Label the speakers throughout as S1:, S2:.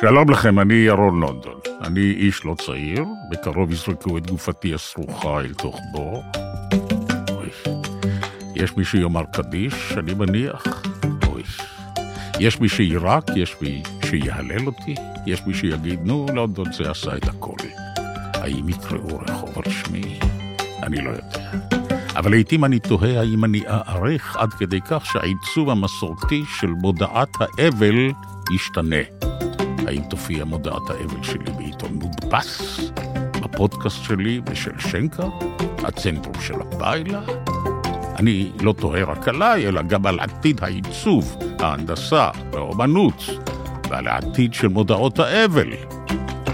S1: שלום לכם, אני ירון לונדון. אני איש לא צעיר, בקרוב יזרקו את גופתי הסרוכה אל תוך בור. אוי. יש מי שיאמר קדיש, אני מניח. אוי. יש מי שיירק, יש מי שיהלל אותי, יש מי שיגיד, נו, לונדון זה עשה את הכל. האם יקראו רחוב על שמי? אני לא יודע. אבל לעתים אני תוהה האם אני אערך עד כדי כך שהעיצוב המסורתי של מודעת האבל ישתנה. האם תופיע מודעת האבל שלי בעיתון מודפס? בפודקאסט שלי ושל שנקר? הצנטרום של הביילה? אני לא תוהה רק עליי, אלא גם על עתיד העיצוב, ההנדסה, האומנות, ועל העתיד של מודעות האבל.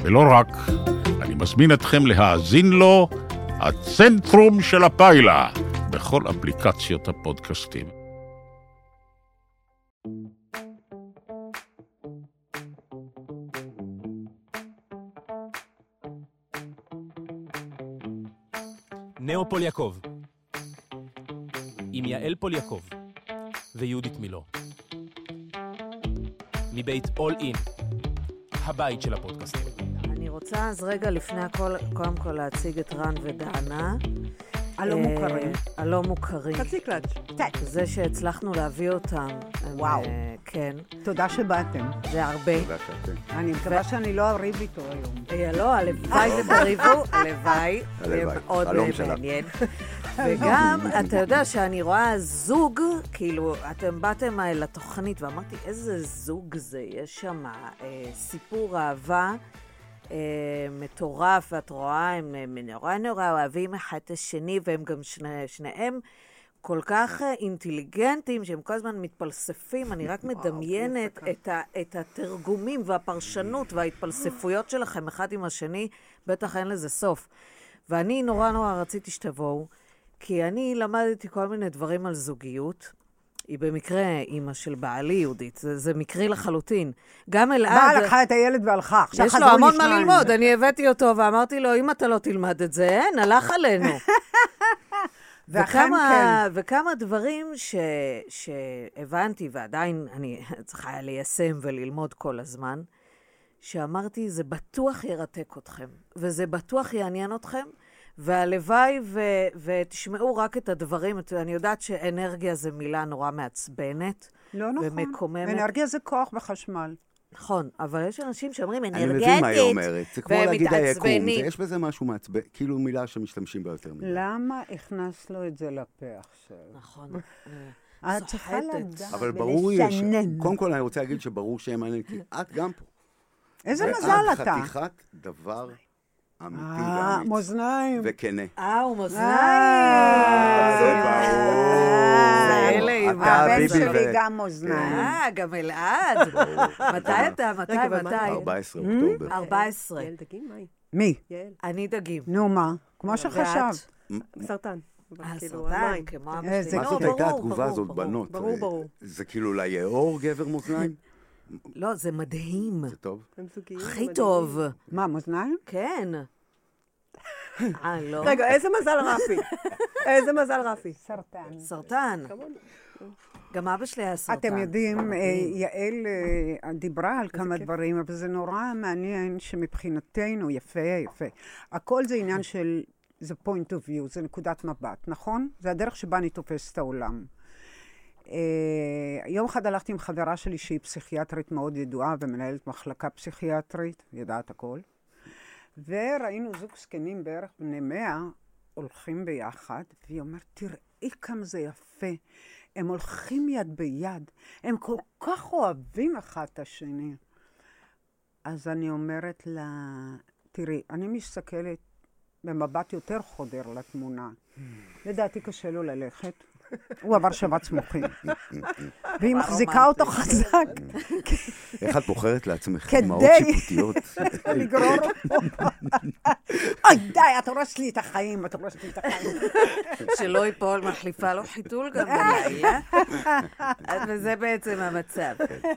S1: ולא רק, אני מזמין אתכם להאזין לו, הצנטרום של הפיילה, בכל אפליקציות הפודקאסטים.
S2: נאו פול יעקב, עם יעל פול יעקב ויהודית מילוא, מבית All In, הבית של הפודקאסטים.
S3: אני רוצה אז רגע לפני הכל, קודם כל להציג את רן ודנה.
S4: הלא
S3: אה,
S4: לא מוכרים.
S3: הלא מוכרים.
S4: חצי קלאץ'. טק.
S3: זה שהצלחנו להביא אותם. הם,
S4: וואו.
S3: אה, כן,
S4: תודה שבאתם.
S3: זה הרבה.
S4: אני מקווה שאני לא אריב איתו היום.
S3: אה, לא, הלוואי ובריבו, הלוואי. זה
S5: הלוואי,
S3: מאוד
S5: חלום שלך.
S3: מעניין. וגם, אתה יודע שאני רואה זוג, כאילו, אתם באתם אה, לתוכנית ואמרתי, איזה זוג זה, יש שם אה, סיפור אהבה. אה, מטורף, ואת רואה, הם, הם נורא נורא אוהבים אחד את השני, והם גם שני, שניהם כל כך אה, אינטליגנטים, שהם כל הזמן מתפלספים. אני רק מדמיינת את, ה, את התרגומים והפרשנות וההתפלספויות שלכם אחד עם השני, בטח אין לזה סוף. ואני נורא נורא רציתי שתבואו, כי אני למדתי כל מיני דברים על זוגיות. היא במקרה אימא של בעלי יהודית, זה, זה מקרי לחלוטין. גם אלעד... אה,
S4: באה, לקחה את הילד והלכה. עכשיו
S3: יש לו
S4: חזרו לי
S3: המון מה
S4: שניים.
S3: ללמוד, אני הבאתי אותו ואמרתי לו, אם אתה לא תלמד את זה, אין, הלך עלינו.
S4: ואכן
S3: וכמה,
S4: כן.
S3: וכמה דברים ש, שהבנתי, ועדיין אני צריכה ליישם וללמוד כל הזמן, שאמרתי, זה בטוח ירתק אתכם, וזה בטוח יעניין אתכם, והלוואי ו, ותשמעו רק את הדברים. את- אני יודעת שאנרגיה זו מילה נורא מעצבנת.
S4: כן. לא נכון.
S3: ומקוממת.
S4: אנרגיה זה כוח בחשמל.
S3: נכון, אבל יש אנשים שאומרים
S5: אני
S3: אנרגטית,
S5: מבין מה היא אומרת, זה כמו
S3: והם
S5: להגיד היקום,
S3: מתעצבנים.
S5: זה- יש בזה משהו מעצבן, כאילו מילה שמשתמשים בה יותר מדי.
S4: למה הכנסת לו את זה לפה עכשיו?
S3: נכון.
S4: את צריכה
S3: סוחטת.
S4: לדעת
S5: אבל ברור יש,
S4: ולשנן.
S5: קודם כל אני רוצה להגיד שברור שהם מעניינים, כי את גם פה.
S4: איזה
S5: ואת
S4: מזל אתה.
S5: חתיכת דבר אמיתי
S4: אה,
S5: ואמיץ.
S4: מאזניים.
S5: וכנה.
S3: אה, הוא
S4: אה,
S5: זה
S3: מאזניים.
S5: ברור.
S3: אלה עם
S5: אתה,
S4: הבן
S5: ביבי
S4: אה, שלי
S5: ו-
S4: גם מאזניים.
S3: אה, גם אלעד.
S5: אה,
S3: מתי אתה? מתי? מתי?
S5: 14 אוקטובר.
S3: אה, 14.
S6: יעל דגים, מה היא?
S4: מי?
S6: יעל.
S3: אני דגים.
S4: נו מה? כמו שחשבת.
S6: סרטן. אבל
S3: אה,
S6: כאילו,
S3: סרטן,
S6: המים.
S3: כמו אבא
S4: איזה
S3: שלי.
S5: מה
S4: לא,
S5: זאת
S3: ברור,
S5: הייתה
S3: ברור,
S5: התגובה הזאת,
S3: ברור.
S5: בנות?
S6: ברור,
S5: אה,
S6: ברור.
S5: זה כאילו ליאור גבר מאזניים?
S3: לא, זה מדהים.
S5: זה טוב.
S6: הם זוגיים.
S3: הכי
S6: מדהימים.
S3: טוב.
S4: מה, מאזניים?
S3: כן. אה, לא.
S6: רגע, איזה מזל רפי. איזה מזל רפי.
S4: סרטן.
S3: סרטן. גם אבא שלי היה סרטן.
S4: אתם יודעים, אה, יעל אה, דיברה על כמה דברים, אבל זה נורא מעניין שמבחינתנו, יפה, יפה. הכל זה עניין של, זה point of view, זה נקודת מבט, נכון? זה הדרך שבה אני תופסת את העולם. אה, יום אחד הלכתי עם חברה שלי שהיא פסיכיאטרית מאוד ידועה ומנהלת מחלקה פסיכיאטרית, יודעת הכל. וראינו זוג זקנים בערך בני מאה הולכים ביחד, והיא אומרת, תראי כמה זה יפה. הם הולכים יד ביד, הם כל כך אוהבים אחד את השני. אז אני אומרת לה, תראי, אני מסתכלת במבט יותר חודר לתמונה. לדעתי קשה לו ללכת. הוא עבר שבץ מוחי. והיא מחזיקה אותו חזק
S5: איך את בוחרת לעצמך
S4: כדי-
S5: דמעות שיפוטיות?
S4: לגרור אותו. אוי, די, את הורסת לי את החיים, את הורסת לי את החיים.
S3: שלא ייפול, מחליפה לו חיתול גם אולי, אה? אז- וזה בעצם המצב.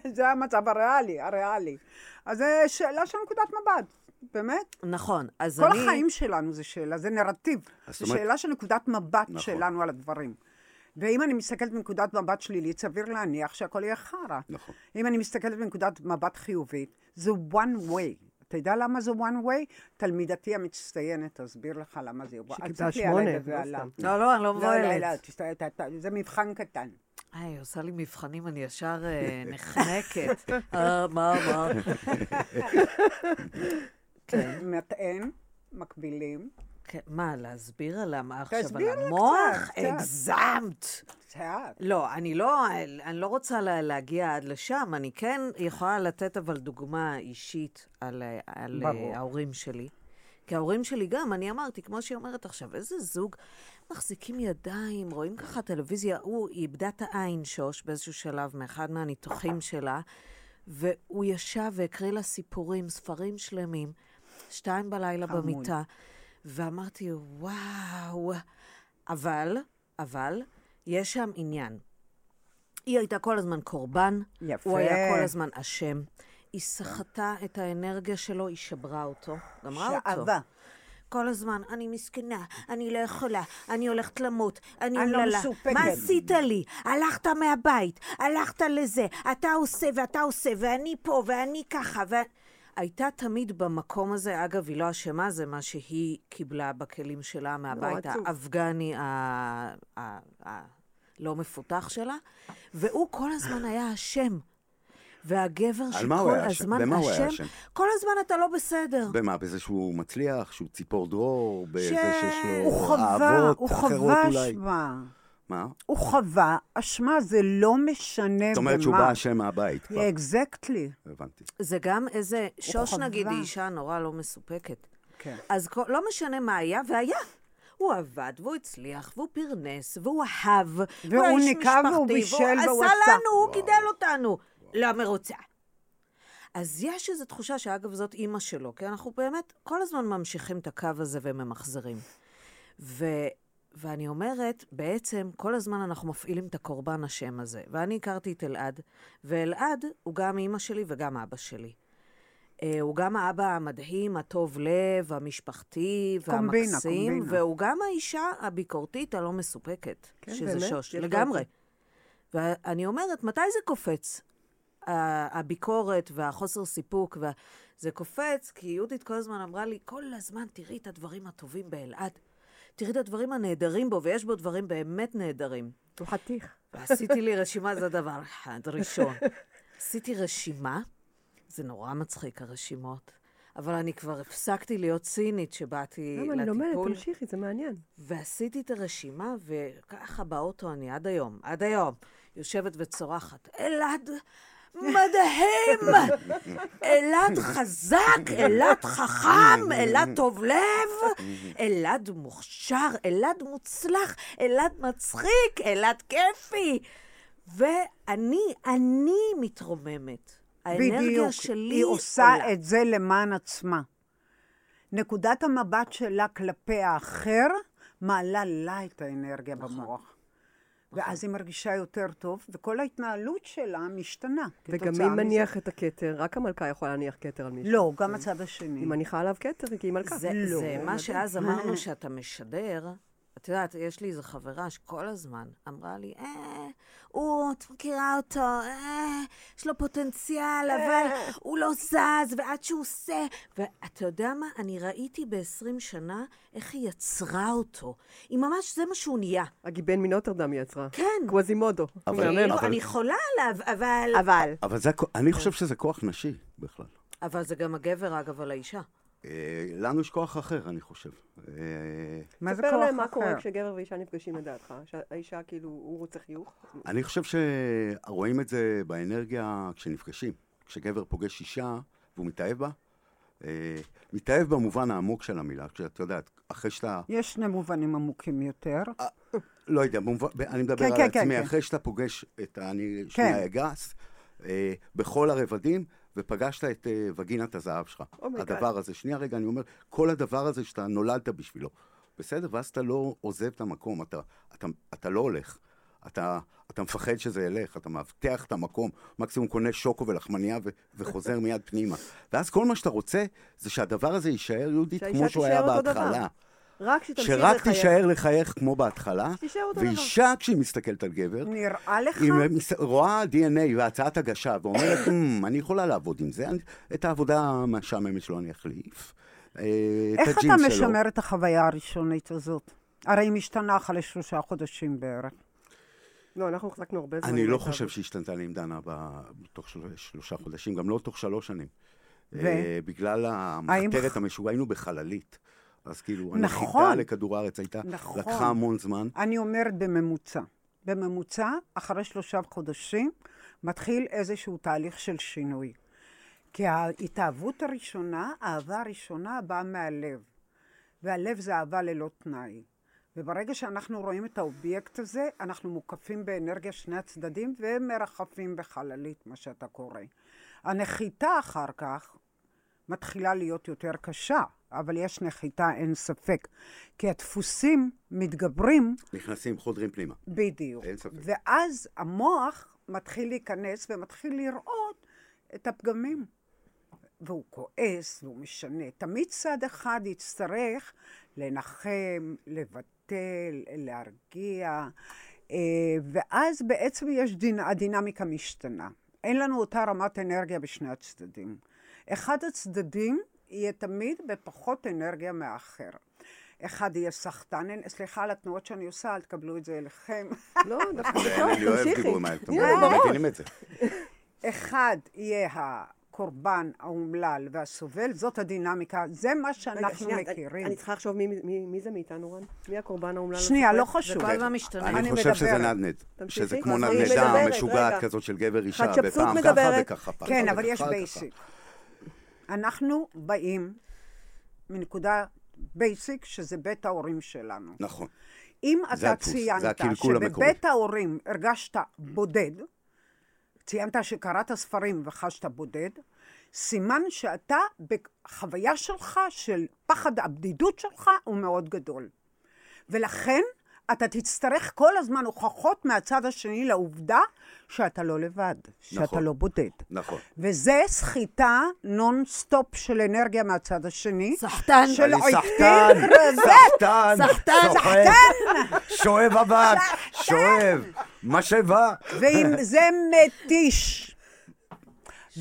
S4: זה המצב הריאלי, הריאלי. אז זו שאלה של נקודת מבט, באמת.
S3: נכון, אז
S4: כל
S3: אני...
S4: החיים שלנו זה שאלה, זה נרטיב.
S5: אז
S4: זו
S5: זאת אומרת-
S4: שאלה של נקודת מבט
S5: נכון.
S4: שלנו על הדברים. ואם אני מסתכלת מנקודת מבט שלילית, סביר להניח שהכל יהיה חרא.
S5: נכון.
S4: אם אני מסתכלת מנקודת מבט חיובית, זה one way. אתה יודע למה זה one way? תלמידתי המצטיינת, אסביר לך למה זה... וואי,
S6: שקיבלה
S4: תסתכלי
S6: שמונה,
S4: עליי
S6: לא
S4: בבהלה.
S6: סתם.
S3: לא, לא, אני לא
S4: לא, לא,
S3: מבוהלת.
S4: לא, תסתכל, ת- ת- זה מבחן קטן.
S3: אה, היא עושה לי מבחנים, אני ישר אה, נחנקת. אה, מה, מה? כן.
S4: מטען, מקבילים,
S3: כן, מה, להסביר על מה עכשיו,
S4: תסביר
S3: על
S4: לה
S3: המוח?
S4: קצת, קצת.
S3: הגזמת.
S4: צעד.
S3: לא, אני לא, אני לא רוצה לה, להגיע עד לשם, אני כן יכולה לתת אבל דוגמה אישית על, אה, על אה,
S4: ברור.
S3: ההורים שלי. כי ההורים שלי גם, אני אמרתי, כמו שהיא אומרת עכשיו, איזה זוג מחזיקים ידיים, רואים ככה טלוויזיה, הוא, היא איבדה את העין שוש באיזשהו שלב מאחד מהניתוחים שלה, והוא ישב והקריא לה סיפורים, ספרים שלמים, שתיים בלילה
S4: חמוד.
S3: במיטה, ואמרתי, וואו, אבל, אבל, יש שם עניין. היא הייתה כל הזמן קורבן,
S4: יפה.
S3: הוא היה כל הזמן אשם. היא סחטה את האנרגיה שלו, היא שברה אותו, גמרה אותו.
S4: שעבה.
S3: כל הזמן, אני מסכנה, אני לא יכולה, אני הולכת למות, אני
S4: אני לא
S3: אומללה.
S4: מסופקת."
S3: מה עשית לי? הלכת מהבית, הלכת לזה, אתה עושה ואתה עושה, ואני פה, ואני ככה, ו... הייתה תמיד במקום הזה, אגב, היא לא אשמה, זה מה שהיא קיבלה בכלים שלה מהבית
S6: עצוב.
S3: האפגני ה... ה... ה... לא מפותח שלה, והוא כל הזמן היה אשם. והגבר
S5: על מה הוא
S3: שכל
S5: היה אשם?
S3: הזמן
S5: במה הוא
S3: אשם,
S5: היה אשם?
S3: כל הזמן אתה לא בסדר.
S5: במה? בזה שהוא מצליח, שהוא ציפור דרור, בזה שיש לו
S4: הוא חווה,
S5: אה, אהבות
S4: הוא
S5: אחרות
S4: חווה
S5: אולי?
S4: אשמה.
S5: מה?
S4: הוא חווה אשמה, זה לא משנה במה.
S5: זאת אומרת שהוא בא אשם מהבית כבר,
S4: אקזקטלי.
S5: הבנתי.
S3: זה גם איזה, שוש
S4: חווה.
S3: נגיד היא אישה נורא לא מסופקת.
S4: כן.
S3: אז כל- לא משנה מה היה, והיה. הוא עבד, והוא הצליח, והוא פרנס, והוא אהב,
S4: והוא
S3: היה איש
S4: ניקה, והוא
S3: משפחתי,
S4: בישל, והוא
S3: עשה
S4: עשה.
S3: לנו, הוא גידל אותנו. לא מרוצה. אז יש איזו תחושה, שאגב, זאת אימא שלו, כי אנחנו באמת כל הזמן ממשיכים את הקו הזה וממחזרים. ו... ואני אומרת, בעצם כל הזמן אנחנו מפעילים את הקורבן השם הזה. ואני הכרתי את אלעד, ואלעד הוא גם אימא שלי וגם אבא שלי. אה, הוא גם האבא המדהים, הטוב לב, המשפחתי
S4: קומבינה,
S3: והמקסים,
S4: קומבינה.
S3: והוא גם האישה הביקורתית הלא מסופקת,
S6: כן,
S3: שזה
S6: באמת,
S3: שוש,
S6: יש לו
S3: לגמרי.
S6: את
S3: ואני אומרת, מתי זה קופץ? ה- הביקורת והחוסר סיפוק, וה... זה קופץ, כי יהודית כל הזמן אמרה לי, כל הזמן תראי את הדברים הטובים באלעד. תראי את הדברים הנהדרים בו, ויש בו דברים באמת נהדרים.
S6: הוא חתיך.
S3: ועשיתי לי רשימה, זה דבר אחד, ראשון. עשיתי רשימה, זה נורא מצחיק הרשימות, אבל אני כבר הפסקתי להיות צינית שבאתי
S6: למה אני לומדת?
S3: לטיפול,
S6: תמשיכי, זה מעניין.
S3: ועשיתי את הרשימה, וככה באוטו אני עד היום, עד היום, יושבת וצורחת, אלעד מדהים! אלעד חזק, אלעד חכם, אלעד טוב לב, אלעד מוכשר, אלעד מוצלח, אלעד מצחיק, אלעד כיפי. ואני, אני מתרוממת. האנרגיה
S4: בדיוק.
S3: שלי
S4: היא עושה
S3: עולה.
S4: את זה למען עצמה. נקודת המבט שלה כלפי האחר מעלה לה את האנרגיה
S6: נכון.
S4: במוח. ואז היא מרגישה יותר טוב, וכל ההתנהלות שלה משתנה.
S6: וגם
S4: כתוצאה
S6: מי
S4: מזה.
S6: מניח את הכתר? רק המלכה יכולה להניח כתר על מישהו.
S4: לא, גם הצד השני.
S6: היא מניחה עליו כתר, כי היא מלכה.
S3: זה,
S4: לא.
S3: זה מה שאז אמרנו שאתה משדר. את יודעת, יש לי איזו חברה שכל הזמן אמרה לי, אה, הוא, את מכירה אותו, אה, יש לו פוטנציאל, אבל הוא לא זז, ועד שהוא עושה... ואתה יודע מה? אני ראיתי ב-20 שנה איך היא יצרה אותו. היא ממש, זה מה שהוא נהיה.
S6: הגיבן מנוטרדם היא יצרה. לא-
S3: כן.
S6: קווזימודו.
S5: אבל-
S6: מהמם.
S3: כאילו, אני חולה עליו, אבל...
S6: אבל.
S5: אבל זה, הכ- אני חושב שזה כוח נשי בכלל.
S3: אבל זה גם הגבר, אגב, על האישה.
S5: אה, לנו יש כוח אחר, אני חושב. אה,
S4: מה זה
S6: ספר
S4: כוח
S6: להם מה קורה
S4: אחר?
S6: כשגבר ואישה נפגשים לדעתך. שהאישה, כאילו, הוא רוצה חיוך.
S5: אני חושב שרואים את זה באנרגיה כשנפגשים. כשגבר פוגש אישה והוא מתאהב בה, אה, מתאהב במובן העמוק של המילה, כשאת יודעת, אחרי שאתה,
S4: יש שני מובנים עמוקים יותר.
S5: לא יודע, במובן, ב- אני מדבר
S4: כן,
S5: על
S4: כן,
S5: עצמי,
S4: כן, כן.
S5: אחרי שאתה פוגש את, ה- אני
S6: כן.
S5: שנייה אגס, אה, בכל הרבדים, ופגשת את אה, וגינת הזהב שלך.
S6: Oh my God.
S5: הדבר הזה, שנייה רגע, אני אומר, כל הדבר הזה שאתה נולדת בשבילו. בסדר, ואז אתה לא עוזב את המקום, אתה, אתה, אתה לא הולך. אתה, אתה מפחד שזה ילך, אתה מאבטח את המקום, מקסימום קונה שוקו ולחמניה ו- וחוזר מיד פנימה. ואז כל מה שאתה רוצה זה שהדבר הזה יישאר, יהודית,
S6: שהאישה
S5: כמו שהוא היה
S6: תישאר אותו דבר.
S5: בהתחלה.
S6: רק שתמשיך לחייך.
S5: שרק תישאר לחייך כמו בהתחלה,
S6: שתישאר אותו דבר.
S5: ואישה כשהיא מסתכלת על גבר,
S4: נראה לך?
S5: היא מס- רואה DNA והצעת הגשה ואומרת, "מ, אני יכולה לעבוד עם זה, אני- את העבודה המשעממת שלו אני אחליף. אה, את
S4: איך אתה
S5: הג'ינס שלו."
S4: משמר את החוויה הראשונית הזאת? הרי היא משתנה אחרי שלושה חודשים בערך.
S6: לא, אנחנו החזקנו הרבה זמן.
S5: אני
S6: עם
S5: לא
S6: ההתאהבות.
S5: חושב שהשתנתה לי עם דנה ב- בתוך של- שלושה חודשים, גם לא תוך שלוש שנים.
S4: ו?
S5: אה, בגלל המחתרת
S4: האם-
S5: המשוגעת, היינו בחללית. אז כאילו,
S4: נכון.
S5: הנחיתה לכדור הארץ הייתה,
S4: נכון.
S5: לקחה המון זמן.
S4: אני אומרת בממוצע. בממוצע, אחרי שלושה חודשים, מתחיל איזשהו תהליך של שינוי. כי ההתאהבות הראשונה, האהבה הראשונה, באה מהלב. והלב זה אהבה ללא תנאי. וברגע שאנחנו רואים את האובייקט הזה, אנחנו מוקפים באנרגיה שני הצדדים ומרחפים בחללית, מה שאתה קורא. הנחיתה אחר כך מתחילה להיות יותר קשה, אבל יש נחיתה, אין ספק. כי הדפוסים מתגברים
S5: נכנסים, חודרים פנימה.
S4: בדיוק.
S5: אין ספק.
S4: ואז המוח מתחיל להיכנס ומתחיל לראות את הפגמים. והוא כועס והוא משנה. תמיד צד אחד יצטרך לנחם, לבטל, להרגיע, אה, ואז בעצם יש דינ... הדינמיקה משתנה. אין לנו אותה רמת אנרגיה בשני הצדדים. אחד הצדדים יהיה תמיד בפחות אנרגיה מהאחר. אחד יהיה סחטן, אין- סליחה על התנועות שאני עושה, אל תקבלו את זה אליכם.
S6: לא,
S5: כן,
S6: דווקא בכלל,
S5: אני אוהב
S6: תמשיכי.
S5: דיבורים האלה, אתם
S6: הנה,
S5: לא
S6: ברור.
S5: מבינים את זה.
S4: אחד יהיה הקורבן, האומלל והסובל, זאת הדינמיקה, זה מה
S6: רגע,
S4: שאנחנו
S6: שנייה, אני-
S4: מכירים.
S6: אני צריכה לחשוב מי- מי מי זה מאיתנו, רן? מי הקורבן האומלל?
S4: שנייה,
S6: הסופר?
S4: לא חשוב.
S3: כל הזמן משתנה.
S5: אני
S4: אני
S5: חושב שזה
S4: מדברת.
S5: נדנד,
S6: תמשיכי.
S5: שזה כמו
S6: אז היא
S5: נדנדה
S6: מדברת,
S5: משוגעת
S6: רגע.
S5: כזאת של גבר אישה,
S6: חצ'פסות
S5: ופעם ככה
S6: מדברת.
S5: וככה. פעם
S4: כן,
S5: ככה
S4: אבל יש
S5: וככה.
S4: בייסיק. אנחנו באים מנקודה בייסיק, שזה בית ההורים שלנו.
S5: נכון.
S4: אם
S5: זה
S4: אתה
S5: הדפוס, זה
S4: ציינת
S5: הקלקול המקורי.
S4: שבבית ההורים הרגשת בודד, ציינת שקראת ספרים וחשת בודד, סימן שאתה, בחוויה שלך, של פחד הבדידות שלך, הוא מאוד גדול. ולכן אתה תצטרך כל הזמן הוכחות מהצד השני לעובדה שאתה לא לבד, שאתה
S5: נכון.
S4: לא בודד.
S5: נכון.
S4: וזה סחיטה נונסטופ של אנרגיה מהצד השני.
S3: סחטן.
S4: של
S5: אני
S4: עיתים
S5: סחטן, סחטן,
S3: סחטן,
S5: סוחב, שואב אבק, שואב, משאבה.
S4: ועם זה מתיש.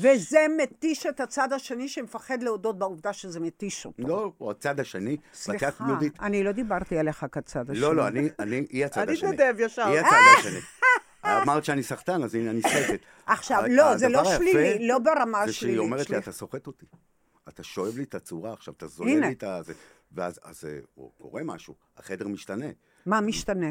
S4: וזה מתיש את הצד השני שמפחד להודות בעובדה שזה מתיש אותו.
S5: לא, או הצד השני,
S4: סליחה,
S5: ואת יהודית.
S4: אני לא דיברתי עליך כצד השני.
S5: לא, לא, אני, אני, היא הצד
S6: אל
S5: השני.
S6: תתנדב ישר.
S5: היא הצד השני. אמרת שאני סחטן, אז הנה אני סחטת.
S4: עכשיו,
S5: ה-
S4: לא, זה
S5: הדבר
S4: לא
S5: היפה
S4: שלילי, לא ברמה
S5: זה שהיא
S4: השלילית,
S5: אומרת לי,
S4: סליחה.
S5: אתה סוחט אותי. אתה שואב לי את הצורה עכשיו, אתה זולל
S4: הנה.
S5: לי את ה... זה." ואז אז, אה, הוא- קורה משהו, החדר משתנה.
S4: מה משתנה?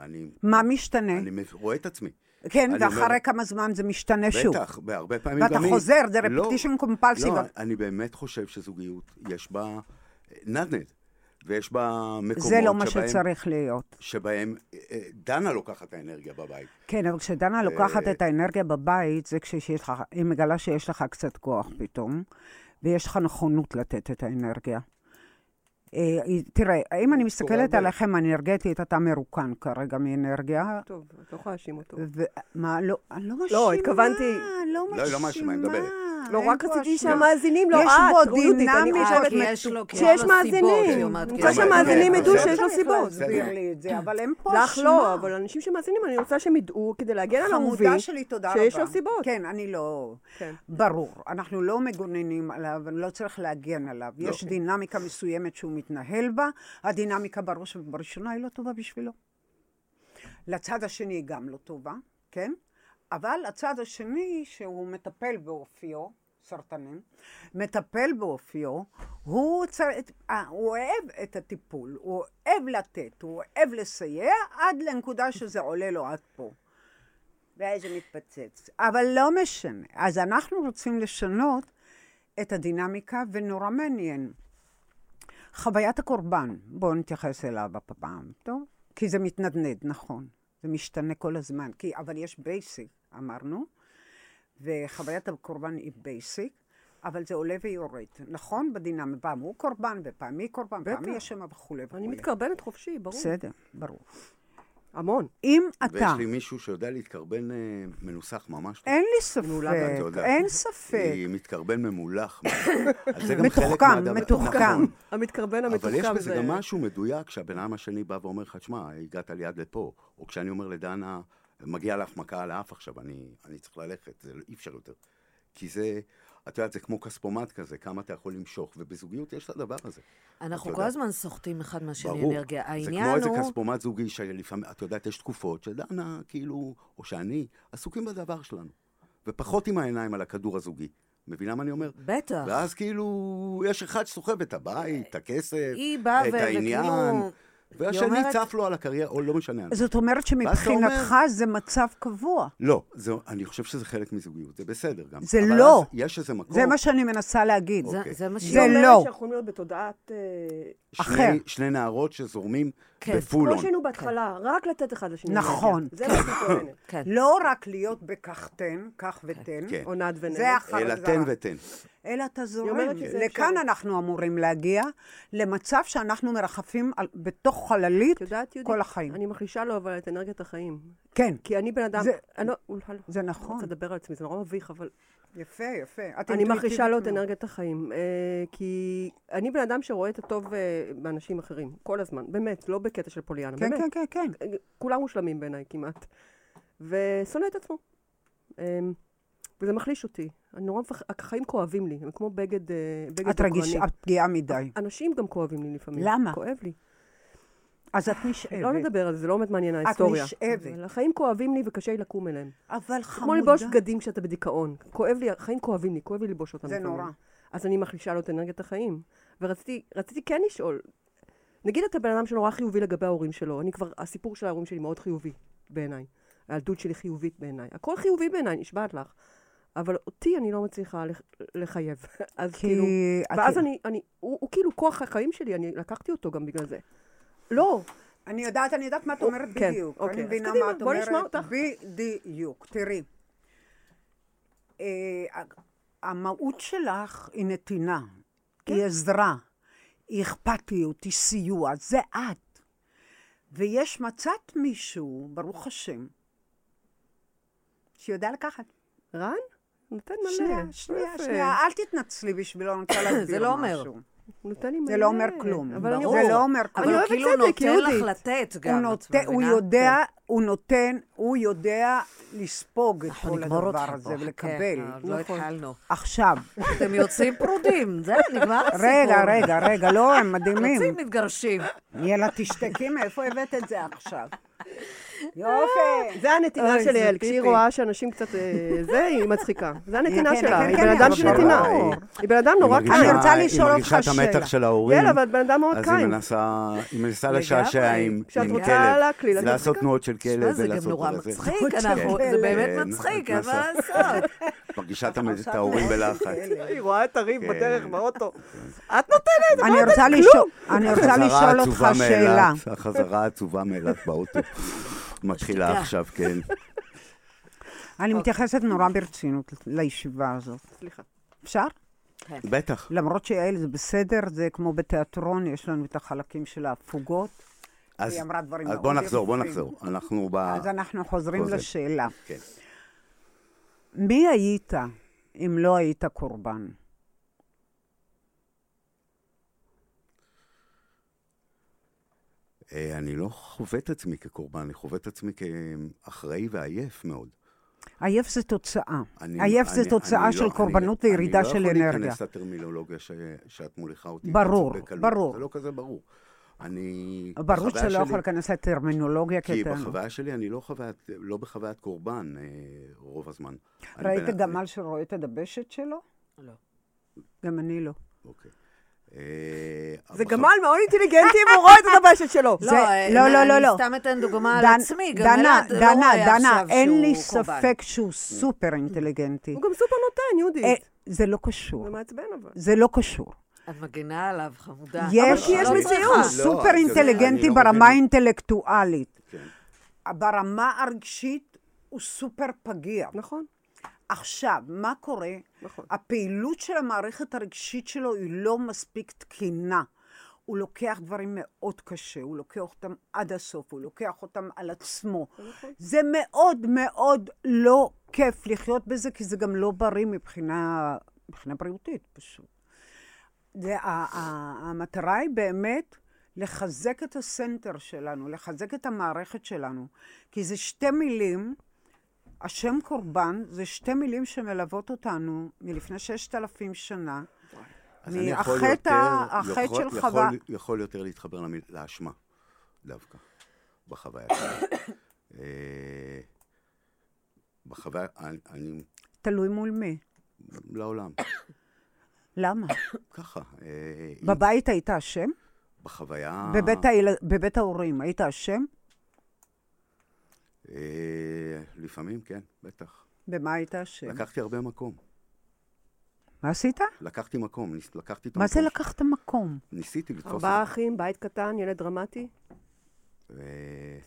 S5: אני...
S4: מה משתנה?
S5: אני מב- רואה את עצמי.
S4: כן,
S5: אני
S4: ואחרי
S5: אומר-
S4: כמה זמן זה משתנה שוב.
S5: בטח, והרבה פעמים
S4: ואתה
S5: גם היא...
S4: חוזר, זה
S5: לא,
S4: repetition compulsive.
S5: לא, אני באמת חושב שזוגיות, יש בה אה, נדנד, ויש בה מקומות
S4: זה לא מה
S5: שבהם-
S4: שצריך להיות.
S5: שבהם אה, אה, דנה לוקחת את האנרגיה בבית.
S4: כן, אבל
S5: אה,
S4: כשדנה לוקחת את האנרגיה בבית, זה כשיש לך, היא מגלה שיש לך קצת כוח פתאום, ויש לך נכונות לתת את האנרגיה. אה, היא- תראה, אם
S5: אה,
S4: אני מסתכלת
S5: הרבה.
S4: עליכם אנרגטית, אתה מרוקן כרגע מאנרגיה.
S6: טוב, את לא יכולה להאשים אותו.
S4: ומה, לא, אני לא מאשימה,
S6: לא, התכוונתי-
S4: לא
S5: לא, היא לא מאשימה, היא מדברת.
S6: לא,
S4: אין
S6: רק
S4: פה
S6: רציתי
S4: אשמה.
S6: שהמאזינים, לא
S4: יש
S6: את,
S4: בו
S6: או יהודית, אני
S4: דינמיקה,
S6: חושבת...
S4: כי
S3: יש לו- כי
S6: שיש
S3: יש לו סיבות,
S6: מאזינים,
S3: היא אומרת,
S6: אני
S3: כן.
S6: רוצה שהמאזינים
S5: כן,
S6: ידעו
S5: בסדר.
S6: שיש לו סיבות.
S4: להסביר לי את זה, אבל אין פה אשמה.
S6: לך לא, אבל אנשים שמאזינים, אני רוצה שהם ידעו, כדי להגן על המוביל,
S4: חמודה שלי, תודה רבה.
S6: שיש לו סיבות.
S4: כן, אני לא...
S6: כן.
S4: ברור, אנחנו לא מגוננים עליו, אני לא צריך להגן עליו.
S5: לא.
S6: כן.
S4: יש דינמיקה מסוימת שהוא מתנהל בה, הדינמיקה בראש ובראשונה היא לא טובה בשבילו. לצד השני היא גם לא טובה, כן? אבל הצד השני, שהוא מטפל באופיו, סרטנים, מטפל באופיו, הוא, צר... אה, הוא אוהב את הטיפול, הוא אוהב לתת, הוא אוהב לסייע עד לנקודה שזה עולה לו עד פה. ואז זה מתפוצץ. אבל לא משנה. אז אנחנו רוצים לשנות את הדינמיקה, ונורא מעניין. חוויית הקורבן, בואו נתייחס אליו הפעם, טוב? כי זה מתנדנד, נכון. זה משתנה כל הזמן. כי, אבל יש בייסיק, אמרנו, וחוויית הקורבן היא בייסיק, אבל זה עולה ויורד, נכון? בדינמיקה, פעם הוא קורבן, ופעם היא קורבן, פעם
S6: בטח.
S4: היא אשמה וכולי וכולי.
S6: אני מתקרבנת חופשי, ברור.
S4: בסדר, ברור.
S6: המון.
S4: אם
S5: ויש
S4: אתה,
S5: לי מישהו שיודע להתקרבן אה, מנוסח ממש טוב.
S4: אין לי
S6: מעולה, אתה
S4: ספק,
S5: יודע.
S4: אין ספק.
S5: היא מתקרבן ממולח. אז זה גם חלק
S4: מתוחכם,
S5: מהדבר-
S4: מתוחכם.
S5: נכון.
S6: המתקרבן
S5: אבל
S6: המתוחכם
S5: יש
S6: לא, זה...
S5: בזה גם משהו מדויק, כשהבן אדם השני בא ואומר לך, שמע, הגעת לי עד לפה, או כשאני אומר לדנה, מגיע לך מכה על האף עכשיו, אני, אני צריך ללכת, זה לא- אי אפשר יותר. כי זה, את יודעת, זה כמו כספומט כזה, כמה אתה יכול למשוך, ובזוגיות יש את הדבר הזה.
S3: אנחנו
S5: אתה
S3: כל
S5: יודע.
S3: הזמן סוחטים אחד מהשני
S5: ברור.
S3: אנרגיה.
S5: זה
S3: העניין
S5: כמו איזה
S3: הוא...
S5: כספומט זוגי, שלפעמים, את יודעת, יש תקופות שדנה, כאילו, או שאני, עסוקים בדבר שלנו, ופחות עם העיניים על הכדור הזוגי. מבינה מה אני אומר?
S3: בטח.
S5: ואז כאילו, יש אחד שסוחב את הבית, את הכסף,
S3: היא באה
S5: את
S3: ו-
S5: העניין,
S3: וכאילו-
S5: והשני
S3: היא אומרת-
S5: צף לו על הקריירה, או לא משנה.
S4: זאת אומרת שמבחינתך זה מצב קבוע.
S5: לא, זה, אני חושב שזה חלק מזוגיות, זה בסדר גם.
S4: זה
S5: אבל
S4: לא.
S5: אז יש איזה מקום,
S4: זה מה שאני מנסה להגיד.
S3: זה-
S5: אוקיי.
S3: זה מה
S6: היא
S3: שהיא
S4: זה לא.
S6: אומרת שאנחנו יכולים להיות בתודעת... אה,
S4: אחר.
S5: שני, שני נערות שזורמים
S3: כן,
S5: בפול
S6: כמו
S5: און.
S6: שהיינו בהתחלה, רק לתת אחד לשני.
S4: נכון.
S6: אנרגיה. זה מה שהיא טוענת.
S3: כן.
S4: לא רק להיות בקח תן, קח ותן,
S5: כן.
S6: או נד ונד.
S4: זה אחר
S5: אלא
S4: זה.
S5: תן ותן.
S4: אלא אתה זורם.
S6: אומרת שזה
S4: לכאן
S6: אפשרי.
S4: אנחנו אמורים להגיע, למצב שאנחנו מרחפים על- בתוך חללית
S6: את יודעת, יהודית?
S4: כל החיים.
S6: אני מחלישה לו אבל את אנרגיית החיים.
S4: כן,
S6: כי אני בן אדם...
S4: זה-
S6: אני לא- אולי לא-
S4: זה
S6: לא
S4: נכון.
S6: רוצה לדבר על עצמי, זה נורא מביך, אבל...
S4: יפה, יפה. את
S6: אני מחרישה לו
S4: אינטואיטיבית
S6: את
S4: מאוד.
S6: אנרגיית החיים. אה, כי אני בן אדם שרואה את הטוב אה, באנשים אחרים, כל הזמן. באמת, לא בקטע של פוליאנה,
S4: כן,
S6: באמת.
S4: כן, כן, כן.
S6: כולם מושלמים בעיניי כמעט. ושונא את עצמו. אמ, וזה מחליש אותי. אני נורא מפח... החיים כואבים לי, הם כמו בגד, אה, בגד
S4: את רגישה,
S6: דוקרני.
S4: את פגיעה מדי.
S6: אנשים גם כואבים לי לפעמים.
S4: למה?
S6: כואב לי.
S4: אז את נשאבת.
S6: לא נדבר על זה, זה לא באמת מעניין ההיסטוריה.
S4: נשאבת.
S6: אבל החיים כואבים לי וקשה לי לקום אליהם.
S4: אבל
S6: כמו
S4: חמודה.
S6: ללבוש בגדים כשאתה בדיכאון. כואב לי, החיים כואבים לי, כואב לי ללבוש אותם.
S4: זה
S6: לפעמים.
S4: נורא.
S6: אז אני מחלישה לו את אנרגיית החיים. ורציתי רציתי כן לשאול, נגיד אתה בן אדם שנורא חיובי לגבי ההורים שלו, אני כבר, הסיפור של ההורים שלי מאוד חיובי בעיניי. הילדות שלי חיובית בעיניי. הכל חיובי בעיניי, נשבעת לך. אבל אותי אני לא מצליחה לח- לחייב. אז
S4: כי-
S6: כאילו...
S4: את-
S6: ואז אני, אני, הוא, הוא כאילו כוח החיים שלי, אני לקחתי אותו גם בגלל זה. לא,
S4: אני יודעת, אני יודעת מה את
S6: אוק-
S4: אומרת
S6: כן,
S4: בדיוק.
S6: אוקיי.
S4: אני
S6: אז
S4: מבינה
S6: קדימה,
S4: מה את
S6: בוא נשמע
S4: אומרת
S6: אותך.
S4: בדיוק. תראי, אה, המהות שלך היא נתינה,
S6: כן.
S4: היא עזרה, היא אכפתיות, היא סיוע, זה את. ויש מצאת מישהו, ברוך השם, שיודע לקחת.
S6: רן? נותן מלא.
S4: שנייה, שנייה,
S6: יפה.
S4: שנייה, אל תתנצלי בשבילו, אני רוצה להסביר משהו.
S3: לא אומר.
S6: נותן לי מלא.
S4: זה לא אומר כלום,
S6: אבל אני
S4: ברור.
S6: רוצה-
S4: זה לא אומר
S3: אבל
S4: כלום.
S3: הוא
S6: אוהבת
S3: כאילו
S6: צדק,
S3: נותן
S6: יהודית.
S3: לך לתת גם,
S4: הוא
S3: את
S4: נותן, הוא
S3: מבינה? כן.
S4: יודע, הוא נותן, הוא יודע לספוג את
S3: אנחנו
S4: כל
S3: נגמור אותך
S4: הדבר
S3: פה,
S4: הזה
S3: חכה,
S4: ולקבל. נכון.
S3: עוד לא התחלנו.
S4: עכשיו,
S3: אתם יוצאים פרודים, זהו, נגמר הסיפור.
S4: רגע, רגע, רגע, לא, הם מדהימים.
S3: יוצאים מתגרשים.
S4: יאללה, תשתקי, מאיפה הבאת את זה עכשיו? יופי.
S6: זה הנתינה
S4: אוי,
S6: של
S4: זה
S6: יעל, כשהיא
S4: פיפי.
S6: רואה שאנשים קצת... אה, זה, היא מצחיקה. זה הנתינה
S4: כן,
S6: שלה,
S4: כן,
S6: היא
S4: כן,
S6: בן
S4: כן,
S6: אדם של
S4: אבל
S6: נתינה.
S5: ברור.
S6: היא בן אדם נורא
S5: היא
S4: אני
S5: מרגישה-
S6: קיים.
S4: רוצה לשאול
S5: היא מרגישה
S4: אותך
S5: את המתח
S4: שאלה.
S5: של ההורים.
S6: כן, אבל בן אדם מאוד
S5: אז היא
S6: קיים.
S5: מנסה, היא מנסה לשעשע
S3: לגמרי.
S5: עם
S6: כשאת
S5: עם
S6: רוצה להקליל,
S5: כלב,
S6: את
S5: לעשות
S6: מצחיקה.
S5: תנועות של
S3: שמע,
S5: כלב
S3: זה גם
S5: ולעשות
S3: נורא
S5: כל זה.
S3: מצחיק,
S4: אוקיי.
S3: אנחנו-
S5: כן,
S3: זה באמת
S5: כן,
S3: מצחיק,
S5: את
S3: אבל
S5: מנסה.
S3: לעשות.
S5: מרגישה את המ- את ההורים בלחץ.
S6: אה, היא רואה את הריב
S5: כן.
S6: בדרך באוטו. את נותנת,
S4: אני
S6: את לא
S4: רוצה
S6: נותנת
S4: לשאול- אני רוצה
S5: החזרה
S4: לשאול אותך
S5: העצובה
S4: שאלה.
S5: מאילת, החזרה העצובה מאילת באוטו. מתחילה
S3: שתיקה.
S5: עכשיו, כן.
S3: אוקיי.
S4: אני מתייחסת נורא ברצינות לישיבה הזאת.
S6: סליחה.
S4: אפשר?
S5: בטח.
S4: למרות שיעל זה בסדר, זה כמו בתיאטרון, יש לנו את החלקים של ההפוגות.
S5: אז
S4: היא אמרה דברים
S5: אז
S4: מאוד
S5: בוא נחזור, בוא
S4: יפים.
S5: נחזור. אנחנו ב...
S4: אז אנחנו חוזרים
S5: חוזר.
S4: לשאלה.
S5: כן.
S4: מי היית אם לא היית קורבן?
S5: אה, אני לא חווה את עצמי כקורבן, אני חווה את עצמי כאחראי ועייף מאוד.
S4: עייף זה תוצאה.
S5: אני-
S4: עייף זה
S5: אני-
S4: תוצאה
S5: אני
S4: של
S5: לא-
S4: קורבנות
S5: אני-
S4: וירידה של
S5: אני לא יכול
S4: אנרגיה.
S5: להיכנס לטרמינולוגיה ש- שאת מוליכה אותי.
S4: ברור,
S5: בקלות.
S4: ברור.
S5: זה לא כזה ברור. אני...
S4: ברור
S5: בחוויה
S4: שאתה לא
S5: שלי-
S4: יכול להיכנס לטרמינולוגיה
S5: כי
S4: כתב.
S5: בחוויה שלי אני לא חוויית, לא בחוויית קורבן אה, רוב הזמן. אני
S4: ראית
S5: בן-
S4: גמל שרואה את הדבשת שלו?
S3: לא.
S4: גם אני לא.
S5: אוקיי. אה,
S6: זה
S5: בחו-
S6: גמל מאוד אינטליגנטי, אם הוא רואה את הדבשת שלו.
S4: זה-
S3: אה,
S4: לא, לא, לא,
S3: אני
S4: לא.
S3: סתם אתן דוגמה על
S4: דן-
S3: עצמי, גם
S4: דנה,
S3: אלעד לא
S4: דנה,
S3: רואה
S4: דנה,
S3: עכשיו
S4: אין לי
S3: שהוא קורבן.
S4: ספק שהוא סופר אינטליגנטי.
S6: הוא גם סופר נותן,
S4: אה,
S6: יהודית.
S4: זה לא קשור.
S6: זה מעצבן אבל.
S4: זה לא קשור.
S3: את מגינה עליו, חמודה.
S4: יש,
S5: כי יש
S4: לא
S5: מציאות.
S4: צריכה.
S5: לא,
S4: סופר
S5: אני
S4: אינטליגנטי
S5: לא
S4: ברמה
S5: מבין.
S4: האינטלקטואלית.
S5: כן.
S4: ברמה הרגשית הוא סופר פגיע.
S6: נכון,
S4: עכשיו, מה קורה?
S6: נכון.
S4: הפעילות של המערכת הרגשית שלו היא לא מספיק תקינה. הוא לוקח דברים מאוד קשה, הוא לוקח אותם עד הסוף, הוא לוקח אותם על עצמו. זה מאוד מאוד לא כיף לחיות בזה, כי זה גם לא בריא מבחינה, מבחינה בריאותית פשוט. זה, ה- ה- המטרה היא באמת לחזק את הסנטר שלנו, לחזק את המערכת שלנו, כי זה שתי מילים, השם קורבן זה שתי מילים שמלוות אותנו מלפני ששת אלפים שנה.
S5: אז אני יכול
S4: מהחטא-
S5: יותר-
S4: החטא
S5: יכול-
S4: של
S5: יכול-
S4: חווה.
S5: יכול יותר להתחבר למיל- לאשמה, דווקא, בחוויה שלי. אה, בחוויה, אני- אני,
S4: תלוי מול מי.
S5: לעולם,
S4: למה?
S5: ככה. אה,
S4: בבית היית אשם?
S5: בחוויה...
S4: בבית, הילד... בבית ההורים היית אשם?
S5: אה, לפעמים, כן, בטח.
S4: במה היית אשם?
S5: לקחתי הרבה מקום.
S4: מה עשית?
S5: לקחתי מקום, ניס- לקחתי את המקום.
S4: מה זה
S5: ש-
S4: לקחת מקום?
S5: ניסיתי לתפוס...
S6: ארבעה
S5: אותו.
S6: אחים, בית קטן, ילד דרמטי.
S5: אה,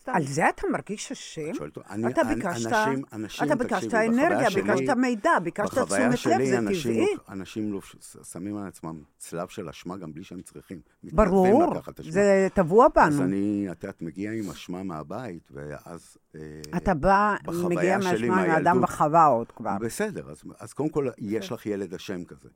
S6: סתם.
S4: על זה אתה מרגיש אשם?
S5: את שואלת אותו. אני-
S4: אתה
S5: אני-
S4: ביקשת-
S5: אנשים, אנשים,
S4: אתה ביקשת
S5: תקשיבי, בחוויה
S4: אנרגיה,
S5: שלי-
S4: ביקשת מידע, ביקשת
S5: בחוויה
S4: תשומת לב,
S5: שלי,
S4: זה
S5: אנשים-
S4: טבעי.
S5: אנשים לא- ש- שמים על עצמם צלב של אשמה גם בלי שהם צריכים.
S4: ברור,
S5: מתנדבים לקחת אשמה.
S4: זה טבוע
S5: אז
S4: בנו.
S5: אני, את יודעת, מגיע עם אשמה מהבית, ואז... אה,
S4: אתה בא,
S5: בחוויה
S4: מגיע
S5: שלי
S4: מהשמיים, האדם
S5: מהילדות-
S4: בחווה עוד כבר.
S5: בסדר, אז, אז קודם כל, יש לך ילד אשם כזה,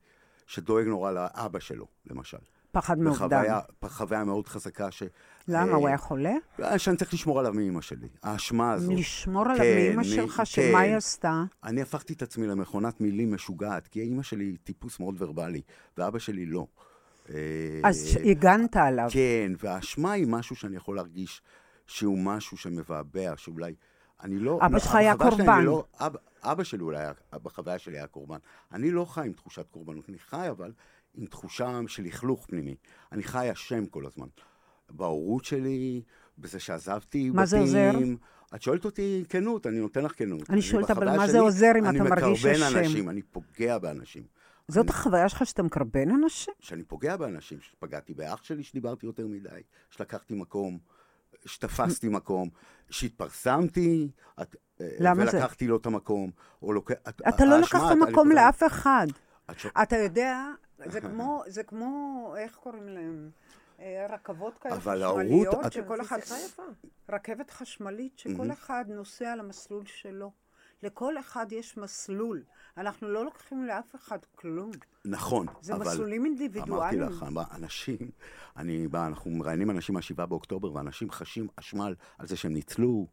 S5: שדואג נורא לאבא שלו, למשל.
S4: פחד מאובדן.
S5: בחוויה, חוויה מאוד חזקה ש...
S4: למה,
S5: אה,
S4: הוא היה חולה?
S5: אה, שאני צריך לשמור עליו מאימא שלי, האשמה הזאת.
S4: לשמור עליו
S5: כן,
S4: מאמא
S5: מי-
S4: שלך, שמה
S5: כן.
S4: היא עשתה?
S5: אני הפכתי את עצמי למכונת מילים משוגעת, כי אימא שלי היא טיפוס מאוד ורבלי, ואבא שלי לא. אה,
S4: אז הגנת עליו.
S5: כן, והאשמה היא משהו שאני יכול להרגיש שהוא משהו שמבעבע, שאולי... אני לא...
S4: אבא
S5: לא,
S4: שלך היה
S5: בחוויה שלי אני
S4: קורבן.
S5: לא, אבא, אבא שלי אולי היה, בחוויה שלי היה קורבן. אני לא חי עם תחושת קורבנות, אני חי אבל עם תחושה של לכלוך פנימי. אני חי אשם כל הזמן. בהורות שלי, בזה שעזבתי בתים.
S4: מה זה עוזר?
S5: את שואלת אותי כנות, אני נותן לך כנות.
S4: שואלת, אבל
S5: בחוויה
S4: מה זה
S5: שלי,
S4: עוזר אם אתה מרגיש
S5: אני
S4: אשם?
S5: מקרבן אנשים, אני פוגע באנשים.
S4: זאת
S5: אני-
S4: החוויה שלך שאתה מקרבן אנשים?
S5: שאני פוגע באנשים, שפגעתי באח שלי שדיברתי יותר מדי, שלקחתי מקום, שתפסתי מקום, שהתפרסמתי, את, אה,
S4: למה זה?
S5: ולקחתי לו את המקום, או לוקח... את-
S4: אתה לא
S5: האשמה,
S4: לקחת
S5: אה, אני
S4: מקום
S5: חוזר-
S4: לאף אחד.
S5: את שואלת-
S4: אתה יודע, זה כמו, זה כמו, איך קוראים להם? אה, רכבות כאלה
S5: אבל
S4: חשמליות,
S5: ההורות- את-
S4: שכל אחד...
S6: שיחה יפה.
S4: רכבת חשמלית, שכל אחד נוסע על המסלול שלו. לכל אחד יש מסלול. אנחנו לא לוקחים לאף אחד כלום.
S5: נכון,
S4: זה
S5: אבל...
S4: מסלולים אינדיבידואליים.
S5: אמרתי לך, אמר- אנשים, אני בא, אנחנו מראיינים אנשים מהשבעה באוקטובר, ואנשים חשים אשמה על, על זה שהם ניצלו,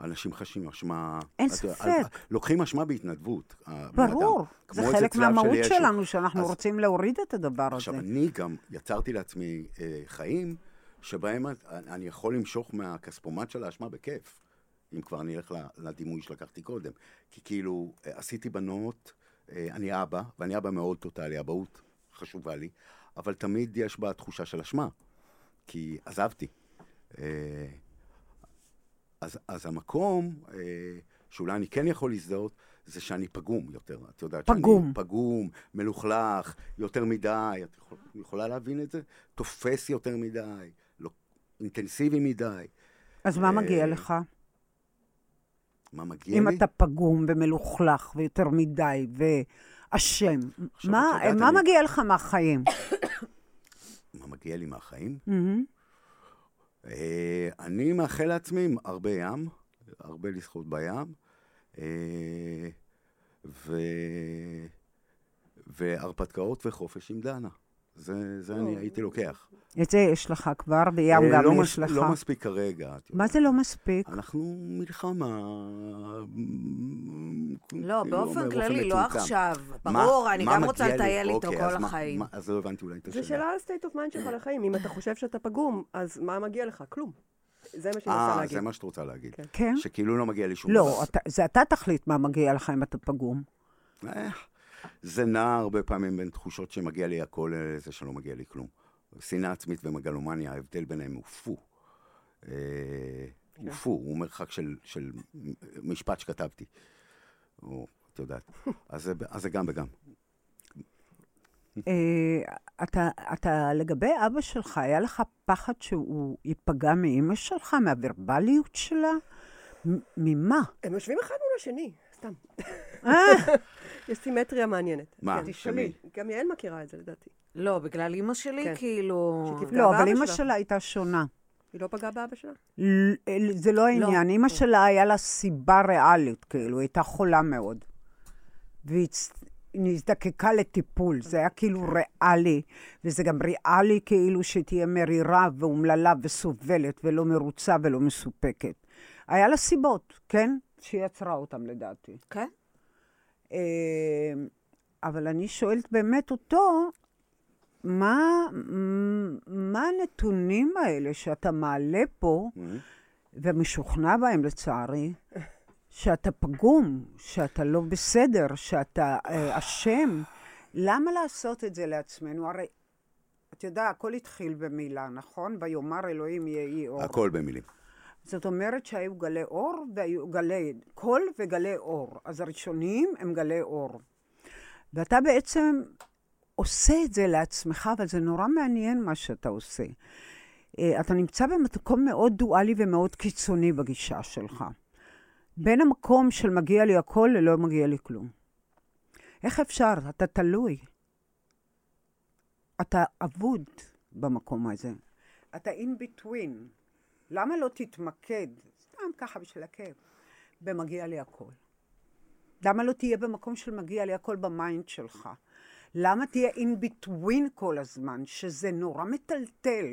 S5: אנשים חשים אשמה...
S4: אין
S5: את-
S4: ספק.
S5: על- לוקחים אשמה בהתנדבות. הבן אדם.
S4: ברור,
S5: כמו
S4: זה
S5: איזה
S4: חלק
S5: צלב של
S4: מהמהות
S5: ישו.
S4: שלנו, שאנחנו
S5: אז-
S4: רוצים להוריד את הדבר הזה.
S5: עכשיו, אני גם יצרתי לעצמי אה, חיים שבהם את- אני יכול למשוך מהכספומט של האשמה בכיף, אם כבר אני אלך ל- לדימוי שלקחתי קודם. כי כאילו, אה, עשיתי בנות, אה, אני אבא, ואני אבא מאוד טוטאלי, אבהות חשובה לי, אבל תמיד יש בה תחושה של אשמה, כי עזבתי. אה, אז, אז המקום אה, שאולי אני כן יכול להזדהות, זה שאני פגום יותר. את יודעת
S4: פגום.
S5: שאני פגום, מלוכלך, יותר מדי, את יכול, יכולה להבין את זה? תופס יותר מדי, לא, אינטנסיבי מדי.
S4: אז מה
S5: אה,
S4: מגיע לך?
S5: מה מגיע
S4: אם
S5: לי?
S4: אתה פגום ומלוכלך ויותר מדי ואשם,
S5: עכשיו,
S4: מה-
S5: את יודעת,
S4: מה
S5: אני-
S4: מגיע לך מהחיים?
S5: מה מגיע לי מהחיים?
S4: מהמם.
S5: Mm-hmm. אה, אני מאחל לעצמי הרבה ים, הרבה לשחות בים, אה, ו... והרפתקאות וחופש עם דנה. זה, זה אני הייתי לוקח.
S4: את זה יש לך כבר, וים
S5: אה,
S4: גם
S5: לא
S4: יש
S5: מס-
S4: לך.
S5: לא מספיק כרגע. את
S4: מה
S5: יודעת.
S4: זה לא מספיק?
S5: אנחנו מלחמה...
S3: לא,
S5: כאילו,
S3: באופן כללי, לא
S5: מצומצם.
S3: עכשיו.
S5: מה-
S3: ברור, אני
S5: מה
S3: גם
S5: מגיע
S3: רוצה
S5: לי?
S3: לטייל איתו
S5: אוקיי,
S3: כל
S5: אז מה-
S3: החיים.
S5: מה- אז לא הבנתי אולי את השאלה.
S6: זו שאלה על state of mind שלך לחיים. אם אתה חושב שאתה פגום, אז מה מגיע לך? כלום. זה מה שאני רוצה
S5: אה,
S6: להגיד.
S5: זה מה שאת רוצה להגיד.
S4: כן?
S5: שכאילו לא מגיע לי שום
S4: לא, אתה- זה אתה תחליט מה מגיע לך אם אתה פגום.
S5: אה, זה נע הרבה פעמים בין תחושות שמגיע לי הכל לזה שלא מגיע לי כלום. שנאה עצמית ומגלומניה, ההבדל ביניהם הוא פו. אה, הוא פו, הוא מרחק של, של משפט שכתבתי. או, את יודעת. אז, זה- אז זה גם וגם.
S4: אה, אתה, אתה, לגבי אבא שלך, היה לך פחד שהוא ייפגע מאימא שלך, מהוורבליות שלה? מ- ממה?
S6: הם יושבים אחד מול השני, סתם. יש סימטריה מעניינת.
S5: מה?
S6: כן.
S4: תשאלי.
S6: גם יעל מכירה את זה, לדעתי.
S3: לא, בגלל אימא שלי,
S6: כן.
S3: כאילו...
S6: שתפגע
S4: לא,
S6: באבא
S4: אבל אימא
S6: שלה.
S4: שלה הייתה שונה.
S6: היא לא פגעה באבא שלה?
S4: ל- זה לא העניין. אימא שלה, היה לה סיבה ריאלית, כאילו, היא הייתה חולה מאוד. והיא הצ- היא נזדקקה לטיפול, זה היה כאילו ריאלי, וזה גם ריאלי כאילו שתהיה מרירה ואומללה וסובלת ולא מרוצה ולא מסופקת. היה לה סיבות, כן? שהיא יצרה אותן לדעתי.
S3: כן?
S4: אה, אבל אני שואלת באמת אותו, מה, מה הנתונים האלה שאתה מעלה פה, ומשוכנע בהם לצערי, שאתה פגום, שאתה לא בסדר, שאתה אה, אשם? למה לעשות את זה לעצמנו? הרי, אתה יודע, הכל התחיל במילה, נכון? ויאמר אלוהים יהי אור.
S5: הכל במילים.
S4: זאת אומרת שהיו גלי אור והיו גלי קול וגלי אור. אז הראשונים הם גלי אור. ואתה בעצם עושה את זה לעצמך, אבל זה נורא מעניין מה שאתה עושה. אה, אתה נמצא במקום מאוד דואלי ומאוד קיצוני בגישה שלך. בין המקום של מגיע לי הכל ללא מגיע לי כלום. איך אפשר? אתה תלוי. אתה אבוד במקום הזה. אתה in between. למה לא תתמקד, סתם ככה בשביל הכיף, במגיע לי הכל? למה לא תהיה במקום של מגיע לי הכל במיינד שלך? למה תהיה in between כל הזמן, שזה נורא מטלטל?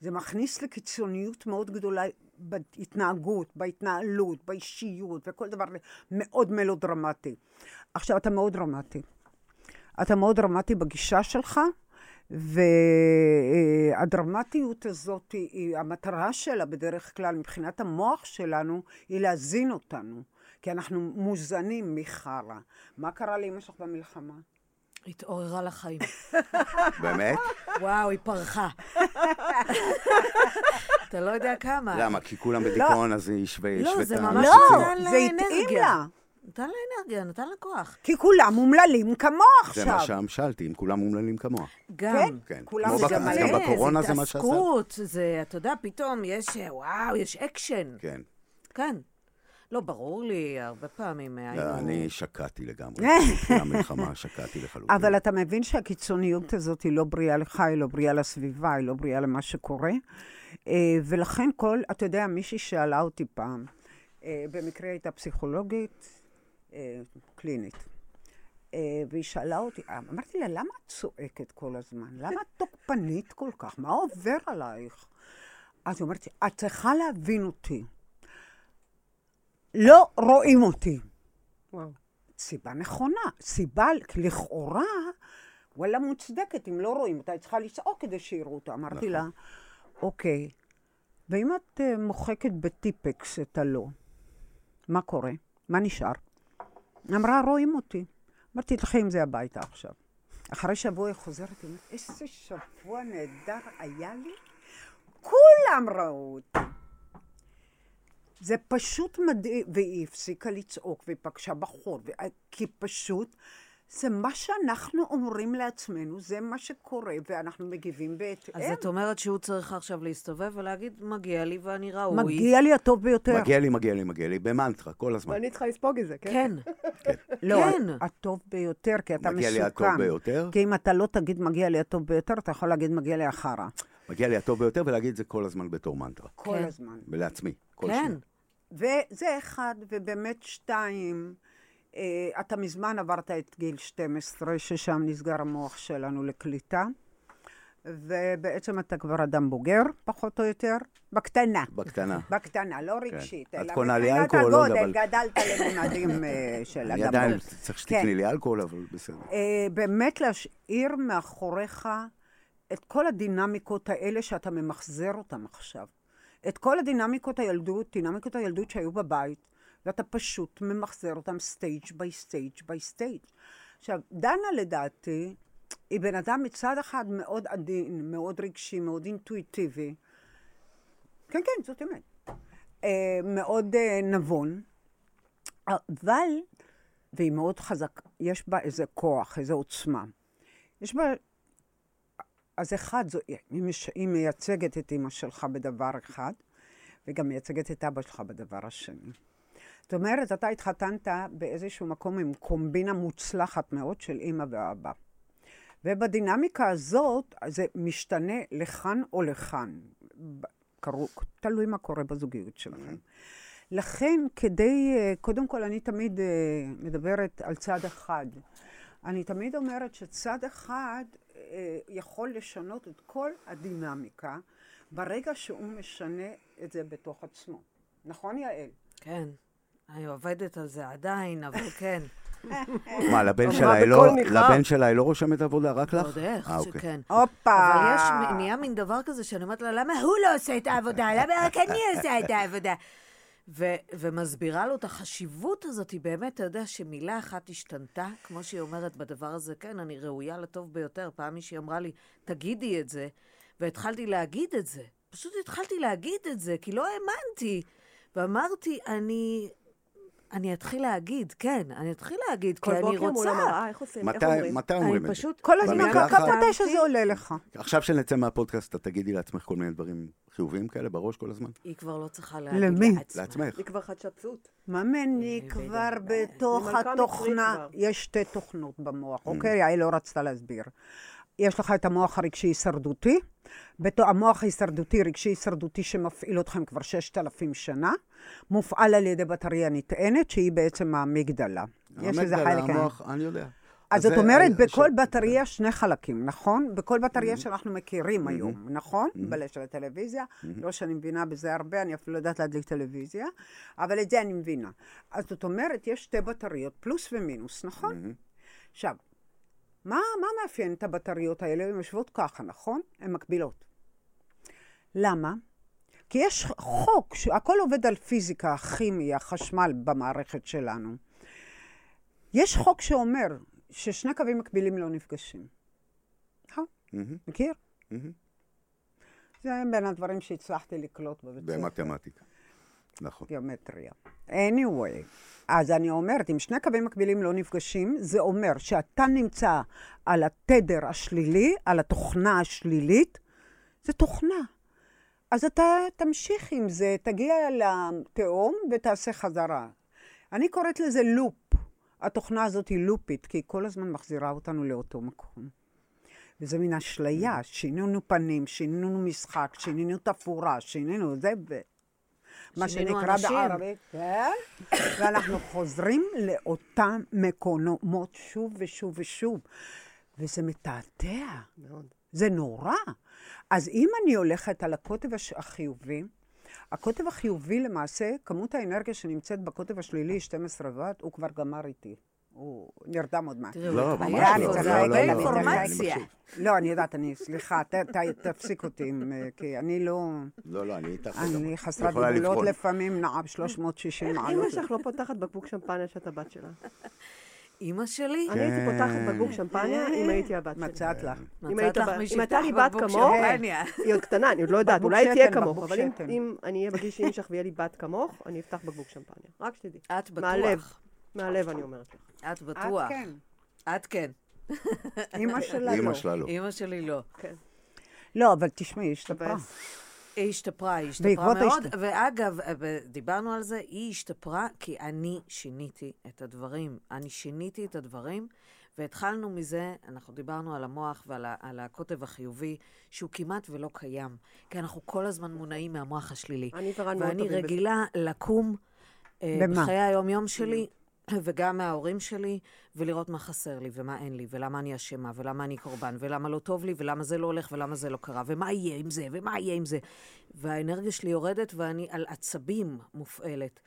S4: זה מכניס לקיצוניות מאוד גדולה בהתנהגות, בהתנהלות, באישיות, וכל דבר מאוד מלודרמטי. עכשיו, אתה מאוד דרמטי. אתה מאוד דרמטי בגישה שלך, והדרמטיות הזאת, היא, המטרה שלה בדרך כלל מבחינת המוח שלנו, היא להזין אותנו. כי אנחנו מוזנים מחרא. מה קרה לאמא שלך במלחמה?
S3: התעוררה לחיים.
S5: באמת?
S3: וואו, היא פרחה. אתה לא יודע כמה.
S5: למה? כי כולם בדיכאון, אז היא השווה...
S3: לא,
S5: השוותה
S3: זה
S5: אנשים
S3: ממש
S5: בדיכאון.
S3: נתן לה
S4: זה התאים
S3: אנרגיה.
S4: לה.
S3: נתן לה אנרגיה, נתן לה כוח.
S4: כי כולם אומללים כמוה עכשיו.
S5: זה מה שהמשלתי, אם כולם אומללים כמוה.
S3: גם.
S5: כן.
S4: כולם
S5: כמו
S4: זה
S5: בק-
S4: גם
S5: אז
S4: מלא,
S5: גם בקורונה זה מה שעשה.
S3: זה התעסקות, זה, אתה יודע, פתאום יש, אה, וואו, יש אקשן.
S5: כן.
S3: כן. לא, ברור לי, הרבה פעמים
S5: לא,
S3: היינו...
S5: אני שקעתי לגמרי. לפני המלחמה שקעתי לחלוטין.
S4: אבל אתה מבין שהקיצוניות הזאת היא לא בריאה לך, היא לא בריאה לסביבה, היא לא בריאה למה שקורה. אה, ולכן כל, אתה יודע, מישהי שאלה אותי פעם, אה, במקרה הייתה פסיכולוגית אה, קלינית, אה, והיא שאלה אותי, אמרתי לה, למה את צועקת כל הזמן? למה את תוקפנית כל כך? מה עובר עלייך? אז היא אומרת, את צריכה להבין אותי. לא רואים אותי.
S6: וואו.
S4: סיבה נכונה, סיבה לכאורה, וואלה מוצדקת, אם לא רואים אותה, היא צריכה לצעוק כדי שיראו אותה. אמרתי לה, אוקיי, ואם את אה, מוחקת בטיפקס את הלא, מה קורה? מה נשאר? אמרה, רואים אותי. אמרתי, תלכי עם זה הביתה עכשיו. אחרי שבוע היא חוזרת, היא אומרת, איזה שבוע נהדר היה לי. כולם ראו אותי. זה פשוט מדהים, והיא הפסיקה לצעוק, והיא פגשה בחור, ו... כי פשוט זה מה שאנחנו אומרים לעצמנו, זה מה שקורה, ואנחנו מגיבים בהתאם.
S3: אז את אומרת שהוא צריך עכשיו להסתובב ולהגיד, מגיע לי ואני ראוי.
S4: מגיע לי הטוב ביותר.
S5: מגיע לי, מגיע לי, מגיע לי, במנטרה, כל הזמן.
S6: ואני צריכה לספוג את זה, כן?
S3: כן.
S4: לא,
S3: כן.
S4: הטוב ביותר, כי אתה
S5: מגיע לי
S4: מסוכן.
S5: הטוב ביותר?
S4: כי אם אתה לא תגיד מגיע לי הטוב ביותר, אתה יכול להגיד מגיע לי החרא.
S5: מגיע לי הטוב ביותר, ולהגיד את זה כל הזמן בתור מנטרה.
S4: כל
S3: כן.
S4: הזמן.
S5: ולעצמי, כל
S3: כן.
S5: שניה.
S4: וזה אחד, ובאמת שתיים, אה, אתה מזמן עברת את גיל 12, ששם נסגר המוח שלנו לקליטה, ובעצם אתה כבר אדם בוגר, פחות או יותר, בקטנה.
S5: בקטנה.
S4: בקטנה, לא רגשית,
S5: כן. את
S4: אלא
S5: קונה לי
S4: מבחינת
S5: אלכוהול עוד,
S4: הגודל,
S5: אבל-
S4: גדלת לממדים אה, של אדם
S5: אני
S4: בוגר.
S5: עדיין צריך
S4: כן.
S5: שתקני לי אלכוהול, אבל בסדר.
S4: אה, באמת להשאיר מאחוריך את כל הדינמיקות האלה שאתה ממחזר אותן עכשיו. את כל הדינמיקות הילדות, דינמיקות הילדות שהיו בבית, ואתה פשוט ממחזר אותן סטייג' ביי סטייג' ביי סטייג'. עכשיו, דנה לדעתי, היא בן אדם מצד אחד מאוד עדין, מאוד רגשי, מאוד אינטואיטיבי. כן, כן, זאת אמת. אה, מאוד אה, נבון, אבל, והיא מאוד חזק, יש בה איזה כוח, איזה עוצמה. יש בה... אז אחד, זו, היא, מש- היא מייצגת את אימא שלך בדבר אחד, וגם מייצגת את אבא שלך בדבר השני. זאת אומרת, אתה התחתנת באיזשהו מקום עם קומבינה מוצלחת מאוד של אימא ואבא. ובדינמיקה הזאת, זה משתנה לכאן או לכאן. ב- קרו- תלוי מה קורה בזוגיות שלכם. לכן, כדי, אה, קודם כל, אני תמיד אה, מדברת על צד אחד. אני תמיד אומרת שצד אחד אה, יכול לשנות את כל הדינמיקה ברגע שהוא משנה את זה בתוך עצמו. נכון, יעל?
S3: כן. אני עובדת על זה עדיין, אבל כן.
S5: מה, לבן
S6: אמרה
S5: שלה היא
S6: בקול
S5: לא-
S6: ניחר.
S5: לבן שלה היא לא רושמת עבודה, רק לך?
S3: עוד איך
S5: אה, אוקיי.
S3: שכן.
S4: הופה!
S6: אה.
S3: אבל יש, נהיה מין דבר כזה שאני אומרת לה, למה הוא לא עושה את העבודה? למה רק אני עושה את העבודה? ו- ומסבירה לו את החשיבות הזאת, היא באמת, אתה יודע, שמילה אחת השתנתה, כמו שהיא אומרת בדבר הזה, כן, אני ראויה לטוב ביותר. פעם מישהי אמרה לי, תגידי את זה, והתחלתי להגיד את זה. פשוט התחלתי להגיד את זה, כי לא האמנתי. ואמרתי, אני... אני אתחיל להגיד, כן, אני אתחיל להגיד, כי
S6: כל
S3: אני
S6: בוקר מול
S3: רוצה.
S6: המראה, איך עושים? איך
S5: מתי
S6: אומרים?
S5: מתי אומרים
S3: אני
S5: את זה?
S3: פשוט...
S4: כל הזמן,
S5: במקלחת.
S4: כמה מתי שזה עולה לך.
S5: עכשיו שנצא מהפודקאסט, את תגידי לעצמך כל מיני דברים חיוביים כאלה בראש כל הזמן?
S3: היא כבר לא צריכה להגיד
S4: למי?
S5: לעצמך.
S6: היא כבר חדשפצות.
S4: ממני
S3: בדיוק.
S4: כבר בתוך
S6: מלכה מצרית
S4: התוכנה.
S6: כבר.
S4: יש שתי תוכנות במוח, אוקיי? יעל לא רצתה להסביר. יש לך את המוח הרגשי הישרדותי, בתו- המוח ההישרדותי, רגשי הישרדותי שמפעיל אתכם כבר 6,000 שנה, מופעל על ידי בטריה נטענת, שהיא בעצם המגדלה. יש איזה
S5: המגדלה,
S4: חלק...
S5: המוח, אני יודע.
S4: אז זאת
S5: זה- אה,
S4: אומרת,
S5: אני-
S4: בכל
S5: ש- Mm-hmm.
S4: בטריה שני חלקים, נכון? בכל בטריה שאנחנו מכירים היום, נכון? בלה של הטלוויזיה.
S5: Mm-hmm.
S4: לא שאני מבינה בזה הרבה, אני אפילו לא יודעת להדליק טלוויזיה, אבל את זה אני מבינה. אז זאת אומרת, יש שתי בטריות, פלוס ומינוס, נכון?
S5: Mm-hmm.
S4: עכשיו, מה מה מאפיין את הבטריות האלה? הן יושבות ככה, נכון? הן מקבילות. למה? כי יש חוק, הכל עובד על פיזיקה, הכימיה, חשמל במערכת שלנו. יש חוק שאומר ששני קווים מקבילים לא נפגשים. נכון?
S5: מהמם,
S4: מכיר?
S5: מהמם.
S4: זה בין הדברים שהצלחתי לקלוט בבית ספר.
S5: במתמטיקה. נכון.
S4: גיאומטריה. anyway, אז אני אומרת, אם שני קווים מקבילים לא נפגשים, זה אומר שאתה נמצא על התדר השלילי, על התוכנה השלילית, זה תוכנה. אז אתה תמשיך עם זה, תגיע לתהום ותעשה חזרה. אני קוראת לזה לופ. התוכנה הזאת היא לופית, כי היא כל הזמן מחזירה אותנו לאותו מקום. וזה מין
S3: Mm.
S4: אשליה, שינינו פנים, שינינו משחק, שינינו תפאורה, שינינו זה, ו... מה
S3: שינינו
S4: שנקרא
S3: אנשים.
S4: בערבית, כן? ואנחנו חוזרים לאותם מקומות שוב ושוב ושוב. וזה מתעתע.
S6: מאוד.
S4: זה נורא. אז אם אני הולכת על הקוטב הש- החיובי, הקוטב החיובי למעשה, כמות האנרגיה שנמצאת בקוטב השלילי, 12 ואט, הוא כבר גמר איתי. הוא נרדם עוד מעט.
S3: תראו,
S5: לא, ממש
S3: היה
S4: לא,
S3: פה,
S4: לא,
S3: זה
S4: לא,
S3: הרבה
S4: לא, לא,
S3: אינפורמציה.
S5: אני מקשיב.
S4: לא, אני יודעת, אני, סליחה, ת, ת, תפסיק אותי, עם, אה, כי אני לא,
S5: לא, לא, אני איתך. לגמרי.
S4: אני חסרת
S5: יכולה
S4: גבולות
S5: לבחון.
S4: לפעמים, נעה 360
S3: אה,
S6: אמא
S4: מעלות.
S6: שלך לא פותחת בקבוק שמפניה שאת הבת שלה.
S3: אימא שלי?
S4: כן.
S6: אני הייתי פותחת בקבוק שמפניה אם הייתי
S3: לא
S6: הבת שלה.
S4: מצאת לך.
S6: אם היית
S3: אה. מצאת לך
S6: בת-
S3: מי
S6: אם הייתה לי
S3: שיפתח
S6: בת
S3: בקבוק
S6: כמוך,
S3: שמפניה.
S6: היא עוד קטנה, אני עוד לא יודעת,
S4: בקבוק
S6: אולי תהיה
S4: שתן,
S6: כמוך,
S4: בקבוק
S6: אבל אם-
S4: שתן.
S6: אם אני אהיה בגיל שאימא שלך ויהיה לי בת כמוך, אני אפתח בקבוק שמפניה. רק שתדעי.
S3: את
S6: מהלב,
S3: בטוח.
S6: מהלב אני אומרת לך.
S3: את
S4: את
S3: בטוח.
S4: כן.
S3: את כן.
S4: אימא שלה לא.
S5: אמא שלה לא.
S3: אימא שלי לא.
S6: כן.
S4: לא, אבל תשמעי, השתפרה.
S6: מבאס.
S3: היא השתפרה, היא השתפרה
S4: בעקבות
S3: מאוד.
S4: ההשת-
S3: ואגב, אה, דיברנו על זה, היא השתפרה כי אני שיניתי את הדברים. אני שיניתי את הדברים, והתחלנו מזה, אנחנו דיברנו על המוח ועל ה- על הקוטב החיובי, שהוא כמעט ולא קיים. כי אנחנו כל הזמן מונעים מהמוח השלילי.
S6: אני ורן מאוד
S3: ואני
S6: טובים בזה.
S3: רגילה לקום אה,
S4: במה?
S3: בחיי היום-יום שלי, וגם מההורים שלי, ולראות מה חסר לי, ומה אין לי, ולמה אני אשמה, ולמה אני קורבן, ולמה לא טוב לי, ולמה זה לא הולך, ולמה זה לא קרה, ומה יהיה עם זה, ומה יהיה עם זה. והאנרגיה שלי יורדת, ואני על עצבים מופעלת.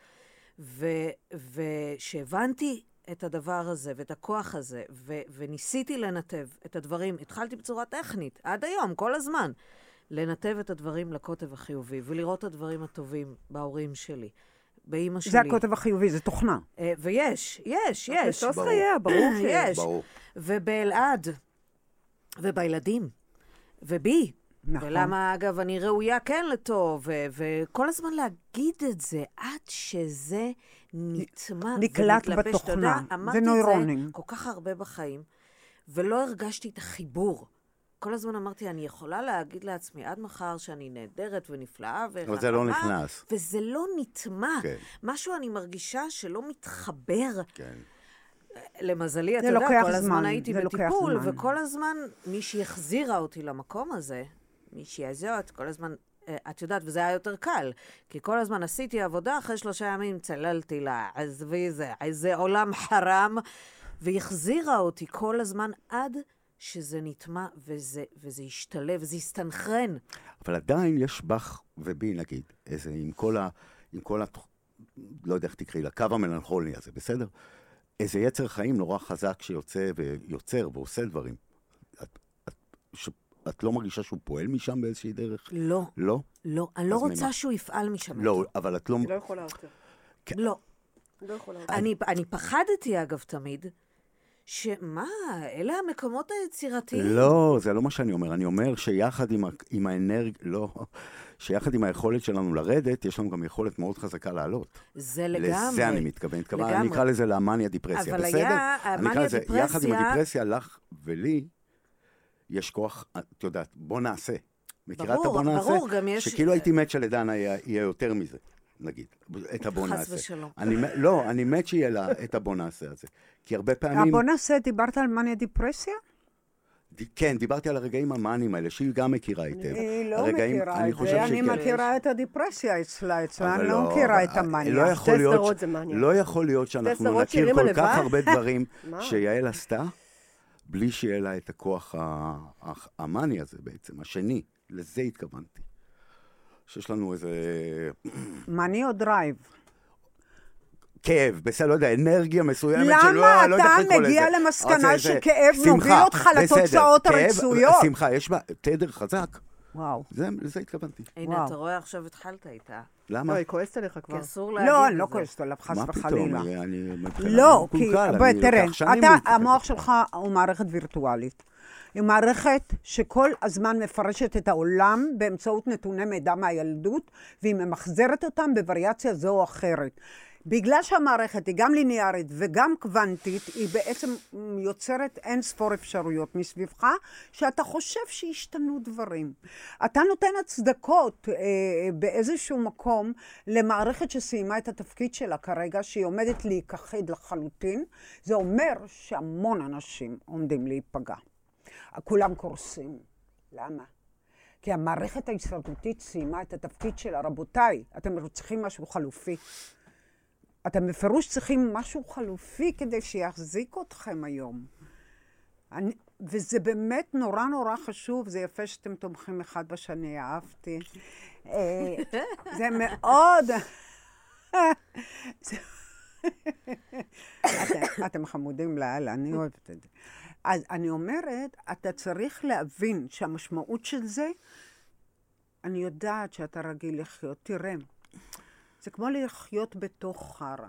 S3: וכשהבנתי את הדבר הזה ואת הכוח הזה, ו, וניסיתי לנתב את הדברים, התחלתי בצורה טכנית, עד היום, כל הזמן, לנתב את הדברים לקוטב החיובי, ולראות את הדברים הטובים בהורים שלי, באימא שלי.
S4: זה הקוטב החיובי, זה תוכנה.
S3: אה, ויש, יש, יש.
S6: משוש
S5: ברור.
S6: חייה, ברור שיש.
S3: יש.
S5: ברור.
S3: ובאלעד, ובילדים, ובי.
S4: נכון.
S3: ולמה, אגב, אני ראויה כן לטוב, ו- וכל הזמן להגיד את זה, עד שזה נטמע
S4: נקלט
S3: ומתלבש. אתה יודע,
S4: בתוכנה. זה
S3: אמרתי את
S4: נוירונים.
S3: זה כל כך הרבה בחיים, ולא הרגשתי את החיבור כל הזמן אמרתי, אני יכולה להגיד לעצמי עד מחר שאני נהדרת ונפלאה וחכמה.
S5: אבל זה לא נכנס.
S3: וזה לא נטמע.
S5: כן.
S3: משהו אני מרגישה שלא מתחבר.
S5: כן.
S3: למזלי, אתה
S4: זה
S3: יודע,
S4: לוקח
S3: כל הזמן
S4: זמן,
S3: הייתי
S4: זה לוקח
S3: בטיפול,
S4: זמן.
S3: וכל הזמן מישהי החזירה אותי למקום הזה, מישהי הזאת, כל הזמן, אה, את יודעת, וזה היה יותר קל, כי כל הזמן עשיתי עבודה, אחרי שלושה ימים צללתי לה, עזבי זה, איזה עולם חרם, והיא החזירה אותי כל הזמן עד שזה נטמע וזה, וזה השתלב, וזה הסתנכרן.
S5: אבל עדיין יש בך ובי, נגיד, איזה, עם כל ה... עם כל ה... לא יודע איך תקראי לה, קו המלנכולי הזה, בסדר? איזה יצר חיים נורא חזק שיוצא ויוצר ועושה דברים. את, את, ש, את לא מרגישה שהוא פועל משם באיזושהי דרך?
S3: לא,
S5: לא?
S3: לא, אני לא
S5: אז ממה?
S3: רוצה שהוא יפעל משם.
S5: לא, אבל את לא...
S6: לא יכולה יותר.
S5: כן.
S3: לא.
S6: לא יכולה יותר.
S3: אני, אני פחדתי, אגב, תמיד, שמה, אלה המקומות היצירתיים.
S5: לא, זה לא מה שאני אומר. אני אומר שיחד עם, ה- עם האנרגיה, לא, שיחד עם היכולת שלנו לרדת, יש לנו גם יכולת מאוד חזקה לעלות.
S3: זה לגמרי.
S5: לזה אני מתכוון. התכוון- אני
S3: לגמרי.
S5: אקרא לזה לאמניה דיפרסיה,
S3: אבל
S5: בסדר?
S3: היה-
S5: אני אקרא לזה,
S3: המאניה
S5: יחד עם
S3: דיפרסיה-
S5: הדיפרסיה, לך ולי, יש כוח, את יודעת, בוא נעשה. מכירה את
S3: ברור,
S5: הבוא נעשה?
S3: ברור, גם יש-
S5: שכאילו הייתי מת שלדנה יהיה יהיה יותר מזה, נגיד, את הבוא
S3: חס
S5: נעשה.
S3: ושלום.
S5: אני מ- לא, אני מת שיהיה לה את הבוא נעשה הזה. כי הרבה פעמים...
S4: אה, בוא נעשה, דיברת על מניה דיפרסיה?
S5: ד- כן, דיברתי על הרגעים המאניים האלה, שהיא גם מכירה היטב.
S4: היא לא
S5: הרגעים-
S4: מכירה
S5: כן. אני
S4: את
S5: חושב
S4: זה, אני
S5: שכן.
S4: מכירה את הדיפרסיה אצלה, אצלה
S5: אבל
S4: אני לא מכירה את המאניה.
S5: לא יכול
S6: שתי
S5: להיות ש-
S6: סדרות זה מניה.
S5: לא יכול להיות שאנחנו
S6: סדרות
S5: נכיר
S6: שירים
S5: כל
S6: הלבד?
S5: כך הרבה דברים
S6: מה?
S5: שיעל עשתה, בלי שיהיה לה את הכוח ה- ה- המאני הזה בעצם, השני. לזה התכוונתי. שיש לנו איזה
S4: מניה או דרייב?
S5: כאב, בסדר, לא יודע, אנרגיה מסוימת
S4: למה
S5: שלא, לא יודע איך
S4: אתה
S5: לקרוא לזה.
S4: מגיע למסקנה
S5: אבל זה- זה-
S4: שכאב
S5: שמחה,
S4: מוביל אותך
S5: בסדר,
S4: לתוצאות
S5: כאב,
S4: הרצויות?
S5: שמחה, יש בה תדר חזק.
S4: וואו.
S5: זה- לזה התכוונתי.
S3: הנה,
S4: וואו.
S3: אתה רואה, עכשיו התחלת איתה.
S5: למה?
S6: לא, היא כועסת עליך כבר.
S3: כי אסור להגיד את זה.
S4: לא, אני לא כועסת עליו, חס
S5: מה פתאום?
S4: וחלילה.
S5: אני- אני מבחינה
S4: לא, כי,
S5: מקולקל,
S4: בוא,
S5: אני
S4: תראה,
S5: לוקח שנים
S4: אתה,
S5: להתאפק.
S4: המוח שלך הוא מערכת וירטואלית. היא מערכת שכל הזמן מפרשת את העולם באמצעות נתוני מידע מהילדות, והיא ממחזרת אותם בווריאציה זו או אחרת. בגלל שהמערכת היא גם ליניארית וגם קוונטית, היא בעצם יוצרת אין ספור אפשרויות מסביבך, שאתה חושב שהשתנו דברים. אתה נותן הצדקות אה, באיזשהו מקום למערכת שסיימה את התפקיד שלה כרגע, שהיא עומדת להיכחד לחלוטין. זה אומר שהמון אנשים עומדים להיפגע. כולם קורסים. למה? כי המערכת ההישרדותית סיימה את התפקיד שלה. רבותיי, אתם צריכים משהו חלופי. אתם בפירוש צריכים משהו חלופי כדי שיחזיק אתכם היום. אני, וזה באמת נורא נורא חשוב, זה יפה שאתם תומכים אחד בשני, אהבתי. אה, זה מאוד... זה- אתם, אתם חמודים לאללה, אני אוהבת את זה. אז אני אומרת, אתה צריך להבין שהמשמעות של זה, אני יודעת שאתה רגיל לחיות. תראה, זה כמו לחיות בתוך חרא.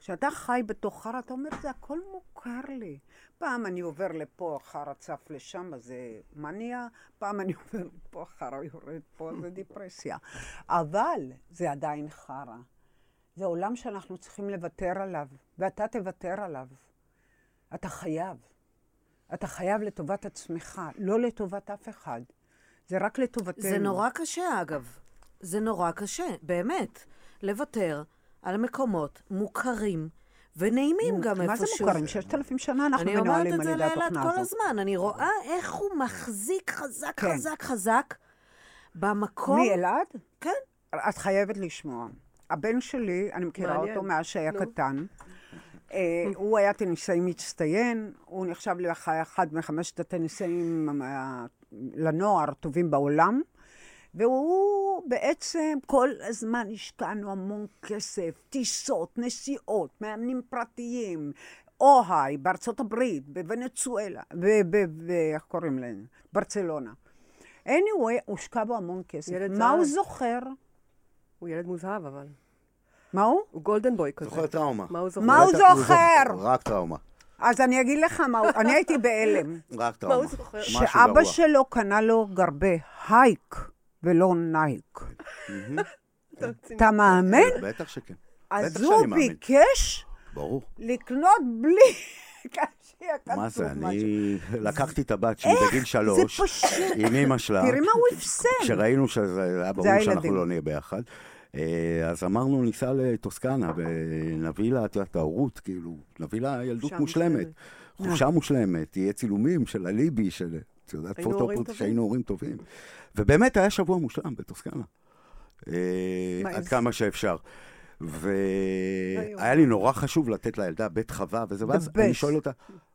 S4: כשאתה חי בתוך חרא, אתה אומר, זה הכל מוכר לי. פעם אני עובר לפה, החרא צף לשם, אז זה מניה, פעם אני עובר לפה, החרא יורד פה, זה דיפרסיה. אבל זה עדיין חרא. זה עולם שאנחנו צריכים לוותר עליו, ואתה תוותר עליו. אתה חייב. אתה חייב לטובת עצמך, לא לטובת אף אחד. זה רק לטובתנו.
S3: זה נורא קשה, אגב. זה נורא קשה, באמת. לוותר על מקומות מוכרים ונעימים גם
S4: מה זה
S3: איפשהו.
S4: מוכרים? ששת אלפים שנה אנחנו
S3: אני אומרת
S4: מנוהלים
S3: את
S4: על
S3: זה
S4: ידי
S3: לאלעד
S4: התוכנה
S3: כל
S4: הזאת.
S3: הזמן. אני רואה איך הוא מחזיק חזק,
S4: כן.
S3: חזק, חזק במקום.
S4: מי, אלעד?
S3: כן.
S4: את חייבת לשמוע. הבן שלי, אני מכירה
S6: מעניין.
S4: אותו מאז שהיה
S6: נו.
S4: קטן. אה, הוא היה טניסאי מצטיין, הוא נחשב לאחד מחמשת הטניסאים אה, לנוער הטובים בעולם, והוא בעצם כל הזמן השקענו המון כסף, טיסות, נסיעות, מאמנים פרטיים, אוהי בארצות הברית, בוונצואלה, ב- ב- ב- איך קוראים להם? ברצלונה. anyway, הושקע בו המון כסף.
S6: ילד
S4: מה
S6: זהב.
S4: הוא זוכר?
S6: הוא ילד מוזהב, אבל.
S4: מה הוא?
S6: הוא גולדן בוי כזה.
S5: זוכר טראומה.
S6: מה הוא זוכר?
S4: מה הוא
S5: רק-
S4: זוכר?
S5: רק טראומה.
S4: אז אני אגיד לך מה הוא, אני הייתי בהלם.
S5: רק טראומה.
S6: הוא זוכר?
S5: משהו
S4: שאבא
S5: גרוע.
S4: שלו קנה לו גרבה הייק ולא נייק. אתה מאמן?
S5: בטח שכן.
S4: אז
S5: בטח
S4: הוא
S5: שאני מאמין.
S4: ביקש
S5: ברור.
S4: לקנות בלי קשי, הקצוב,
S5: מה זה, אני לא
S4: משהו.
S5: לקחתי את הבת שלי בגיל שלוש,
S4: פשוט-
S5: עם אמא שלה.
S4: תראי מה הוא אפסן.
S5: כשראינו שזה היה ברור
S4: הילדים.
S5: שאנחנו לא נהיה ביחד. אה, אז אמרנו, ניסע לטוסקנה, ונביא לה את יודעת, ההורות, כאילו, נביא לה ילדות
S6: חופשה
S5: מושלמת.
S6: מושלמת.
S5: חופשה מושלמת, יהיה צילומים של הליבי, של, את יודעת,
S6: היינו הורים
S5: פוטו,
S6: טובים.
S5: שהיינו הורים טובים. ובאמת היה שבוע מושלם בטוסקנה. אה,
S4: מה,
S5: עד
S4: איזה-
S5: כמה שאפשר. והיה לי נורא חשוב לתת לילדה בית חווה וזה, ואז
S4: The best.
S5: אני שואל אותה,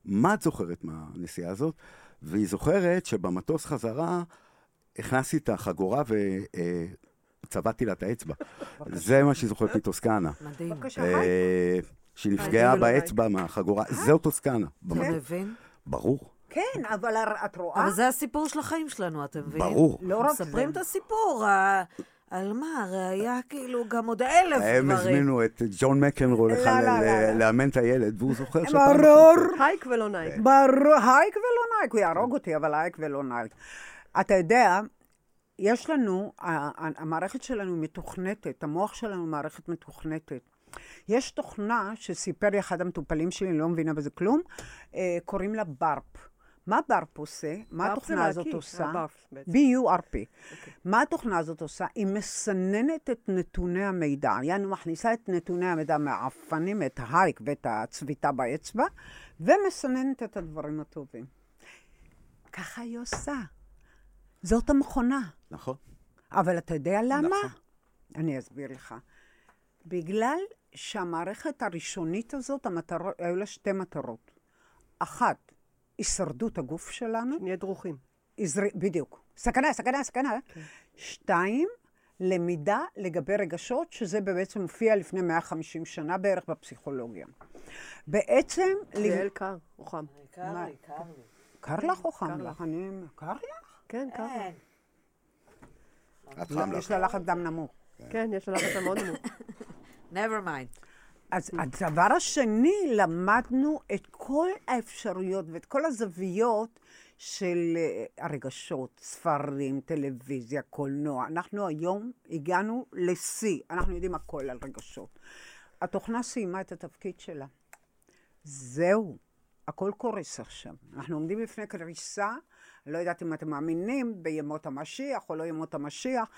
S5: מה את זוכרת מהנסיעה הזאת? והיא זוכרת שבמטוס חזרה הכנסתי את החגורה וצבעתי לה את האצבע. זה מה שהיא זוכרת מטוסקנה.
S3: מדהים.
S4: בבקשה,
S5: אה,
S4: היי.
S5: שהיא נפגעה
S4: לא
S6: אני ולא
S5: באצבע מהחגורה.
S4: אה?
S5: זהו טוסקאנה.
S3: אתה
S5: במטוס.
S3: מבין?
S5: ברור,
S4: כן, אבל הר- את רואה?
S3: אבל זה הסיפור של החיים שלנו, אתם מבינים?
S5: ברור.
S4: לא רק
S3: מספרים את
S4: זה.
S3: הסיפור, ה- על מה? הראיה כאילו גם עוד אלף דברים.
S5: הם הזמינו את ג'ון מקנרו לך
S4: לא, לא,
S5: ל-
S4: לא.
S5: לאמן את הילד, והוא זוכר שפעם...
S4: ברור.
S6: הייק ולא נייק.
S4: ברור, הייק ולא נייק, הוא יהרוג אותי, אבל הייק ולא נייק. אתה יודע, יש לנו, ה- ה- המערכת שלנו מתוכנתת, המוח שלנו מערכת מתוכנתת. יש תוכנה שסיפר לי אחד המטופלים שלי, אני לא מבינה בזה כלום, אה, קוראים לה ברפ. מה ברפ עושה? מה
S6: ברפ
S4: התוכנה
S6: זה
S4: הזאת
S6: להקיא,
S4: עושה?
S6: הברפ בעצם.
S4: BURP.
S6: אוקיי.
S4: מה התוכנה הזאת עושה? היא מסננת את נתוני המידע. יעני, מכניסה את נתוני המידע מהעפנים, את ההייק ואת הצביטה באצבע, ומסננת את הדברים הטובים. ככה היא עושה. זאת המכונה.
S5: נכון.
S4: אבל אתה יודע למה?
S5: נכון.
S4: אני אסביר לך. בגלל שהמערכת הראשונית הזאת, המטרות, היו לה שתי מטרות. אחת, הישרדות הגוף שלנו,
S6: נהיה דרוכים.
S4: הזר... בדיוק. סכנה, סכנה, סכנה.
S6: כן.
S4: שתיים, למידה לגבי רגשות, שזה בעצם הופיע לפני 150 שנה בערך בפסיכולוגיה. בעצם... ל-
S6: ליאל קר, או חם.
S3: קר לי, קר לי.
S4: קר לך או חם
S6: קר
S4: לך? אני... קר לך?
S6: כן, קר.
S3: אין.
S4: לא.
S5: את חם לך.
S4: יש לה לחץ דם נמוך.
S6: כן, יש לה לחץ מאוד נמוך.
S3: never mind.
S4: אז הדבר השני, למדנו את כל האפשרויות ואת כל הזוויות של אה, הרגשות, ספרים, טלוויזיה, קולנוע. אנחנו היום הגענו לשיא, אנחנו יודעים הכל על רגשות. התוכנה סיימה את התפקיד שלה. זהו, הכל קורס עכשיו. אנחנו עומדים בפני קריסה, אני לא יודעת אם אתם מאמינים בימות המשיח או לא ימות המשיח,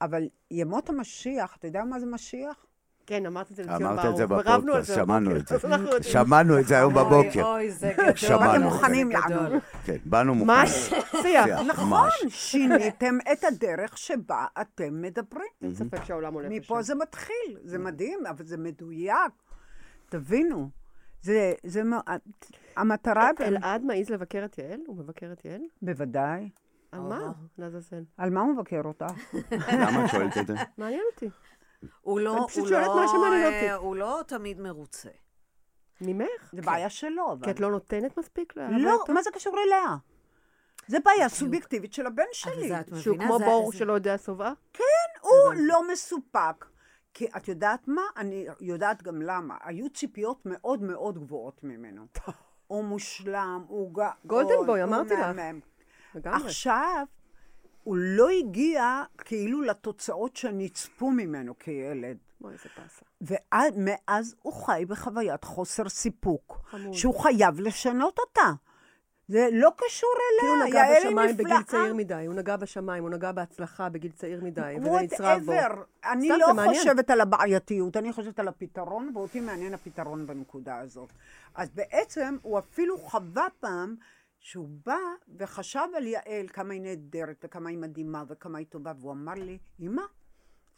S4: אבל ימות המשיח, אתה יודע מה זה משיח?
S6: כן, אמרת את זה לציון
S5: אמרת את זה
S6: ברוך, ורבנו על
S5: בפודקאסט,
S6: זה
S5: שמענו את זה.
S6: אז אנחנו יודעים.
S5: שמענו את זה היום בבוקר.
S3: אוי, אוי, זה גדול.
S5: שמענו. אתם
S4: מוכנים
S3: זה גדול.
S4: לענות.
S5: כן, באנו
S6: מה?
S5: מוכנים.
S6: שיח.
S4: נכון, שיניתם את הדרך שבה אתם מדברים.
S6: אין ספק שהעולם הולך לשם.
S4: מפה זה מתחיל, זה מדהים, אבל זה מדויק. תבינו, זה, זה, מ- המטרה,
S6: אוקיי,
S3: אה-
S6: אלעד מעז לבקר את יעל? הוא מבקר את יעל?
S4: בוודאי.
S6: על מה? לעזאזל.
S4: על מה הוא מבקר אותך?
S5: למה את שואלת את זה?
S6: מעניין אותי.
S3: הוא לא,
S6: אני פשוט
S3: הוא
S6: שואלת
S3: לא,
S6: מה שמעניין
S3: אה,
S6: אותי.
S3: הוא לא תמיד מרוצה.
S6: ממך?
S3: כן.
S4: זה בעיה שלו, אבל.
S6: כי את לא נותנת מספיק
S3: אה,
S6: ל...
S4: לא, מה זה קשור אליה? זה בעיה סובייקטיבית של הבן
S3: אבל
S4: שלי.
S3: זה, את מבינה?
S6: שהוא כמו
S3: זה-
S6: בור
S3: זה-
S6: שלא יודע שובעה?
S4: הוא לא מסופק. כי את יודעת מה? אני יודעת גם למה. היו ציפיות מאוד מאוד גבוהות ממנו. הוא מושלם, הוא גאון.
S6: גולדנבוי,
S4: הוא
S6: אמרתי לך.
S4: מהמם.
S6: לגמרי.
S4: עכשיו, הוא לא הגיע כאילו לתוצאות שנצפו ממנו כילד.
S6: אוי, איזה פסה.
S4: ומאז הוא חי בחוויית חוסר סיפוק,
S6: חמוד.
S4: שהוא חייב לשנות אותה. זה לא קשור
S6: כאילו הוא
S4: אליה,
S6: נגע
S4: יעל היא
S6: בשמיים בגיל
S4: נפלאה.
S6: צעיר מדי, הוא נגע בשמיים, הוא נגע בהצלחה בגיל צעיר מדי, וזה נצרב בו.
S4: Whatever. אני
S6: סתם,
S4: לא
S6: זה מעניין.
S4: חושבת על הבעייתיות, אני חושבת על הפתרון, ואותי מעניין הפתרון בנקודה הזאת. אז בעצם, הוא אפילו חווה פעם שהוא בא וחשב על יעל, כמה היא נהדרת, וכמה היא מדהימה, וכמה היא טובה, והוא אמר לי, אמא,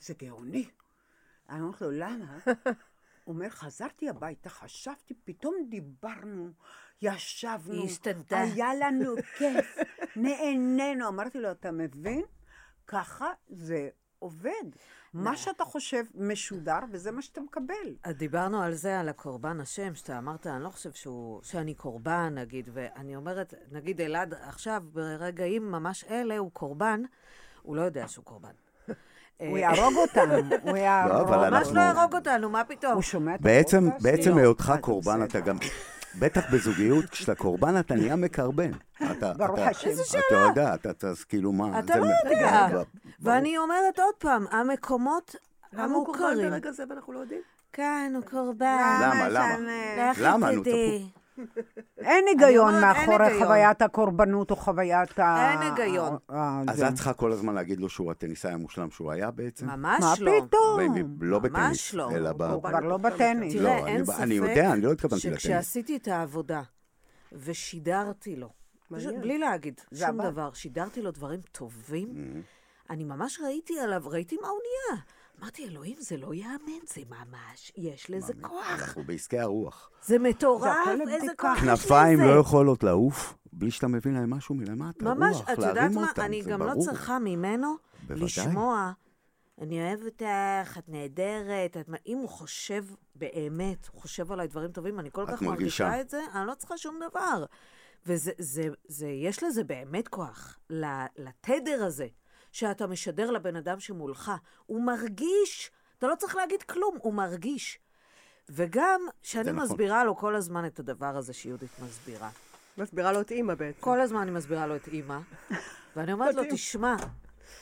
S4: זה גאוני. אני אומרת לו, למה? הוא אומר, חזרתי הביתה, חשבתי, פתאום דיברנו, ישבנו.
S3: היא השתנתה.
S4: היה לנו כיף, נהנינו. אמרתי לו, אתה מבין? ככה זה עובד. מה שאתה חושב משודר, וזה מה שאתה מקבל.
S3: אז דיברנו על זה, על הקורבן השם, שאתה אמרת, אני לא חושב שהוא, שאני קורבן, נגיד, ואני אומרת, נגיד אלעד עכשיו, ברגעים ממש אלה, הוא קורבן, הוא לא יודע שהוא קורבן. אה.
S4: הוא יהרוג אותנו, הוא יהרוג.
S5: אבל
S3: ממש
S5: אנחנו-
S3: לא יהרוג אותנו, מה פתאום?
S4: הוא שומע את
S5: בעצם,
S4: הפודקאסט?
S5: בעצם
S4: לא.
S5: היותך
S4: אז
S5: קורבן,
S4: בסדר.
S5: אתה גם, בטח בזוגיות, כשאתה קורבן אתה נהיה מקרבן. אתה-
S4: ברוך
S5: אתה-
S4: השם. איזה
S5: אתה יודע, אתה- אתה אז כאילו מה...
S3: אתה
S5: זה
S3: לא
S5: מ-
S3: יודע.
S5: ברור.
S3: ואני אומרת עוד פעם, המקומות
S6: למה הוא קורבן
S3: המוכרים.
S6: ברגע זה ואנחנו לא יודעים?
S3: כן, הוא קורבן.
S5: למה,
S4: מה
S5: למה?
S4: שאני-
S3: לכי
S5: למה? נו,
S3: תדעי.
S4: אין היגיון
S3: אומרת, אין
S4: מאחורי
S3: היגיון.
S4: חוויית הקורבנות או חוויית ה...
S3: אין היגיון.
S4: ה-
S5: אז
S4: זה.
S5: את צריכה כל הזמן להגיד לו שהוא הטניסאי המושלם שהוא היה בעצם?
S3: ממש
S4: מה
S3: לא.
S5: באבי-
S4: פתאום?
S5: לא
S3: ממש
S5: בטניס,
S3: לא.
S5: אלא ב...
S4: הוא כבר לא בטניס.
S5: לא,
S3: תראה,
S5: אני
S3: אין
S5: ב-
S3: ספק
S5: אני יודע, אני לא התכוונתי לטניס.
S3: שכשעשיתי את העבודה ושידרתי לו, פשוט
S6: מעניין.
S3: בלי להגיד
S4: זה
S3: שום
S4: הבא.
S3: דבר, שידרתי לו דברים טובים,
S5: Mm-hmm.
S3: אני ממש ראיתי עליו, ראיתי מה הוא נהיה. אמרתי, אלוהים, זה לא ייאמן, זה ממש, יש לזה כוח.
S5: אנחנו בעסקי הרוח.
S3: זה מטורף,
S4: הכל
S3: איזה
S4: לבדיקה.
S3: כוח יש לזה.
S5: כנפיים לא יכולות לעוף בלי שאתה מביא להם משהו מלמטה.
S3: ממש,
S5: רוח,
S3: את יודעת
S5: להרים
S3: מה,
S5: אותם,
S3: אני
S5: זה
S3: גם לא
S5: ברור.
S3: צריכה ממנו
S5: בוודאי.
S3: לשמוע, אני אוהב אותך, את נהדרת, את... מה-" אם הוא חושב באמת, הוא חושב עליי דברים טובים, אני כל
S5: את
S3: כך
S5: מרגישה.
S3: מרגישה את זה, אני לא צריכה שום דבר. וזה, זה, זה, יש לזה באמת כוח, ל- לתדר הזה שאתה משדר לבן אדם שמולך. הוא מרגיש, אתה לא צריך להגיד כלום, הוא מרגיש. וגם, שאני
S5: נכון.
S3: מסבירה לו כל הזמן את הדבר הזה שיהודית מסבירה.
S6: מסבירה לו את אימא בעצם.
S3: כל הזמן אני מסבירה לו את אימא, ואני אומרת לו, תשמע,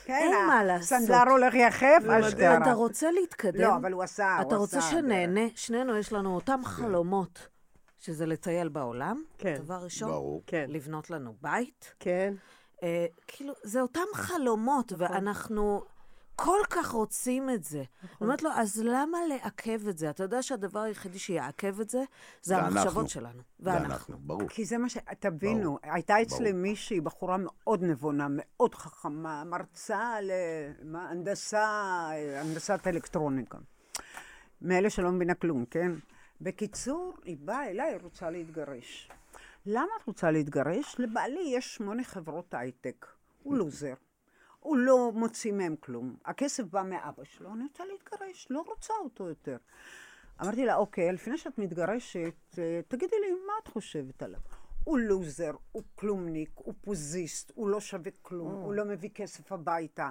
S3: אין
S4: כן, ה-
S3: מה לעשות. לא,
S4: סנדלר הולך יחף, אשכרה.
S3: אתה רוצה להתקדם?
S4: לא, אבל הוא עשה, כן. הוא
S3: אתה רוצה
S4: עשה.
S3: שנהנה? שנינו יש לנו אותם חלומות, שזה לטייל בעולם.
S6: כן.
S3: דבר ראשון,
S5: ברור.
S6: כן.
S3: לבנות לנו בית.
S6: כן.
S3: אה, כאילו, זה אותם
S4: נכון.
S3: חלומות, ואנחנו כל כך רוצים את זה.
S4: נכון.
S3: אני אומרת לו, אז למה לעכב את זה? אתה יודע שהדבר היחידי שיעכב את זה, זה
S5: זה
S3: המחשבות
S5: אנחנו.
S3: שלנו. ואנחנו.
S5: ואנחנו, ברור.
S4: כי זה מה ש... תבינו, הייתה אצלי מישהי, בחורה מאוד נבונה, מאוד חכמה, מרצה להנדסה, הנדסת אלקטרוניקה. מאלה שלא מבינה כלום, כן? בקיצור, היא באה אליי, היא רוצה להתגרש. למה את רוצה להתגרש? לבעלי יש שמונה חברות הייטק. הוא לוזר. הוא לא מוציא מהם כלום. הכסף בא מאבא שלו, אני רוצה להתגרש, לא רוצה אותו יותר. אמרתי לה, אוקיי, לפני שאת מתגרשת, אה, תגידי לי, מה את חושבת עליו? הוא לוזר, הוא כלומניק, הוא פוזיסט, הוא לא שווה כלום, הוא לא מביא כסף הביתה.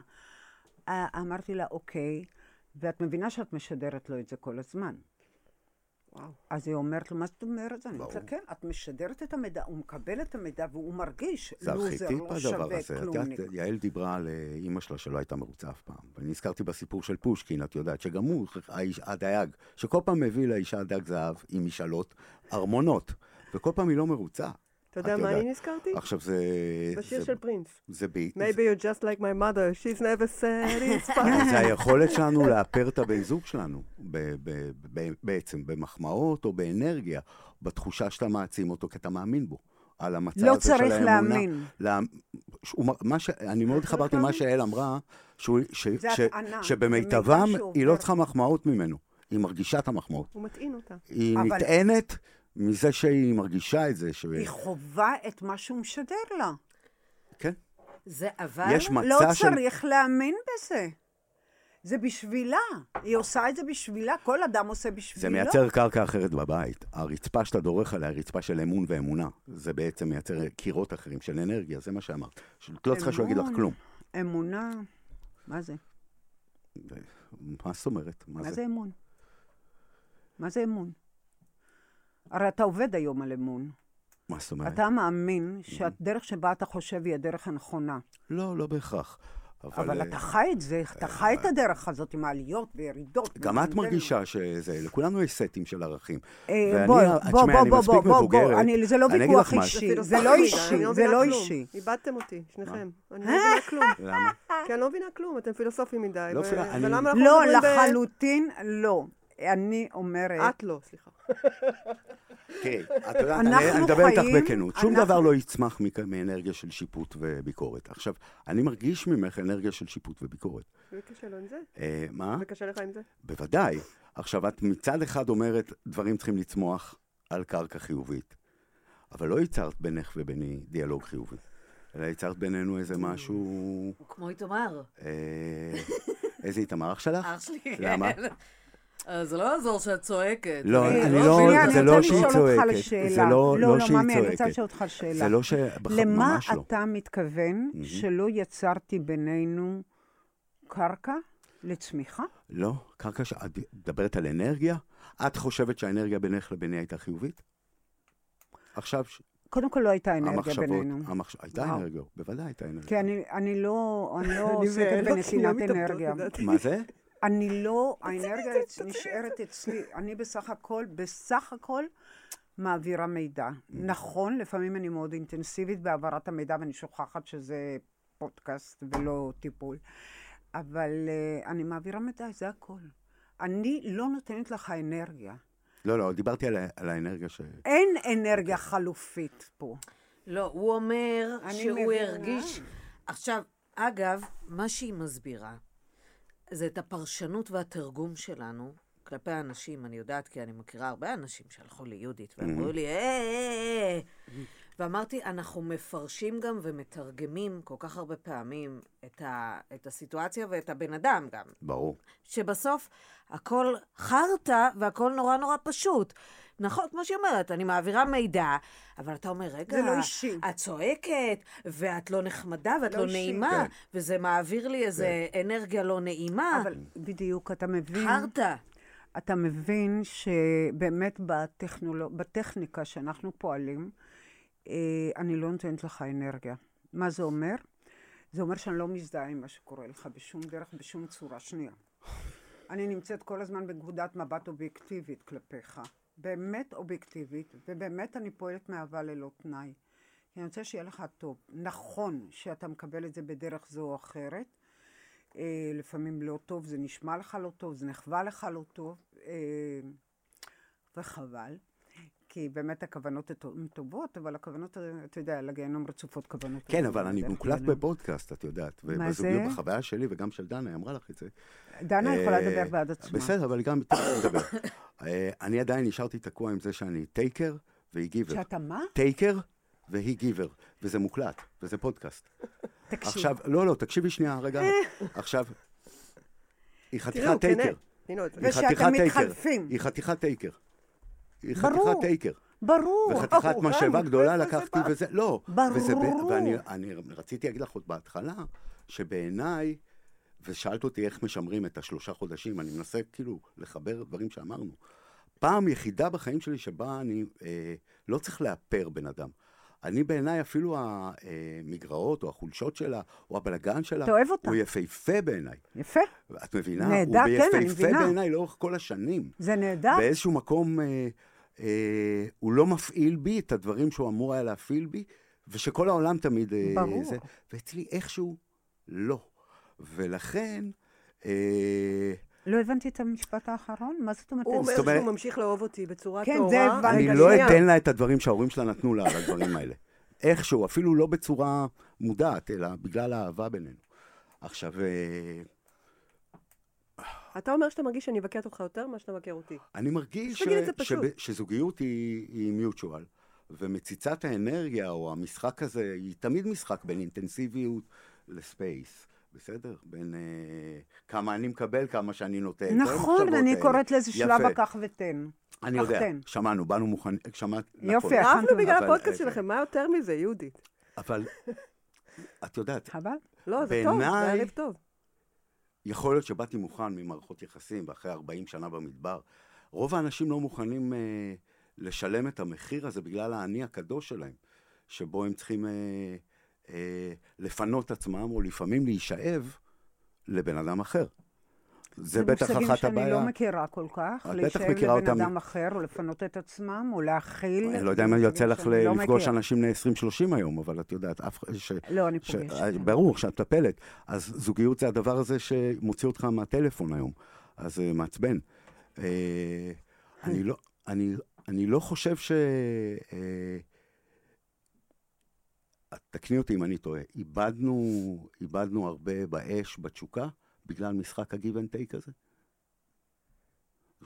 S4: אה, אמרתי לה, אוקיי, ואת מבינה שאת משדרת לו את זה כל הזמן. אז היא אומרת לו, מה זאת אומרת? אני אומרת לה, כן, את משדרת את המידע, הוא מקבל את המידע והוא מרגיש
S5: זה
S4: לוזר,
S5: ארכיטיפ
S4: לא
S5: הדבר
S4: שווה
S5: הזה. את
S4: כלומניק.
S5: יודעת, יעל דיברה על אה, אימא שלה שלא הייתה מרוצה אף פעם. ואני נזכרתי בסיפור של פושקין, את יודעת, שגם הוא האיש- הדייג, שכל פעם מביא לאישה דג זהב עם משאלות, ארמונות, וכל פעם היא לא מרוצה.
S6: אתה יודע
S5: את
S6: מה
S5: יודעת.
S6: אני נזכרתי?
S5: עכשיו זה...
S6: בשיר
S5: זה-
S6: של פרינס.
S5: זה בי-
S6: Maybe you're just like my mother, she's never satisfied.
S5: זה היכולת שלנו לאפר את הבן זוג שלנו, ב- ב- ב- בעצם במחמאות או באנרגיה, בתחושה שאתה מעצים אותו כי אתה מאמין בו. על המצב
S4: לא
S5: הזה של
S4: צריך
S5: האמונה.
S4: להאמין.
S5: לה- שהוא מ- מה ש... אני מאוד התחברתי למה שיעל אמרה, שהוא- ש-
S4: זה
S5: ש-
S4: הטענה, זה כן.
S5: שבמיטבם
S4: מידע שעובר.
S5: היא לא צריכה מחמאות ממנו, היא מרגישה את המחמאות.
S6: הוא מטעין אותה.
S5: היא
S4: אבל-
S5: נטענת מזה שהיא מרגישה את זה, ש-
S4: היא חווה את מה שהוא משדר לה.
S5: כן,
S3: זה אבל...
S5: יש מצע של...
S4: לא צריך להאמין בזה. זה בשבילה. היא עושה את זה בשבילה, כל אדם עושה בשבילו.
S5: זה מייצר קרקע אחרת בבית. הרצפה שאתה דורך עליה היא רצפה של אמון ואמונה. זה בעצם מייצר קירות אחרים של אנרגיה, זה מה שאמרת. שאת לא צריכה שהוא יגיד לך
S4: אמון.
S5: כלום.
S4: אמונה, מה זה?
S5: מה זאת אומרת?
S4: מה זה אמון? מה זה אמון? הרי אתה עובד היום על אמון.
S5: מה זאת אומרת?
S4: אתה מאמין
S5: Mm-hmm.
S4: שהדרך שבה אתה חושב היא הדרך הנכונה.
S5: לא, לא בהכרח.
S4: אבל
S5: אה,
S4: אתה חי את זה, אתה חי את הדרך הזאת עם העליות וירידות.
S5: גם את
S4: ומנגנון.
S5: מרגישה שזה, לכולנו יש סטים של ערכים.
S4: אה,
S5: ואני-
S4: בוא,
S5: את
S4: בוא,
S5: שמעי,
S4: בוא,
S5: אני
S4: בוא,
S5: מספיק
S4: בוא, בוא,
S5: מבוגרת.
S4: אני- זה לא
S5: אני אגיד
S4: ויכוח
S5: לך משהו.
S4: אישי.
S6: אפילו
S4: זה לא
S6: סתם,
S4: אישי,
S6: אני
S4: זה
S6: מבינה
S4: לא
S6: כלום.
S4: אישי.
S6: איבדתם אותי, שניכם. אני לא מבינה כלום.
S5: למה?
S6: כי אני לא מבינה כלום, אתם פילוסופים מדי.
S5: לא
S6: ו-
S5: פילוסופ- אני-
S6: ולמה אנחנו
S4: לא,
S6: מדברים ב-
S4: לחלוטין לא. אני אומרת...
S6: את לא, סליחה.
S5: תראי, את יודעת,
S4: אנחנו
S5: אני אני מדבר איתך
S4: חיים-
S5: בכנות. שום
S4: אנחנו-
S5: דבר לא יצמח מכ- מאנרגיה של שיפוט וביקורת. עכשיו, אני מרגיש ממך אנרגיה של שיפוט וביקורת.
S6: זה קשה לו עם זה?
S5: אה, מה?
S6: זה קשה לך עם זה?
S5: בוודאי. עכשיו, את מצד אחד אומרת, דברים צריכים לצמוח על קרקע חיובית, אבל לא ייצרת בינך וביני דיאלוג חיובי, אלא ייצרת בינינו
S4: Mm.
S5: איזה משהו,
S3: הוא כמו איתמר.
S5: אה, איזה איתמר אח שלך?
S3: אח שלי.
S5: למה?
S3: אה, זה לא יעזור שאת צועקת.
S5: לא,
S4: אה,
S5: אני
S4: לא,
S5: לא,
S4: שנייה, אני
S5: זה
S4: רוצה
S5: לא
S4: לשאול
S5: שהיא
S4: אותך
S5: צועקת,
S4: לשאלה.
S5: זה לא,
S4: לא,
S5: לא
S4: לא,
S5: שהיא
S4: ממי, אני רוצה
S5: צועקת.
S4: לשאול אותך שאלה.
S5: זה לא ש... בח-
S4: למה
S5: ממש לא. Mm-hmm.
S4: אתה מתכוון שלא יצרתי בינינו קרקע לצמיחה?
S5: לא, קרקע ש... את מדברת על אנרגיה? את חושבת שהאנרגיה בינך לביני הייתה חיובית? עכשיו, ש-
S4: קודם כל לא הייתה אנרגיה
S5: המחשבות,
S4: בינינו.
S5: המחש- הייתה
S4: וואו.
S5: אנרגיה, בוודאי הייתה אנרגיה.
S4: כי אני- אני לא אני לא
S6: אני
S4: עוסקת
S6: ואלה שנייה
S4: בנתינת
S6: מתאבדות,
S4: אנרגיה.
S6: לדעתי.
S5: מה זה?
S4: אני לא, האנרגיה נשארת אצלי. אני בסך הכל, בסך הכל מעבירה מידע. נכון, לפעמים אני מאוד אינטנסיבית בהעברת המידע ואני שוכחת שזה פודקאסט ולא טיפול, אבל uh, אני מעבירה מידע, זה הכל. אני לא נותנת לך אנרגיה.
S5: לא, לא, דיברתי על, ה- על האנרגיה ש...
S4: אין אנרגיה חלופית פה.
S3: לא, הוא אומר
S4: אני
S3: שהוא
S4: מבינה.
S3: הרגיש... עכשיו, אגב, מה שהיא מסבירה זה את הפרשנות והתרגום שלנו כלפי האנשים. אני יודעת, כי אני מכירה הרבה אנשים שהלכו ליהודית ואמרו לי, "אה, אה, אה." ואמרתי, אנחנו מפרשים גם ומתרגמים כל כך הרבה פעמים את, ה, את הסיטואציה ואת הבן אדם גם.
S5: ברור.
S3: שבסוף הכל חרטא והכל נורא נורא פשוט. נכון, כמו שהיא אומרת, אני מעבירה מידע, אבל אתה אומר, רגע,
S4: זה לא אישי."
S3: את צועקת, ואת לא נחמדה, ואת
S4: לא
S3: לא, לא
S4: אישי.
S3: נעימה,
S5: כן.
S3: וזה מעביר לי איזה אנרגיה לא
S6: אה.
S3: נעימה.
S4: אבל בדיוק, אתה מבין...
S3: חרטא.
S4: אתה מבין שבאמת בטכנולו... בטכניקה שאנחנו פועלים, אה, אני לא נותנת לך אנרגיה. מה זה אומר? זה אומר שאני לא מזדהה עם מה שקורה לך בשום דרך, בשום צורה. שנייה. אני נמצאת כל הזמן בנקודת מבט אובייקטיבית כלפיך. באמת אובייקטיבית, ובאמת אני פועלת מאהבה ללא תנאי. כי אני רוצה שיהיה לך טוב. נכון שאתה מקבל את זה בדרך זו או אחרת, אה, לפעמים לא טוב, זה נשמע לך לא טוב, זה נחווה לך לא טוב, אה, וחבל. כי באמת הכוונות הטו- הן טובות, אבל הכוונות, אה, אתה יודע, לגיהנום רצופות כוונות.
S5: כן,
S4: טובות,
S5: אבל אני
S4: בדרך
S5: מוקלט
S4: כלל.
S5: בפודקאסט, את יודעת.
S4: מה
S5: ובזוגיות,
S4: זה?
S5: בחוויה שלי וגם של דנה, היא אמרה לך את זה.
S4: דנה יכולה
S5: אה,
S4: לדבר בעד עצמה.
S5: בסדר, אבל גם איתך אני מדבר. אה, אני עדיין נשארתי תקוע עם זה שאני טייקר והיא גיבר.
S4: שאתה מה?
S5: טייקר והיא גיבר, וזה מוקלט, וזה פודקאסט.
S4: תקשיב.
S5: עכשיו, לא, לא, תקשיבי שנייה רגע. עכשיו, היא
S6: תראה,
S5: חתיכת
S6: הוא כנה.
S5: טייקר.
S6: הנה, הוא-
S5: היא
S4: ושאתם
S5: חתיכת טייקר.
S4: מתחלפים.
S5: היא חתיכת טייקר. היא
S4: ברור.
S5: חתיכת טייקר.
S4: ברור.
S5: וחתיכת
S6: אוקיי,
S5: משאבה גדולה
S6: איפה זה
S5: לקחתי
S6: בא?
S5: וזה, לא. וזה ב-
S4: ברור.
S5: ואני אני רציתי להגיד לך עוד בהתחלה, שבעיניי, ושאלת אותי איך משמרים את השלושה חודשים, אני מנסה כאילו לחבר דברים שאמרנו. פעם יחידה בחיים שלי שבה אני אה, לא צריך לאפר בן אדם. אני בעיניי אפילו המגרעות או החולשות שלה, או הבלגן שלה,
S4: אתה אוהב אותה.
S5: הוא יפהפה בעיניי.
S4: יפה,
S5: את מבינה?
S4: נהדר, כן, אני
S5: הוא יפהפה
S4: מבינה.
S5: בעיניי לאורך כל השנים.
S4: זה נהדר.
S5: באיזשהו מקום אה, אה, הוא לא מפעיל בי את הדברים שהוא אמור היה להפעיל בי, ושכל העולם תמיד... אה,
S4: ברור.
S5: זה, ואצלי איכשהו לא. ולכן, אה,
S4: לא הבנתי את המשפט האחרון? מה זאת אומרת?
S6: הוא אומר
S5: זאת אומרת-
S6: שהוא ממשיך לאהוב אותי בצורה
S4: כן,
S6: טהורה.
S4: זה הבנתי.
S5: אני
S4: רגע,
S5: לא
S6: שנייה.
S5: אתן לה את הדברים שההורים שלה נתנו לה על הדברים האלה. איכשהו, אפילו לא בצורה מודעת, אלא בגלל האהבה בינינו. עכשיו, אה,
S6: אתה אומר שאתה מרגיש שאני מבקרת אותך יותר ממה שאתה מבקר אותי.
S4: כן,
S5: אני מרגיש
S6: תגיד את זה פשוט.
S5: שב- שזוגיות היא, היא mutual, ומציצת האנרגיה או המשחק הזה, היא תמיד משחק בין אינטנסיביות לספייס. בסדר? בין אה, כמה אני מקבל, כמה שאני נותן. כל
S4: נכון,
S5: המחשבות
S4: אני
S5: האלה.
S4: קוראת לזה
S5: אה, יפה.
S4: שלב הקח ותן.
S5: אני יודע,
S4: תחתן.
S5: שמענו, באנו מוכנים, שמעת,
S4: יופי.
S5: נכון.
S4: הכנתם.
S6: רבנו בגלל
S5: אבל-
S6: הפודקאסט
S5: אה,
S6: שלכם, מה יותר מזה, יהודית?
S5: אבל את יודעת,
S4: חבל.
S6: לא, זה טוב, זה היה
S5: בעיניי-
S6: לב טוב.
S5: יכול להיות שבאתי מוכן ממערכות יחסים, ואחרי 40 שנה במדבר, רוב האנשים לא מוכנים אה, לשלם את המחיר הזה בגלל האני הקדוש שלהם, שבו הם צריכים אה, אה, לפנות עצמם, או לפעמים להישאב לבן אדם אחר. זה בטח
S4: מושגים
S5: אחת
S4: שאני
S5: הבעיה.
S4: לא מכירה כל כך.
S5: את בטח
S4: להישאר
S5: מכירה
S4: לבן
S5: אותם.
S4: אדם אחר, או לפנות את עצמם, או להכיל.
S5: אני לא יודע אם
S4: מושגים
S5: יוצא לך
S4: שאני לא
S5: לפגוש
S4: מכירה.
S5: אנשים בני 20-30 היום, אבל את יודעת, אף אחד... ש-
S4: לא, אני
S5: ש... אה,
S6: כן.
S4: פוגשת.
S5: ברור, שאת מטפלת. אז זוגיות זה הדבר הזה שמוציא אותך מהטלפון היום. אז זה מעצבן. אה,
S6: כן.
S5: אני, לא, אני, אני לא חושב ש... אה, את תקני אותי אם אני טועה. איבדנו, איבדנו הרבה באש, בתשוקה, בגלל משחק ה-give and take הזה.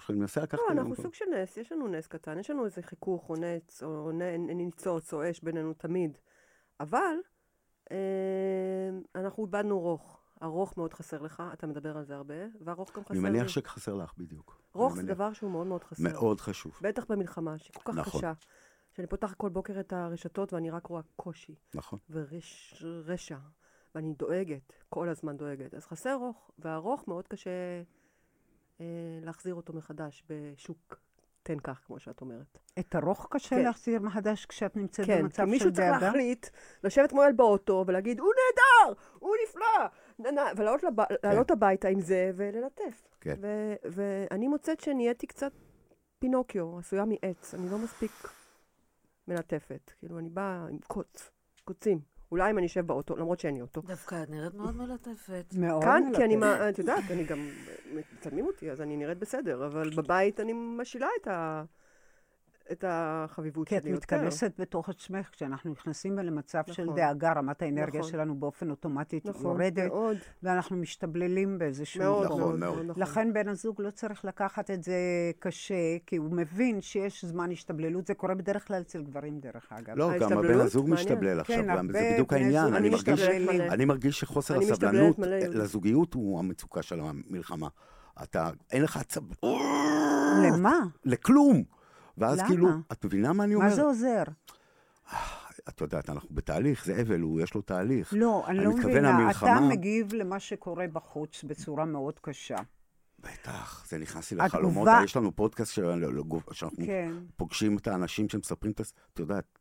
S5: אני מנסה לקחת...
S6: לא,
S5: את זה
S6: אנחנו
S5: למקום.
S6: סוג של נס, יש לנו נס קטן, יש לנו איזה חיכוך או נץ או נ- ניצוץ או אש בינינו תמיד. אבל אה, אנחנו איבדנו רוך. הרוך מאוד חסר לך, אתה מדבר על זה הרבה, והרוך גם חסר
S5: אני
S6: לי.
S5: מניח שחסר לך בדיוק.
S6: רוך
S5: אני
S6: זה
S5: מניח.
S6: דבר שהוא מאוד מאוד חסר.
S5: מאוד חשוב,
S6: בטח במלחמה, שהיא כל כך
S5: נכון.
S6: קשה. שאני פותחת כל בוקר את הרשתות ואני רק רואה קושי
S5: נכון.
S6: ורשע, ואני דואגת, כל הזמן דואגת. אז חסר רוך, והרוך מאוד קשה אה, להחזיר אותו מחדש בשוק תן כך, כמו שאת אומרת.
S4: את הרוך קשה
S6: כן.
S4: להחזיר מחדש כשאת נמצאת
S6: כן, כי
S4: במצב של
S6: מישהו צריך
S4: דאגה?
S6: להחליט, לשבת מועל באוטו ולהגיד, הוא נהדר, הוא נפלא, נה, נה", ולעלות לב...
S4: כן.
S6: לעלות הביתה עם זה וללטף.
S5: כן.
S6: ו- ואני מוצאת שנהייתי קצת פינוקיו, עשויה מעץ, אני לא מספיק מלטפת. כאילו, אני באה עם קוץ, קוצים. אולי אם אני אשב באוטו, למרות שאין לי אוטו.
S3: דווקא את נראית מאוד מלטפת.
S4: מאוד
S6: כאן, כן, כי אני,
S4: מלטף.
S6: מה- את יודעת, אני גם, מצלמים אותי, אז אני נראית בסדר, אבל בבית אני משילה את ה... את החביבות
S4: כי
S6: שלי
S4: את
S6: יותר.
S4: מתכנסת בתוך עצמך, כשאנחנו נכנסים למצב של
S6: נכון.
S4: דאגה, רמת האנרגיה
S6: נכון.
S4: שלנו באופן אוטומטי
S6: נכון,
S4: יורדת,
S6: מאוד,
S4: ואנחנו משתבללים באיזשהו
S6: מאוד,
S5: נכון,
S4: מקום.
S6: מאוד,
S5: מאוד.
S6: מאוד, נכון.
S4: לכן בן הזוג לא צריך לקחת את זה קשה, כי הוא מבין שיש זמן השתבללות, זה קורה בדרך כלל אצל גברים דרך אגב.
S5: לא, גם
S6: ההשתבללות?
S5: הבן הזוג
S6: מעניין.
S5: משתבלל עכשיו,
S4: אה, כן,
S5: גם,
S4: הרבה
S5: זה בדיוק
S4: בני
S5: העניין.
S4: זוג
S5: אני מרגיש אה,
S4: משתבללים.
S6: מלא.
S5: אני מרגיש שחוסר
S6: אני משתבלת
S5: הסבלנות
S6: מלא, יהודה.
S5: לזוגיות הוא המצוקה של המלחמה. אתה, אין לך עצב...
S4: למה?
S5: לכלום! ואז
S4: למה?
S5: כאילו, את מבינה מה אני אומר?
S4: מה זה עוזר?
S5: את יודעת, אנחנו בתהליך, זה אבל, הוא, יש לו תהליך.
S4: לא, אני
S5: אני
S4: לא
S5: מתכוון
S4: מבינה. אתה
S5: למלחמה.
S4: מגיב למה שקורה בחוץ בצורה מאוד קשה.
S5: בטח, זה נכנס לי לחלומות.
S4: התגובה-
S5: יש לנו פודקאסט של- לא, לא, גוף- שאנחנו
S4: כן.
S5: פוגשים את האנשים שמספרים את הס... את יודעת,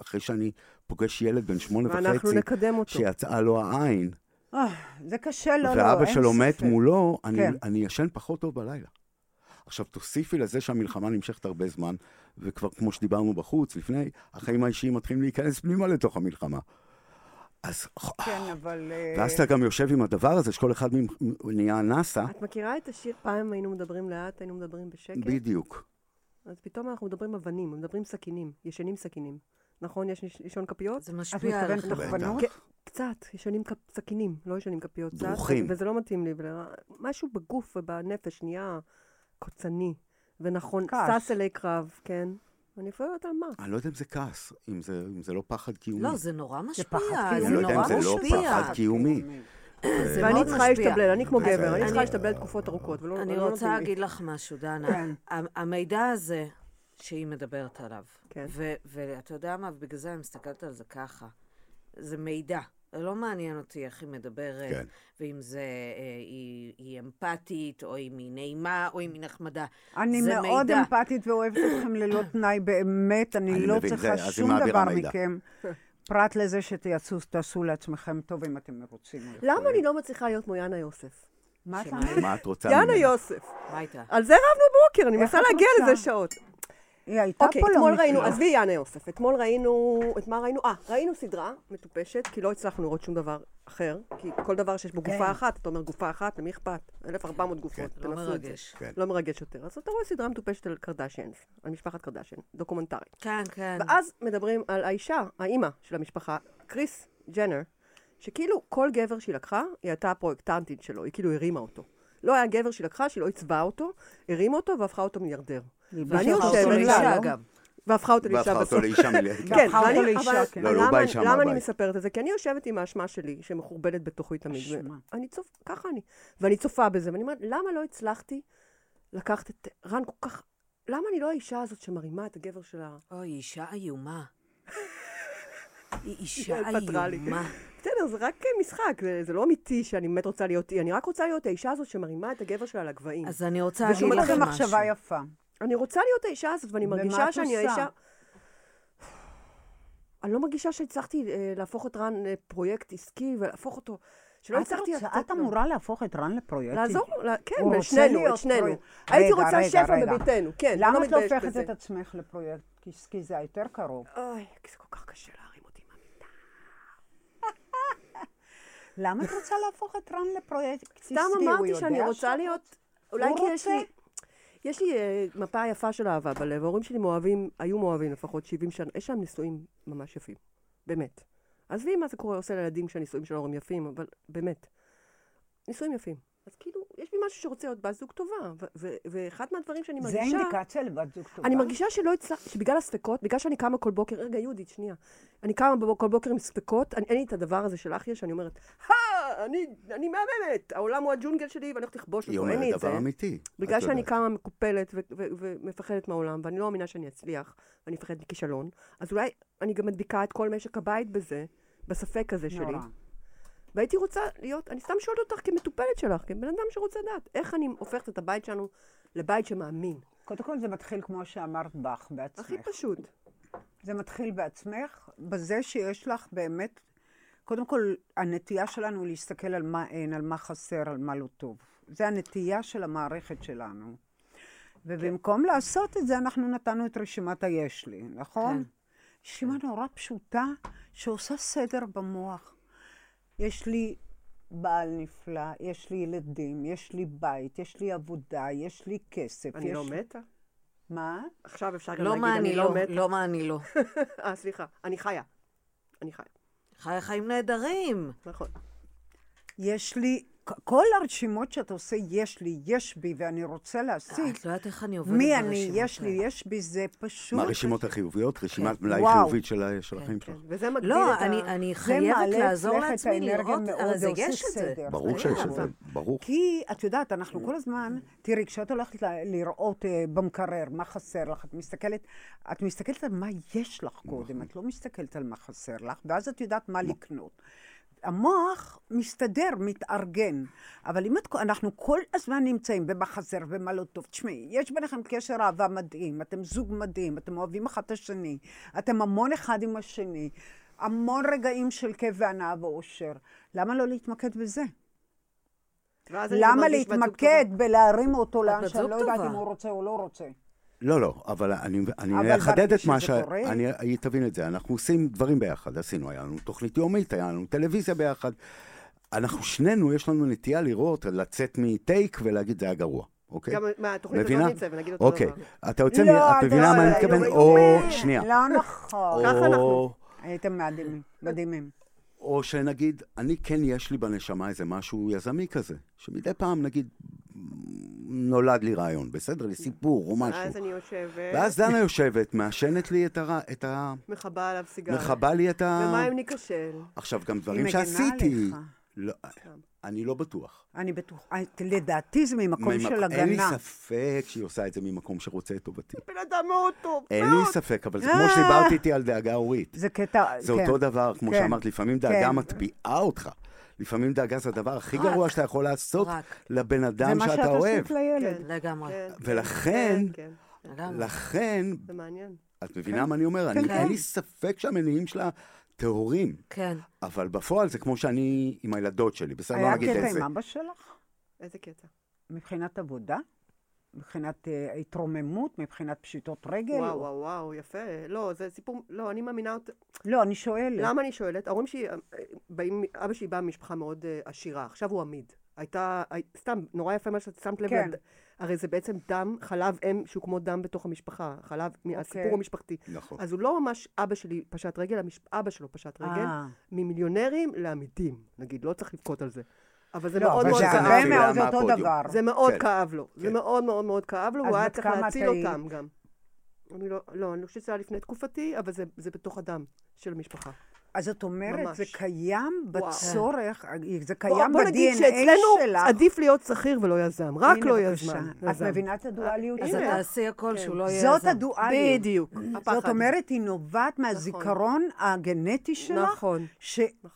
S5: אחרי שאני פוגש ילד בן שמונה
S6: ואנחנו
S5: וחצי,
S6: נקדם אותו.
S5: שיצאה לו העין,
S4: אה, זה קשה, לא, לא,
S5: ואבא
S4: אין
S5: שלו מת
S4: ספק.
S5: מולו, אני,
S4: כן.
S5: אני ישן פחות טוב בלילה. עכשיו, תוסיפי לזה שהמלחמה נמשכת הרבה זמן, וכבר כמו שדיברנו בחוץ, לפני, החיים האישיים מתחילים להיכנס פנימה לתוך המלחמה. אז...
S4: כן, אבל... אה,
S5: ואז אתה גם יושב עם הדבר הזה, שכל אחד ממ- נהיה נאסא,
S6: את מכירה את השיר פעם היינו מדברים לאט, היינו מדברים בשקט?
S5: בדיוק.
S6: אז פתאום אנחנו מדברים אבנים, מדברים סכינים, ישנים סכינים. נכון, יש נש- לישון כפיות?
S3: זה
S4: את
S3: משפיע
S4: מתכוונת
S3: עליך.
S4: תחפנות?
S6: כן, קצת, ישנים כפ- סכינים, לא ישנים כפיות. קצת,
S5: דרוכים.
S6: וזה לא מתאים לי. ולרע- משהו בגוף ובנפש נהיה קוצני, ונכון,
S4: כעס.
S6: שש אלי קרב, כן. אני אפילו לא יודעת על מה.
S5: אני לא יודע אם זה כעס, אם זה, אם זה לא פחד קיומי.
S3: לא, זה נורא משפיע.
S4: פחד
S3: זה
S5: אני לא יודע אם
S3: נורא
S5: זה לא
S3: משפיע.
S5: פחד קיומי.
S3: זה
S6: ואני
S3: מאוד
S6: צריכה
S3: משפיע.
S6: להשתבלל, אני כמו
S5: זה-
S6: גבר, אני צריכה
S5: אני-
S6: להשתבלל תקופות ארוכות, ולא
S3: אני
S6: לא
S3: רוצה
S6: נותנים לי.
S3: להגיד לך משהו, דנה.
S4: כן.
S3: ה- המידע הזה שהיא מדברת עליו,
S6: כן.
S3: ו- ואתה יודע מה, ובגלל זה אני מסתכלת על זה ככה, זה מידע. זה לא מעניין אותי איך היא מדברת,
S5: כן.
S3: ואם זה, אה, היא, היא אמפתית, או אם היא נעימה, או אם היא נחמדה.
S4: אני
S3: זה
S4: מאוד
S3: מידע.
S4: אמפתית ואוהבת אתכם ללא תנאי, באמת, אני
S5: אני
S4: לא
S5: מבין,
S4: צריכה
S5: זה- אז היא
S4: שום
S5: מעבירה
S4: דבר
S5: מידע.
S4: מכם, פרט לזה שתעשו תעשו לעצמכם טוב אם אתם מרוצים.
S6: למה אני לא מצליחה להיות כמו יאנה יוסף?
S4: מה אתה
S3: שמה?
S5: מה את רוצה?
S6: יאנה
S5: ממני?
S6: יוסף.
S3: הביתה.
S6: על זה רבנו בבוקר, אני
S4: איך
S6: מנסה
S4: את
S6: להגיע
S4: רוצה?
S6: לזה שעות.
S4: היא הייתה
S6: אוקיי,
S4: פה לא
S6: אתמול ראינו,
S4: מזמן.
S6: עזבי יאנה יוסף, אתמול ראינו, את מה ראינו? אה, ראינו סדרה מטופשת, כי לא הצלחנו לראות שום דבר אחר, כי כל דבר שיש בו גופה אחת, אתה אומר גופה אחת, למי אכפת? 1400 גופות,
S3: כן. לא
S6: תנסו את זה.
S3: מרגש.
S5: כן.
S6: לא מרגש יותר. אז אתה רואה סדרה מטופשת על קרדשיינס, על משפחת קרדשיין, דוקומנטרי.
S3: כן, כן.
S6: ואז מדברים על האישה, האימא של המשפחה, קריס ג'נר, שכאילו כל גבר שהיא לקחה, היא הייתה הפרויקטנטית שלו, היא כאילו הרימה אותו. לא היה גבר שהיא לקחה, שהיא לא עיצבה אותו, הרימה אותו והפכה אותו מיליארדר. ואני
S3: והפכה אותו
S6: יושבת,
S3: לאישה
S6: לא?
S3: גם.
S6: והפכה אותו לאישה
S5: והפכה
S6: בסוף.
S5: אותו לאישה מלא.
S6: כן,
S4: והפכה אותו
S6: ואני-
S4: לאישה,
S6: אבל-
S4: כן.
S5: לא, לא,
S6: למה-
S5: בא אישה
S6: למה אני
S5: מהבית.
S6: מספרת את זה? כי אני יושבת עם האשמה שלי, שמחורבנת בתוכי תמיד. ו-
S4: אשמה.
S6: אני צופ... ככה אני. ואני צופה בזה, ואני אומרת, למה לא הצלחתי לקחת את רן כל כך... למה אני לא האישה הזאת שמרימה את הגבר שלה?
S3: אוי, היא אישה איומה. היא אישה
S6: היא פתרה לי.
S3: איומה.
S6: בסדר, זה רק משחק, זה, זה לא אמיתי שאני באמת רוצה להיות היא, אני רק רוצה להיות האישה הזאת שמרימה את הגבר שלה לגבהים. אז...
S3: אז אני רוצה
S4: ושום
S3: להגיד לך
S4: לכם
S3: משהו.
S4: מחשבה יפה.
S6: אני רוצה להיות האישה הזאת, ואני
S4: ומה
S6: מרגישה
S4: את
S6: שאני
S4: עושה?
S6: האישה... אני לא מרגישה שהצלחתי אה, להפוך את רן לפרויקט עסקי ולהפוך אותו... שלא
S4: את
S6: לא הצלחתי...
S4: רוצה-
S6: לתת
S4: את
S6: לו-
S4: אמורה להפוך את רן לפרויקט.
S6: לעזור לו, לה- כן,
S4: הוא
S6: בין
S4: רוצה
S6: שנינו,
S4: להיות
S6: את שנינו.
S4: פרויקט.
S6: הייתי
S4: רגע,
S6: רוצה
S4: רגע,
S6: שפע
S4: רגע.
S6: בביתנו, כן,
S4: למה את לא
S6: מתביישת
S4: הופכת
S6: בזה.
S4: את עצמך לפרויקט עסקי? זה היותר קרוב.
S6: אוי, כי זה כל כך קשה להרים אותי מהמיטה.
S4: למה את רוצה להפוך את רן לפרויקט עסקי?
S6: סתם
S4: הוא
S6: אמרתי
S4: יודע
S6: שאני רוצה
S4: שאתה-
S6: להיות... אולי
S4: הוא
S6: כי יש
S4: רוצה.
S6: לי... יש לי אה, מפה יפה של אהבה בלב. ההורים שלי מאוהבים, היו מאוהבים לפחות 70 שנה. יש להם נישואים ממש יפים. באמת. עזבי מה זה קורה, עושה לילדים שהנישואים של ההורים יפים, אבל באמת. נישואים יפים. אז כאילו, יש לי משהו שרוצה להיות בת זוג טובה. ו- ו- ואחד מהדברים שאני
S4: זה
S6: מרגישה...
S4: אינדיקציה לבת זוג טובה.
S6: אני מרגישה שלא הצלחתי, שבגלל הספקות, בגלל שאני קמה כל בוקר, רגע, יהודית, שנייה. אני קמה בבוק- כל בוקר עם ספקות, אני, אין לי את הדבר הזה שלך יש, שאני אומרת, הא, אני, אני מהממת, העולם הוא הג'ונגל שלי ואני הולכת לכבוש
S5: היא
S6: אותו, אין לי
S5: אומרת
S6: את זה.
S5: דבר אמיתי.
S6: בגלל
S5: את
S6: שאני
S5: יודעת.
S6: קמה מקופלת ו- ו- ומפחדת מהעולם, ואני לא מאמינה שאני אצליח, ואני מפחדת מכישלון, אז אולי אני גם מדביקה את כל משק הבית בזה, בספק הזה שלי.
S4: נורא.
S6: והייתי רוצה להיות, אני סתם שואלת אותך כמטופלת שלך, כבן אדם שרוצה לדעת, איך אני הופכת את הבית שלנו לבית שמאמין?
S4: קודם כל זה מתחיל כמו שאמרת בך,
S6: הכי
S4: בעצמך.
S6: פשוט.
S4: זה מתחיל בעצמך, בזה שיש לך באמת, קודם כל, הנטייה שלנו היא להסתכל על מה אין, על מה חסר, על מה לא טוב. זה הנטייה של המערכת שלנו. ובמקום לעשות את זה, אנחנו נתנו את רשימת היש לי, נכון? כן. רשימה נורא פשוטה שעושה סדר במוח. יש לי בעל נפלא, יש לי ילדים, יש לי בית, יש לי עבודה, יש לי כסף.
S6: אני
S4: יש...
S6: לא מתה.
S4: מה?
S6: עכשיו אפשר גם
S3: לא
S6: להגיד,
S3: מה אני
S6: אני
S3: לא,
S6: לא מתה.
S3: לא מה אני לא.
S6: אה, סליחה, אני חיה. אני חיה,
S3: חיי חיים נהדרים.
S6: נכון.
S4: יש לי... כ- כל הרשימות שאתה עושה, יש לי, יש בי, ואני רוצה להשיג.
S3: את לא יודעת איך אני עובדת
S4: מי
S3: ברשימות
S4: אני, יש לי,
S3: האלה.
S4: יש בי, זה פשוט...
S5: מה הרשימות החיוביות? רשימת מלאי
S4: וואו.
S5: חיובית של ה- של החיים שלך.
S6: וזה מגדיל
S3: לא,
S6: את
S3: אני,
S6: ה...
S3: אני
S4: אה, זה
S3: חייבת
S4: מעלה
S3: לעזור
S4: אצלך את
S3: לעצמי
S4: האנרגיה
S3: לראות,
S4: מאוד,
S3: הרי זה
S4: ועושה
S3: יש את זה.
S4: סדר.
S5: ברור שיש את זה, ברור.
S4: כי את יודעת, אנחנו כל הזמן, תראי, כשאת הולכת ל- לראות אה, במקרר מה חסר לך, את מסתכלת, את מסתכלת על מה יש לך קודם, את לא מסתכלת על מה חסר לך, ואז את יודעת מה לקנות. המוח מסתדר, מתארגן, אבל אם את, אנחנו כל הזמן נמצאים במה חסר ומה לא טוב, תשמעי, יש ביניכם קשר אהבה מדהים, אתם זוג מדהים, אתם אוהבים אחד את השני, אתם המון אחד עם השני, המון רגעים של כיף והנאה ואושר. למה לא להתמקד בזה?
S6: ואז אני
S4: למה
S6: מרגיש בת זוג
S4: להתמקד בלהרים אותו לאן
S3: בת
S4: שאני
S3: זוג
S4: לא יודעת
S3: טובה.
S4: אם הוא רוצה או לא רוצה?
S5: לא, לא, אבל אני, אני
S4: אבל
S5: אחדד את
S4: ברגע
S5: מה ש...
S4: שזה קורה-
S5: אני, היא תבין את זה. אנחנו עושים דברים ביחד. עשינו, היה לנו תוכנית יומית, היה לנו טלוויזיה ביחד. אנחנו שנינו, יש לנו נטייה לראות, לצאת מטייק ולהגיד זה היה גרוע, אוקיי?
S6: גם מהתוכנית הזאת
S5: מבינה?
S6: נצא ונגיד אותו
S5: אוקיי.
S6: דבר.
S5: אתה יוצא,
S4: לא,
S5: מ- את
S4: אתה
S5: מבינה
S4: לא-
S5: מה אני
S4: לא,
S5: מתכוון?
S4: לא,
S5: או...
S4: לא,
S5: שנייה.
S4: לא נכון.
S6: ככה אנחנו.
S4: הייתם מדהימים, מדהימים.
S5: או שנגיד, אני כן יש לי בנשמה איזה משהו יזמי כזה, שמדי פעם נגיד, נולד לי רעיון, בסדר? לי סיפור או משהו.
S6: ואז אני יושבת,
S5: ואז דנה יושבת, מעשנת לי את ה... את ה...
S6: מכבה עליו סיגריה.
S5: מכבה לי את ה...
S6: ומה אם ניכשל?
S5: עכשיו, גם דברים
S4: מגנה
S5: שעשיתי...
S4: עליך. כן.
S5: לא, אני לא בטוח.
S4: אני בטוחה, לדעתי זה ממקום
S5: ממק-
S4: של
S5: אין לי
S4: הגנה.
S5: ספק שהיא עושה את זה ממקום שרוצה את טובתי.
S6: בן אדם מאוד טוב,
S5: אין
S6: מאוד.
S5: לי ספק, אבל זה כמו שדיברת איתי על דאגה הורית.
S4: לא. זה קטע,
S5: זה
S4: כן.
S5: אותו דבר, כמו
S4: כן.
S5: שאמרת, לפעמים דאגה
S4: כן.
S5: מטביעה אותך. לפעמים דאגה זה הדבר הכי
S3: רק.
S5: גרוע שאתה יכול לעשות
S3: רק.
S5: לבן
S4: זה
S5: אדם
S4: מה
S5: שאתה
S4: שאת
S5: אוהב.
S4: עשית לילד.
S3: לגמרי,
S6: כן,
S5: ולכן,
S6: כן, כן,
S3: לגמרי.
S5: לא. לכן,
S6: זה מעניין.
S5: את
S4: כן.
S5: מבינה מה אני אומר? אני- אין לי ספק שהמניעים שלה טהורים.
S3: כן.
S5: אבל בפועל זה כמו שאני עם הילדות שלי, בסדר? לא
S4: היה
S5: נגיד
S4: קטע
S5: איזה.
S4: עם אבא שלך?
S6: איזה קטע.
S4: מבחינת עבודה? מבחינת אה, התרוממות? מבחינת פשיטות רגל?
S3: כן.
S6: וואו, וואו, וואו, יפה. לא, זה סיפור, לא, אני מאמינה אות...
S4: לא, אני שואלת.
S6: למה אני שואלת? ההורים שלי, אה, אה, באים, אבא שלי בא ממשפחה מאוד אה, עשירה, עכשיו הוא עמיד. הייתה, הי- סתם, נורא יפה מה שאת שמת לב.
S4: כן.
S6: לד- הרי זה בעצם דם, חלב אם שהוא כמו דם בתוך המשפחה. חלב,
S4: אוקיי.
S6: okay. הסיפור המשפחתי.
S5: נכון.
S6: אז הוא לא ממש אבא שלי פשט רגל, המש... אבא שלו פשט רגל.
S4: אה.
S6: ממיליונרים לעמידים, נגיד, לא צריך לבכות על זה. אבל זה
S4: לא,
S6: מאוד
S4: אבל
S6: מאוד
S4: זה
S5: קרה.
S4: הרבה
S5: זה
S6: כאב לו.
S5: היה
S4: מאוד אותו
S5: מהפודיום.
S4: דבר.
S6: זה מאוד
S5: כן.
S6: כאב לו. זה
S5: כן.
S6: מאוד מאוד מאוד כאב לו,
S4: אז
S6: והוא היה
S4: בת
S6: צריך
S4: כמה את
S6: להציל
S4: היית?
S6: אותם גם. אני לא, לא, אני חושבת שזה היה לפני תקופתי, אבל זה, זה בתוך הדם של המשפחה.
S4: אז את אומרת,
S6: ממש.
S4: זה קיים
S6: וואו. כן.
S4: בצורך, זה
S6: בוא,
S4: קיים
S6: בוא נגיד
S4: ב-DNA
S6: שאצלנו
S4: שלך.
S6: עדיף להיות שכיר ולא יזם, רק
S4: הנה,
S6: לא אה,
S4: בבקשה.
S6: יזמן.
S4: את מבינה את הדואליות
S3: אז את
S4: שלך?
S3: תעשי הכל שהוא לא יהיה
S4: כן. זאת
S3: יזם.
S4: הדואליות.
S6: בדיוק, הפחד.
S4: זאת אומרת, היא נובעת מהזיכרון הגנטי שלך,
S6: נכון.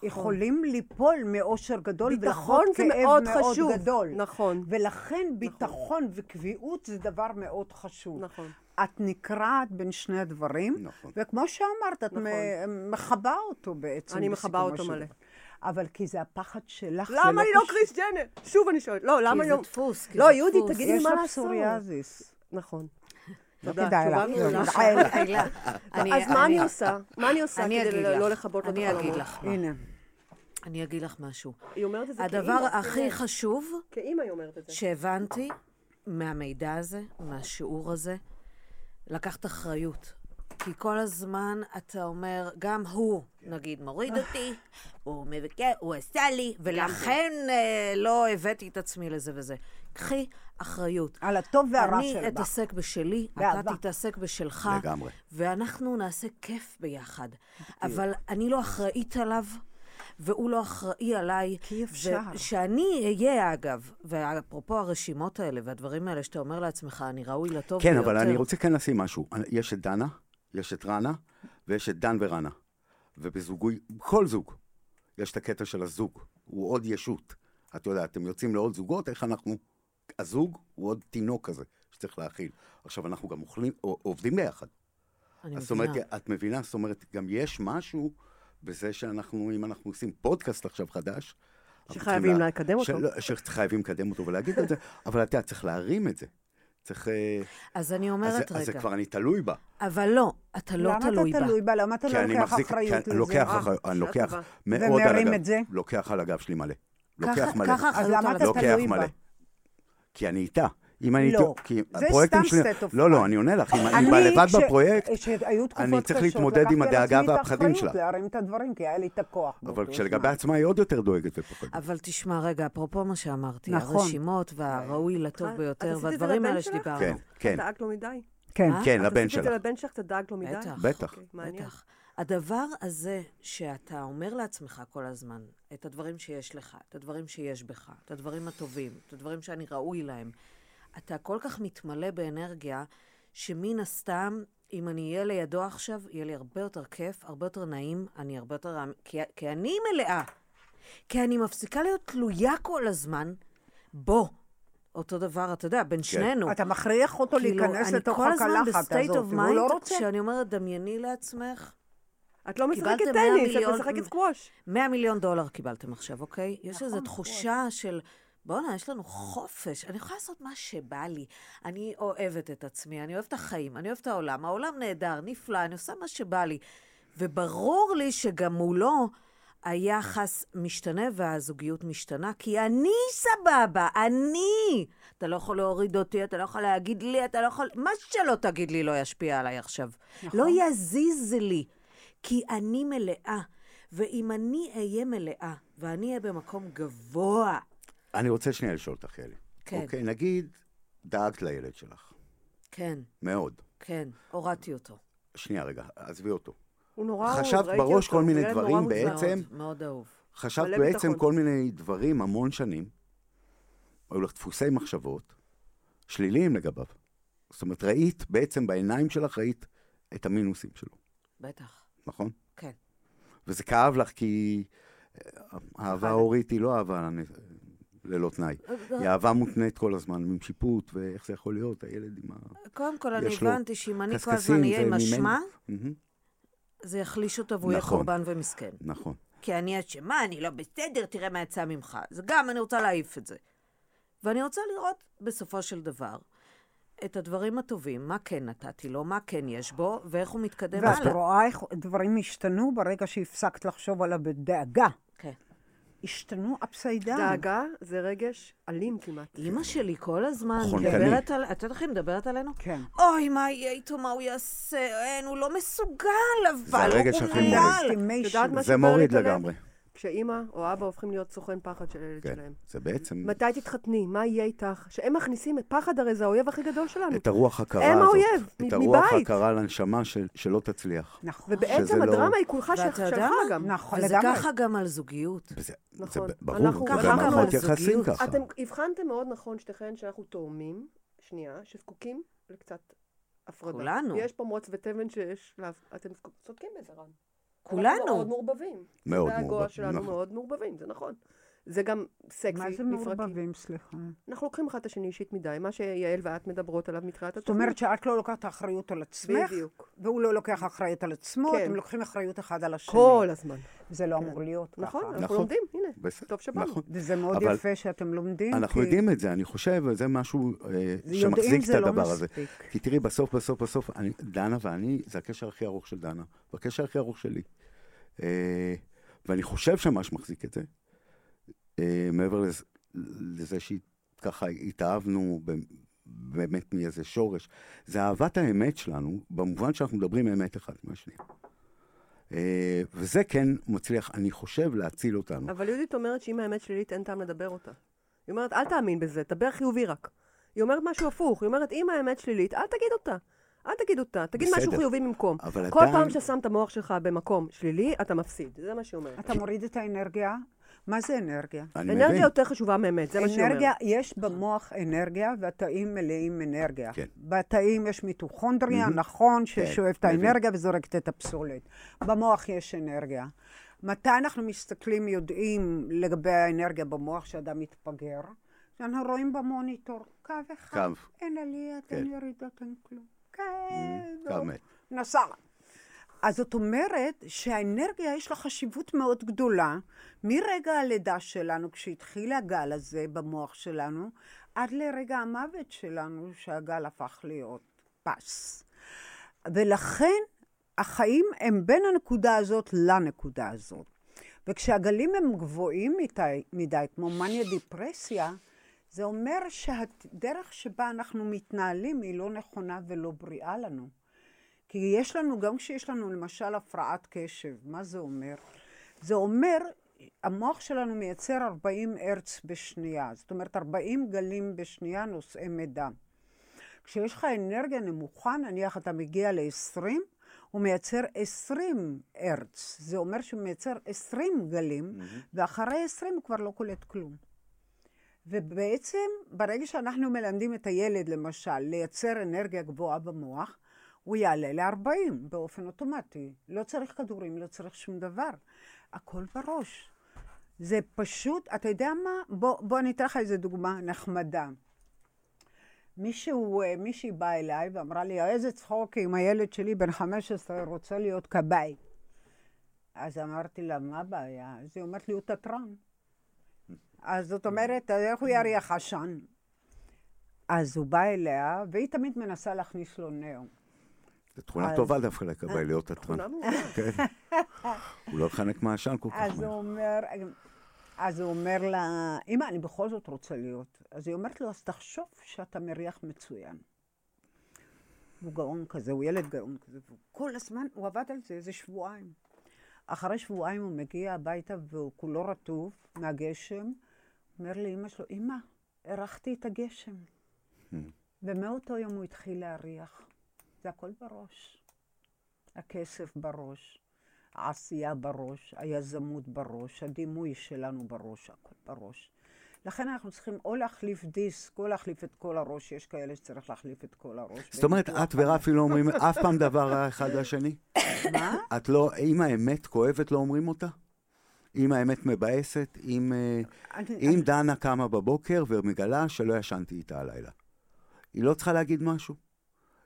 S4: שיכולים ליפול מאושר גדול,
S6: ביטחון
S4: ולחוות
S6: זה
S4: כאב
S6: מאוד
S4: מאוד
S6: חשוב.
S4: גדול.
S6: נכון.
S4: ולכן ביטחון וקביעות זה דבר מאוד חשוב.
S6: נכון.
S4: את נקרעת בין שני הדברים,
S5: נכון.
S4: וכמו שאמרת, את מ- מכבה אותו בעצם.
S6: נכון. אני מכבה
S4: בסיכומו
S6: אותו
S4: של
S6: מלא.
S4: דבר. אבל כי זה הפחד שלך. זה
S6: למה אני לא
S4: קשור.
S6: קריס ג'נר? שוב אני שואלת. לא, למה
S3: זה
S6: יום?
S3: דפוס, כי
S6: לא,
S3: זה
S6: יהודית,
S3: דפוס.
S6: תגידי
S4: יש
S6: מה
S4: לה
S6: לעשות.
S4: פסוריאזיס.
S6: נכון.
S4: לא
S6: תודה,
S4: כדאי
S6: תשובה
S4: לך. לא,
S6: מעולה.
S3: לא,
S4: די לך.
S3: חיילה.
S4: אה.
S6: אז מה אני עושה? מה אני עושה
S3: אני
S6: כדי
S3: אגיד
S6: לא-
S3: לך.
S6: לא לכבות לו את
S3: אני אגיד
S6: החלומות?
S3: לך מה.
S4: הנה.
S3: אני אגיד לך משהו.
S6: היא אומרת את זה
S4: כאילו
S6: כאימא.
S3: הדבר הכי
S6: תראה,
S3: חשוב
S6: כאימא היא אומרת את זה.
S3: שהבנתי מהמידע הזה, מהשיעור הזה, לקחת אחריות. כי כל הזמן אתה אומר, גם הוא, נגיד, מוריד
S4: אה.
S3: אותי, הוא מבקר, הוא עשה לי, ולכן אה, לא הבאתי את עצמי לזה וזה. קחי אחריות.
S4: על הטוב והרע
S3: אני
S4: שלך.
S3: אתעסק בשלי,
S4: באהבה.
S3: אתה תתעסק בשלך.
S5: לגמרי.
S3: ואנחנו נעשה כיף ביחד. אבל אני לא אחראית עליו, והוא לא אחראי עליי.
S4: כי אי אפשר.
S3: שאני אהיה, אגב, ואפרופו הרשימות האלה והדברים האלה שאתה אומר לעצמך, אני ראוי לטוב
S5: כן,
S3: ביותר.
S5: אבל אני רוצה כן לשים משהו. יש את דנה, יש את רנה, ויש את דן ורנה. ובזוגוי, כל זוג, יש את הקטע של הזוג. הוא עוד ישות. את יודעת, אתם יוצאים לעוד זוגות, איך אנחנו... הזוג הוא עוד תינוק כזה שצריך להאכיל. עכשיו, אנחנו גם אוכלים, ע- עובדים ביחד.
S3: אני
S5: אז זאת אומרת,
S3: מבינה.
S5: את מבינה? זאת אומרת, גם יש משהו בזה שאנחנו, אם אנחנו עושים פודקאסט עכשיו חדש... אנחנו
S6: שחייבים
S5: צריכים לה- לא,
S6: לקדם אותו.
S5: שלא- שחייבים לקדם אותו ולהגיד את זה, אבל אתה צריך להרים את זה. צריך... אה,
S3: אז אני
S5: אז
S3: אומרת
S5: זה- אז זה
S3: רגע,
S5: כבר אני תלוי בה.
S3: אבל לא, אתה לא תלוי
S4: למה
S3: בה.
S4: אתה תלוי בה? למה אתה
S5: כי
S4: לא
S5: אני
S4: לוקח
S5: מחזיק, כי
S4: אחריות
S5: אני
S4: על זה?
S6: אה.
S5: לוקח אחריות, אני
S6: שאלה
S5: לוקח
S6: טובה.
S5: מאוד על
S4: ומרים
S5: הגב,
S4: את זה?
S5: לוקח על הגב שלי מלא, לוקח
S3: ככה-
S5: מלא.
S3: ככה
S4: אז
S3: אחריות
S4: למה
S3: על
S4: אתה
S3: עצמך.
S5: לוקח
S4: תלוי בה?
S5: מלא. כי אני איתה. אם אני
S4: לא.
S5: איתו, כי
S4: זה
S5: הפרויקטים
S4: סתם
S5: שלי...
S4: state of
S5: לא,
S4: mind.
S5: לא, אני עונה לך, אם אני בא לבד
S4: ש-
S5: בפרויקט,
S4: שהיו תקופות
S5: אני צריך
S4: קשות,
S5: להתמודד עם
S4: לקחתי על
S5: הדאגה
S4: עצמי את
S5: והפחדים
S4: האחריות
S5: שלה.
S4: להרים את הדברים, כי היה לי את הכוח.
S5: אבל
S4: באותו
S5: כשלגבי
S4: זמן.
S5: עצמה היא עוד יותר דואגת ופוחדת.
S3: אבל תשמע, רגע, אפרופו מה שאמרתי,
S4: נכון.
S3: הרשימות והראוי לטוב
S6: את
S3: ביותר
S6: עשית אה, את זה
S3: והדברים
S6: לבן
S3: האלה
S6: שלך?
S3: שדיברנו.
S5: כן, כן,
S6: את דאגת לו מדי?
S4: כן.
S3: אה?
S5: כן,
S6: את
S5: לבן
S6: עשית את זה
S5: שלך.
S6: לבן שלך, אתה דאג לו מדי?
S3: בטח.
S5: בטח.
S6: אוקיי, מעניין.
S3: בטח. הדבר הזה שאתה אומר לעצמך כל הזמן, את הדברים שיש לך, את הדברים שיש בך, את הדברים הטובים, את הדברים שאני ראוי להם, אתה כל כך מתמלא באנרגיה, שמן הסתם, אם אני אהיה לידו עכשיו, יהיה לי הרבה יותר כיף, הרבה יותר נעים, אני הרבה יותר... רם- כי, כי אני מלאה. כי אני מפסיקה להיות תלויה כל הזמן בו. אותו דבר, אתה יודע, בין שנינו.
S4: אתה מכריח אותו להיכנס לתוך הקלחת
S3: אני כאילו, כל הזמן
S4: הזאת,
S3: בסטייט
S4: והוא לא
S3: אוף מיינד,
S4: רוצה.
S3: כשאני אומרת, דמייני לעצמך,
S6: את לא משחקת
S3: קיבלתם 100
S6: טניס, את
S3: מיליון-
S6: משחקת סקווש.
S3: 100 מיליון דולר קיבלתם עכשיו, אוקיי? יש איזו תחושה של, בואנה, יש לנו חופש, אני יכולה לעשות מה שבא לי. אני אוהבת את עצמי, אני אוהבת את החיים, אני אוהבת את העולם, העולם נהדר, נפלא, אני עושה מה שבא לי. וברור לי שגם מולו היחס משתנה והזוגיות משתנה, כי אני סבבה, אני. אתה לא יכול להוריד אותי, אתה לא יכול להגיד לי, אתה לא יכול... מה שלא תגיד לי לא ישפיע עליי עכשיו. נכון. לא יזיז לי, כי אני מלאה. ואם אני אהיה מלאה, ואני אהיה במקום גבוה,
S5: אני רוצה שנייה לשאול אותך, יאלי.
S3: כן.
S5: אוקיי, נגיד, דאגת לילד שלך,
S3: כן,
S5: מאוד.
S3: כן, הורדתי אותו.
S5: שנייה רגע, עזבי אותו.
S6: הוא נורא אהוב,
S5: חשבת
S6: ראיתי
S5: בראש
S6: אותו,
S5: כל מיני
S6: הוא ילד נורא
S5: דברים
S6: מוזר.
S5: בעצם.
S3: מאוד, מאוד אהוב.
S5: חשבת
S6: מלא
S5: בעצם
S6: ביטחון.
S5: כל מיני דברים המון שנים, היו לך דפוסי מחשבות שליליים לגביו. זאת אומרת, ראית, בעצם בעיניים שלך ראית את המינוסים שלו,
S3: בטח,
S5: נכון?
S3: כן.
S5: וזה כאב לך כי אה, אהבה הורית היא לא אהבה נ- ללא תנאי. היא אהבה מותנית כל הזמן, עם שיפוט, ואיך זה יכול להיות, הילד עם ה...
S3: קודם כל, אני
S5: יש לו
S3: הבנתי שאם אני כל
S5: קשקשים,
S3: הזמן אהיה
S5: זה
S3: עם
S5: ממני.
S3: אשמה,
S5: מהמם,
S3: זה יחליש אותו והוא יהיה
S5: נכון.
S3: קורבן ומסכן.
S5: נכון.
S3: כי אני אשמה, אני לא בסדר, תראה מה יצא ממך. זה גם, אני רוצה להעיף את זה. ואני רוצה לראות בסופו של דבר את הדברים הטובים, מה כן נתתי לו, מה כן יש בו, ואיך הוא מתקדם
S4: ואת
S3: הלאה.
S4: רואה איך דברים השתנו ברגע שהפסקת לחשוב עליו בדאגה.
S3: כן.
S4: השתנו upside down.
S6: דאגה זה רגש אלים כמעט.
S3: אימא שלי כל הזמן
S5: חונקני.
S3: מדברת על... את יודעת איך היא מדברת עלינו?
S4: כן.
S3: אוי, מה יהיה איתו, מה הוא יעשה? אין, הוא לא מסוגל, אבל
S5: הרגש
S3: הוא
S5: הכי מוריד.
S3: אומלל.
S6: את
S4: Estimation.
S6: יודעת מה
S5: זה
S6: שובר לי
S5: מוריד
S6: את הלב?
S5: לגמרי.
S6: כשאימא או אבא הופכים להיות סוכן פחד של הילד
S5: כן,
S6: שלהם.
S5: זה בעצם
S6: מתי תתחתני? מה יהיה איתך? שהם מכניסים את פחד, הרי זה האויב הכי גדול שלנו.
S5: את הרוח הקרה הזאת.
S6: הם האויב, מ-
S5: את הרוח
S6: מבית.
S5: הקרה לנשמה של- שלא תצליח.
S4: נכון.
S5: שזה
S6: ובעצם
S5: לא-
S6: הדרמה היא כולך
S3: ואתה
S6: שלך
S3: יודע
S6: שלך
S3: מה?
S6: גם.
S4: נכון,
S3: וזה
S4: לגמרי.
S3: ככה גם על זוגיות.
S5: וזה- זה
S6: נכון.
S5: ב- ברור,
S6: אנחנו-
S5: זה
S3: אנחנו-
S5: במערכות יחסים
S3: הזוגיות.
S5: ככה.
S6: אתם הבחנתם מאוד נכון שתיכן שאנחנו תאומים, שנייה, שזקוקים לקצת הפרדה.
S3: כולנו.
S6: יש פה מוץ ותבן שיש, לה- אתם זקוק- צודקים בזה, רן. אנחנו מאוד
S3: כולנו.
S6: מעורבבים.
S5: מאוד
S6: זה הגואה
S5: מעורבב,
S6: שלנו
S5: נכון.
S6: מאוד מעורבבים, זה נכון. זה גם סקסי,
S4: מה זה
S6: מפרקים.
S4: מעורבבים, סליחה?
S6: אנחנו לוקחים אחד את השני אישית מדי, מה שיעל ואת מדברות עליו מתחילת
S4: זאת אומרת שאת לא לוקחת אחריות על עצמך,
S6: בדיוק.
S4: והוא לא לוקח אחריות על עצמו,
S6: כן.
S4: אתם לוקחים אחריות אחד על השני.
S6: כל הזמן.
S4: זה לא אמור להיות ככה.
S6: נכון, אנחנו
S5: נכון.
S6: לומדים, הנה.
S5: בסדר,
S6: טוב שבאנו.
S5: נכון.
S4: וזה מאוד
S5: אבל-
S4: יפה שאתם לומדים,
S5: אנחנו
S4: כי-
S5: יודעים את זה, אני חושב, וזה משהו אה,
S4: יודעים
S5: שמחזיק את
S4: זה לא
S5: הדבר הזה.
S4: מספיק.
S5: כי תראי, בסוף, בסוף, בסוף, אני, דנה ואני, זה הקשר הכי ארוך של דנה, והקשר הכי ארוך שלי. אה, ואני חושב שמה שמחזיק את זה, אה, מעבר לזה, לזה שככה התאהבנו ב- באמת מאיזה שורש, זה אהבת האמת שלנו, במובן שאנחנו מדברים אמת אחד מהשני. אה, וזה כן מצליח, אני חושב, להציל אותנו.
S6: אבל יהודית אומרת שאם האמת שלילית אין טעם לדבר אותה. היא אומרת, אל תאמין בזה, דבר חיובי רק. היא אומרת משהו הפוך, היא אומרת, אם האמת שלילית, אל תגיד אותה. אל תגיד אותה, תגיד משהו
S5: בסדר,
S6: חיובי במקום.
S5: אבל
S6: כל
S5: עדיין-
S6: פעם ששם את המוח שלך במקום שלילי, אתה מפסיד, זה מה שהיא אומרת.
S4: אתה מוריד את האנרגיה. מה זה אנרגיה?
S5: אני מבין.
S6: אנרגיה יותר חשובה מאמת, זה מה שהיא
S4: אנרגיה,
S6: אומרת.
S4: יש במוח אנרגיה, והתאים מלאים אנרגיה.
S5: כן.
S4: בתאים יש מיטוכונדריה, נכון, ששואב את
S5: מבין.
S4: האנרגיה וזורקת את הפסולת. במוח יש אנרגיה. מתי אנחנו מסתכלים, יודעים לגבי האנרגיה במוח שאדם מתפגר? אנחנו רואים במוניטור קו אחד.
S5: קו.
S4: אין עלייה,
S5: כן.
S4: אין ירידות, אין כלום. כן.
S5: קו
S4: נו,
S5: מת.
S4: נסע. אז זאת אומרת שהאנרגיה יש לה חשיבות מאוד גדולה מרגע הלידה שלנו, כשהתחיל הגל הזה במוח שלנו, עד לרגע המוות שלנו, שהגל הפך להיות פס. ולכן החיים הם בין הנקודה הזאת לנקודה הזאת. וכשהגלים הם גבוהים מדי, מדי כמו מניה דיפרסיה, זה אומר שהדרך שבה אנחנו מתנהלים היא לא נכונה ולא בריאה לנו. כי יש לנו, גם כשיש לנו למשל הפרעת קשב, מה זה אומר? זה אומר, המוח שלנו מייצר 40 הרץ בשנייה, זאת אומרת 40 גלים בשנייה נושאי מידע. כשיש לך אנרגיה נמוכה, נניח אתה מגיע ל-20, הוא מייצר 20 הרץ. זה אומר שהוא מייצר 20 גלים, mm-hmm. ואחרי 20 הוא כבר לא קולט כלום. ובעצם, ברגע שאנחנו מלמדים את הילד, למשל, לייצר אנרגיה גבוהה במוח, הוא יעלה ל-40 באופן אוטומטי. לא צריך כדורים, לא צריך שום דבר. הכל בראש. זה פשוט, אתה יודע מה? בוא, בוא אני אתן לך איזה דוגמה נחמדה. מישהו, אה, מישהי באה אליי ואמרה לי, איזה צחוק אם הילד שלי בן 15 רוצה להיות כבאי. אז אמרתי לה, מה הבעיה? אז היא אומרת לי, הוא תתרן. אז זאת אומרת, איך הוא יריח עשן? אז הוא בא אליה, והיא תמיד מנסה להכניס לו נאום.
S5: זו תכונה טובה דווקא לקבל להיות תתרן.
S6: נכון.
S5: הוא לא יחנק מהעשן כל כך
S4: מהר. אז הוא אומר לה, אמא, אני בכל זאת רוצה להיות. אז היא אומרת לו, אז תחשוב שאתה מריח מצוין. הוא גאון כזה, הוא ילד גאון כזה, וכל הזמן, הוא עבד על זה איזה שבועיים. אחרי שבועיים הוא מגיע הביתה והוא כולו רטוב מהגשם, אומר לאימא שלו, אמא, הרחתי את הגשם. ומאותו יום הוא התחיל להריח. זה הכל בראש. הכסף בראש. העשייה בראש, היזמות בראש, הדימוי שלנו בראש, הכל בראש. לכן אנחנו צריכים או להחליף דיסק, או להחליף את כל הראש, יש כאלה שצריך להחליף את כל הראש.
S5: זאת אוממת, את ורפי לא אומרים אף פעם דבר רע אחד לשני?
S4: מה?
S5: את לא, אם האמת כואבת, לא אומרים אותה? אם האמת מבאסת? אם, אה,
S4: אני-
S5: אם דנה קמה בבוקר ומגלה שלא ישנתי איתה הלילה? היא לא צריכה להגיד משהו?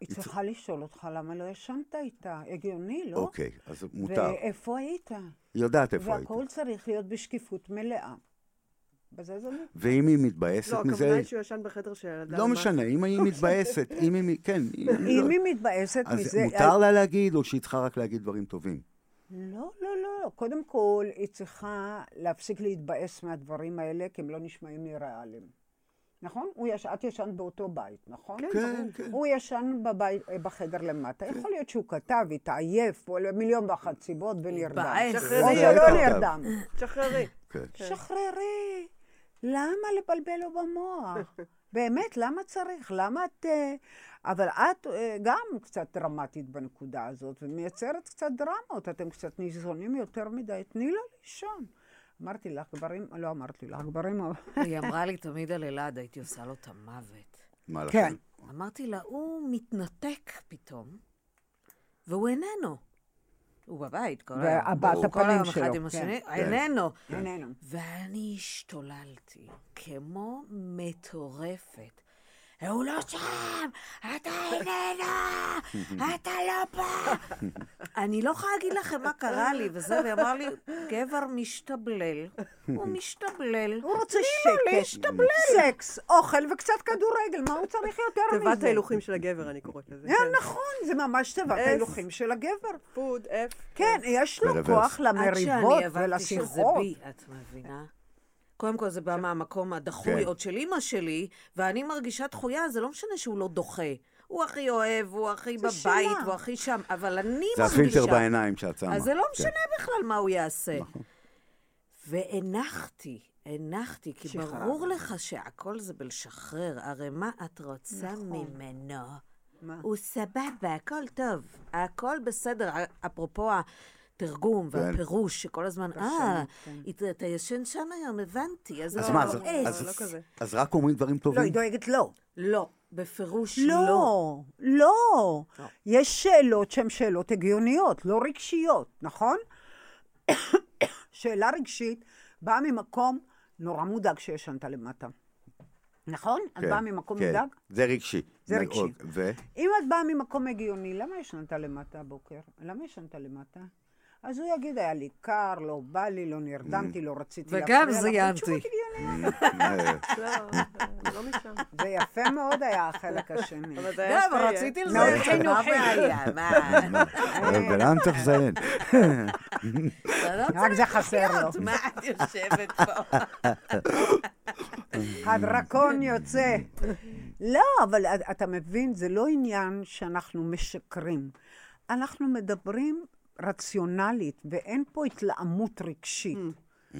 S4: היא צריכה לשאול אותך למה לא ישנת איתה, הגיוני, לא?
S5: אוקיי, אז מותר.
S4: ואיפה היית?
S5: היא יודעת איפה הייתי.
S4: והכל צריך להיות בשקיפות מלאה. בזה זה מ-
S5: ואם היא
S6: לא,
S5: מתבאסת
S6: הכוונה
S5: מזה...
S6: היא שהוא ישן בחדר של הילדה.
S5: לא
S6: מה-
S5: משנה, אם היא מתבאסת, אם היא... כן, היא...
S4: אם היא מתבאסת
S5: אז
S4: מזה...
S5: מותר לה להגיד, או שהיא צריכה רק להגיד דברים טובים?
S4: לא, לא, לא, לא. קודם כל, היא צריכה להפסיק להתבאס מהדברים האלה, כי הם לא נשמעים לי ריאליים. נכון? הוא יש... את ישנת באותו בית, נכון?
S5: כן, כן.
S4: הוא ישן בבית, אה, בחדר למטה. יכול להיות שהוא כתב, התעייף, או מיליון ואחת סיבות ונרדם.
S3: התבאס.
S4: או
S6: שחררי,
S4: שלא
S5: כתב.
S4: נרדם.
S6: שחררי.
S5: כן.
S4: שחררי. למה לבלבל לו במוח? באמת, למה צריך? למה את... אה, אבל את אה, גם קצת דרמטית בנקודה הזאת, ומייצרת קצת דרמות. אתם קצת ניזונים יותר מדי, תני לו לישון. אמרתי לך גברים, לא אמרתי לך גברים, אבל...
S3: היא אמרה לי תמיד על אלעד, הייתי עושה לו את המוות.
S5: מה לכם?
S4: כן.
S3: אמרתי לה, הוא מתנתק פתאום, והוא איננו. הוא בבית, כל היום.
S4: והבת
S3: ברור.
S4: הפנים
S3: כל היום
S4: שלו,
S3: אחד עם
S4: כן.
S3: השני, איננו.
S4: איננו.
S3: ואני השתוללתי כמו מטורפת. הוא לא שם! אתה איננו! אתה לא פה! אני לא יכולה להגיד לכם מה קרה לי וזה, והיא אמרה לי, גבר משתבלל. הוא משתבלל.
S4: הוא רוצה
S3: לי
S4: שקט, סקס, אוכל וקצת כדורגל, מה הוא צריך יותר
S6: תיבת
S4: מזה?
S6: ההילוכים של הגבר, אני קוראת לזה.
S4: אה,
S3: כן.
S4: נכון, זה ממש תיבת
S6: אס.
S4: ההילוכים של הגבר.
S6: פוד, אפ.
S4: כן, יש לו
S5: ברוורס.
S4: כוח
S3: עד שאני
S4: למריבות
S3: הבנתי שזה
S4: ולשיחות.
S3: בי, את מבינה? קודם כל, זה בא מהמקום הדחוי
S5: כן.
S3: עוד של אימא שלי, ואני מרגישה דחויה, זה לא משנה שהוא לא דוחה. הוא הכי אוהב, הוא הכי
S4: זה
S3: בבית,
S4: שלה.
S3: הוא הכי שם, אבל אני
S5: זה
S3: מרגישה...
S5: הפילטר בעיניים שאת שמה.
S3: אז זה לא
S5: כן.
S3: משנה בכלל מה הוא יעשה. והנחתי, הנחתי, כי
S4: שחררת.
S3: ברור לך שהכל זה בלשחרר, הרי מה את רוצה ממנו?
S4: מה?
S3: הוא סבבה, הכל טוב, הכל בסדר. אפרופו התרגום
S5: כן.
S3: והפירוש, שכל הזמן, אה, הת- אתה ישן שם היום, הבנתי. אז
S5: אז
S3: הוא
S5: מה,
S3: לא
S5: אז-
S3: עז.
S5: אז-
S6: לא כזה.
S5: אז רק אומרים דברים
S4: לא,
S5: טובים?
S4: היא דואגת לו.
S3: לא, בפירוש לא.
S4: לא, לא. יש שאלות שהן שאלות הגיוניות, לא רגשיות, נכון? שאלה רגשית באה ממקום נורא מודאג שישנת למטה. נכון? את
S5: כן,
S4: באה ממקום
S5: כן.
S4: מודאג?
S5: זה רגשי.
S4: זה
S5: מאוד.
S4: רגשי.
S5: ו?
S4: אם את באה ממקום הגיוני, למה ישנת למטה הבוקר? למה ישנת למטה? אז הוא יגיד, היה לי קר, לא בא לי, לא
S5: Mm.
S4: נרדמתי, לא רציתי
S3: וגם
S4: להפריע לך.
S3: זיינתי.
S4: תשובות הגיוניות.
S5: אה,
S6: לא, לא משם.
S4: זה יפה מאוד היה החלק השני.
S3: גם רציתי לזה,
S4: מאוד
S3: מה
S4: חינוכי.
S3: הבעיה? מה?
S5: ולאן צריך לזיין?
S3: אתה לא
S4: רק זה חסר לו.
S3: יודעת מה את יושבת פה?
S4: הדרקון יוצא. לא, אבל את- אתה מבין, זה לא עניין שאנחנו משקרים. אנחנו מדברים רציונלית, ואין פה התלהמות רגשית. Mm.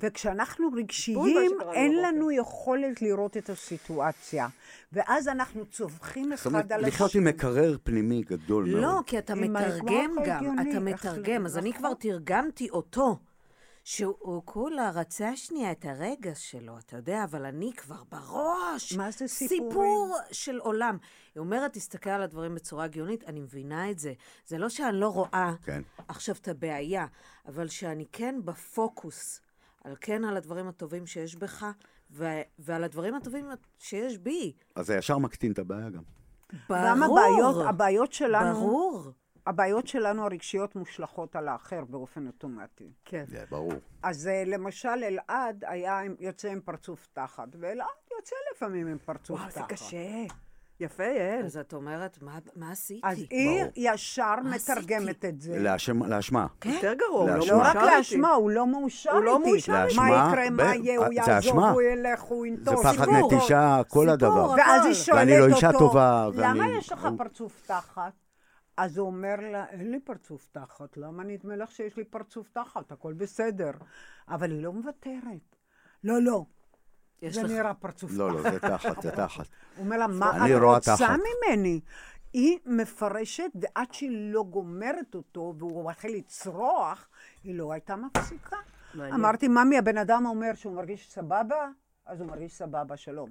S4: וכשאנחנו רגשיים,
S6: שקרה לי
S4: אין
S6: בבוקר.
S4: לנו יכולת לראות את הסיטואציה. ואז אנחנו צווחים
S5: זאת אומרת,
S4: אחד על
S5: לחיות עם מקרר פנימי גדול מאוד.
S3: לא, כי אתה
S4: עם ה-
S3: מתרגם
S4: המוח
S3: גם,
S4: ההגיוני,
S3: אתה
S4: איך
S3: מתרגם, אז אני
S4: נכון.
S3: כבר תרגמתי אותו, שהוא כולה רצה שנייה את הרגע שלו, אתה יודע, אבל אני כבר בראש.
S4: מה זה סיפורים?
S3: סיפור של עולם. היא אומרת, תסתכל על הדברים בצורה הגיונית, אני מבינה את זה. זה לא שאני לא רואה
S5: כן.
S3: עכשיו את הבעיה, אבל שאני כן בפוקוס, על כן על הדברים הטובים שיש בך, ו- ועל הדברים הטובים שיש בי.
S5: אז זה ישר מקטין את הבעיה גם.
S3: ברור.
S4: גם הבעיות, הבעיות שלנו,
S3: ברור.
S4: הבעיות שלנו הרגשיות מושלכות על האחר באופן אוטומטי.
S6: כן.
S5: זה ברור.
S4: אז אה, למשל אלעד היה עם- יוצא עם פרצוף תחת, ואלעד יוצא לפעמים עם פרצוף
S6: וואו,
S4: תחת.
S6: אה, זה קשה. יפה, יעל.
S3: אז את אומרת, מה, מה עשיתי?
S4: אז היא
S5: ברור.
S4: ישר
S6: אה,
S3: מה
S4: מתרגמת
S3: עשיתי?
S4: את זה.
S5: להאשם- להאשמה.
S3: כן.
S6: יותר גרוע, הוא לא
S5: כן. להשמע.
S4: לא רק
S6: מאושר איתי.
S4: להשמע, הוא לא מאושר
S6: הוא לא
S4: איתי.
S6: מאושר
S5: איתי.
S4: מה
S5: להשמע,
S4: יקרה,
S5: ב- אה,
S4: מה יהיה, הוא
S5: זה
S4: יעזוב,
S5: אשמה.
S4: הוא ילך, הוא
S5: זה
S4: ינטוש.
S5: פחד
S3: סיפור.
S5: נטישה, כל
S3: סיפור,
S5: הדבר.
S3: אבל-
S4: ואז
S3: אבל-
S4: היא שואלת אותו,
S5: ואני לא אישה טובה,
S4: למה
S5: ואני-
S4: יש לך פרצוף תחת? אז הוא אומר לה, אין לי פרצוף תחת, למה נדמה לך שיש לי פרצוף תחת? הכל בסדר. אבל היא לא מוותרת. לא, לא,
S3: יש
S4: זה
S3: לך...
S4: נראה פרצוף
S5: לא,
S4: תחת.
S5: לא, זה תחת, זה תחת.
S4: הוא אומר לה, מה
S5: אני
S4: את
S5: רואה
S4: רוצה
S5: תחת."
S4: ממני? היא מפרשת, ועד שהיא לא גומרת אותו, והוא מתחיל לצרוח, היא לא הייתה מפסיקה.
S6: מעניין.
S4: אמרתי, ממי, הבן אדם אומר שהוא מרגיש סבבה, אז הוא מרגיש סבבה, שלום.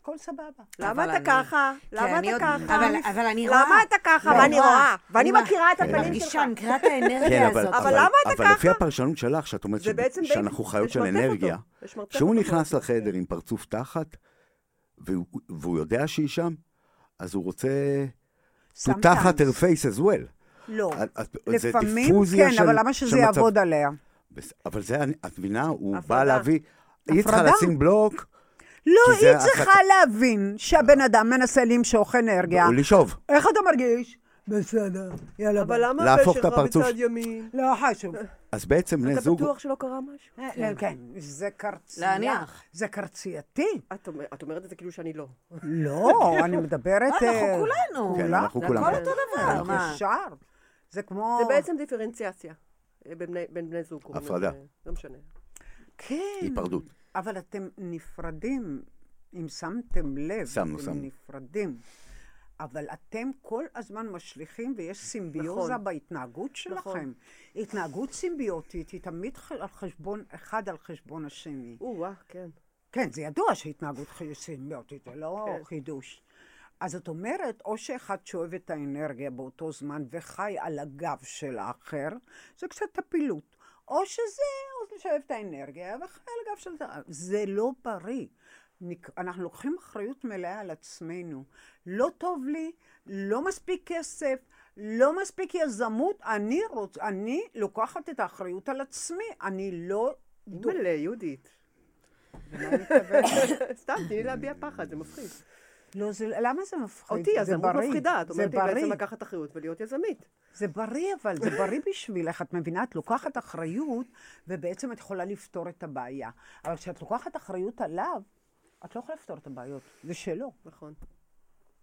S4: הכל סבבה.
S6: למה
S3: אבל
S6: אתה
S3: אני-
S6: ככה?
S3: כן,
S6: למה
S3: אני
S6: אתה
S3: עוד-
S6: ככה?
S3: אבל- אבל אני רואה.
S6: למה אתה ככה?
S3: לא,
S6: ואני
S3: רואה.
S6: רואה. ואני
S3: אני
S6: מכירה את
S3: רואה.
S6: הפנים
S3: אני
S6: שלך.
S3: מרגישה, אני מכירה את האנרגיה
S5: כן,
S3: הזאת.
S6: אבל למה אתה
S5: אבל לפי
S6: ככה?
S5: הפרשנות שלך, שאת אומרת
S6: זה
S5: ש-
S6: בעצם בעצם-
S5: שאנחנו חיות של
S6: לשמרטט
S5: אנרגיה,
S6: אותו, לשמרטט
S5: כשהוא
S6: אותו.
S5: נכנס לחדר עם פרצוף תחת, והוא- והוא יודע שהיא שם, אז הוא רוצה... To
S4: Sometimes.
S5: תחת her face as well.
S4: לא.
S5: את- את- זה
S4: לפעמים
S5: דיפוזיה
S4: כן,
S5: של-
S4: אבל למה שזה
S5: של מצב-
S4: יעבוד עליה?
S5: בס- אבל זה, אני- את מבינה, הוא
S6: הפרדה.
S5: בא להביא... היא צריכה
S4: הפרדה.
S5: לשים בלוק
S4: לא,
S5: זה
S4: היא צריכה
S5: אחת-
S4: להבין שהבן אדם מנסה למשוך אנרגיה.
S5: ולשאוב.
S4: איך אתה מרגיש? בסדר, יאללה
S6: אבל
S4: ביי.
S6: למה
S5: להפוך
S6: הבן
S5: את
S6: שלך
S5: הפרצוף.
S6: מצד ימין?
S4: לא חשוב.
S5: אז בעצם בני
S6: אתה
S5: זוג...
S6: בטוח שלא קרה משהו?
S4: כן, כן, זה קרצייה.
S3: להניח.
S4: זה קרצייתי.
S6: את אומר- את אומרת את זה כאילו שאני לא.
S4: לא, אני מדברת...
S3: אנחנו
S4: אה,
S3: כולנו. כן,
S5: כן,
S4: כולה?
S5: אנחנו
S3: זה
S5: כולם.
S3: הכל אותו דבר,
S4: אנחנו
S3: מה?
S4: ישר. זה כמו...
S6: זה בעצם דיפרנציאציה אה, בין בני- בין בני זוג. קוראים
S5: הפרדה.
S6: לזה, לא משנה.
S4: כן.
S5: היפרדות.
S4: אבל אתם נפרדים, אם שמתם לב.
S5: שמנו,
S4: אתם
S5: שמנו.
S4: נפרדים. אבל אתם כל הזמן משליכים, ויש סימביוזה
S6: נכון.
S4: בהתנהגות שלכם.
S6: נכון.
S4: התנהגות סימביוטית היא תמיד ח- על חשבון, אחד על חשבון השני.
S6: או-אה, כן.
S4: כן, זה ידוע שהתנהגות חי- סימביוטית, זה לא
S6: כן.
S4: חידוש. אז זאת אומרת, או שאחד שואב את האנרגיה באותו זמן וחי על הגב של האחר, זה קצת טפילות. או שזה, או שואב את האנרגיה וחי על הגב של זה. זה לא בריא. נק- אנחנו לוקחים אחריות מלאה על עצמנו. לא טוב לי, לא מספיק כסף, לא מספיק יזמות, אני, רוצ... אני לוקחת את האחריות על עצמי, אני לא... דו-
S6: אימא'לה, יהודית.
S4: למה אני מתכוונת?
S6: סתם, תני לי להביע פחד, זה מפחיד.
S4: לא, זה, למה זה מפחיד?
S6: אותי, אז
S4: זה
S6: אמרות
S4: בריא.
S6: מפחידה. את
S4: זה
S6: אומרת לי
S4: בריא,
S6: בעצם לקחת אחריות ולהיות יזמית.
S4: זה בריא, אבל זה בריא בשבילך. את מבינה, את לוקחת אחריות, ובעצם את יכולה לפתור את הבעיה. אבל כשאת לוקחת אחריות עליו, את לא יכולה לפתור את הבעיות, זה שלו.
S6: נכון.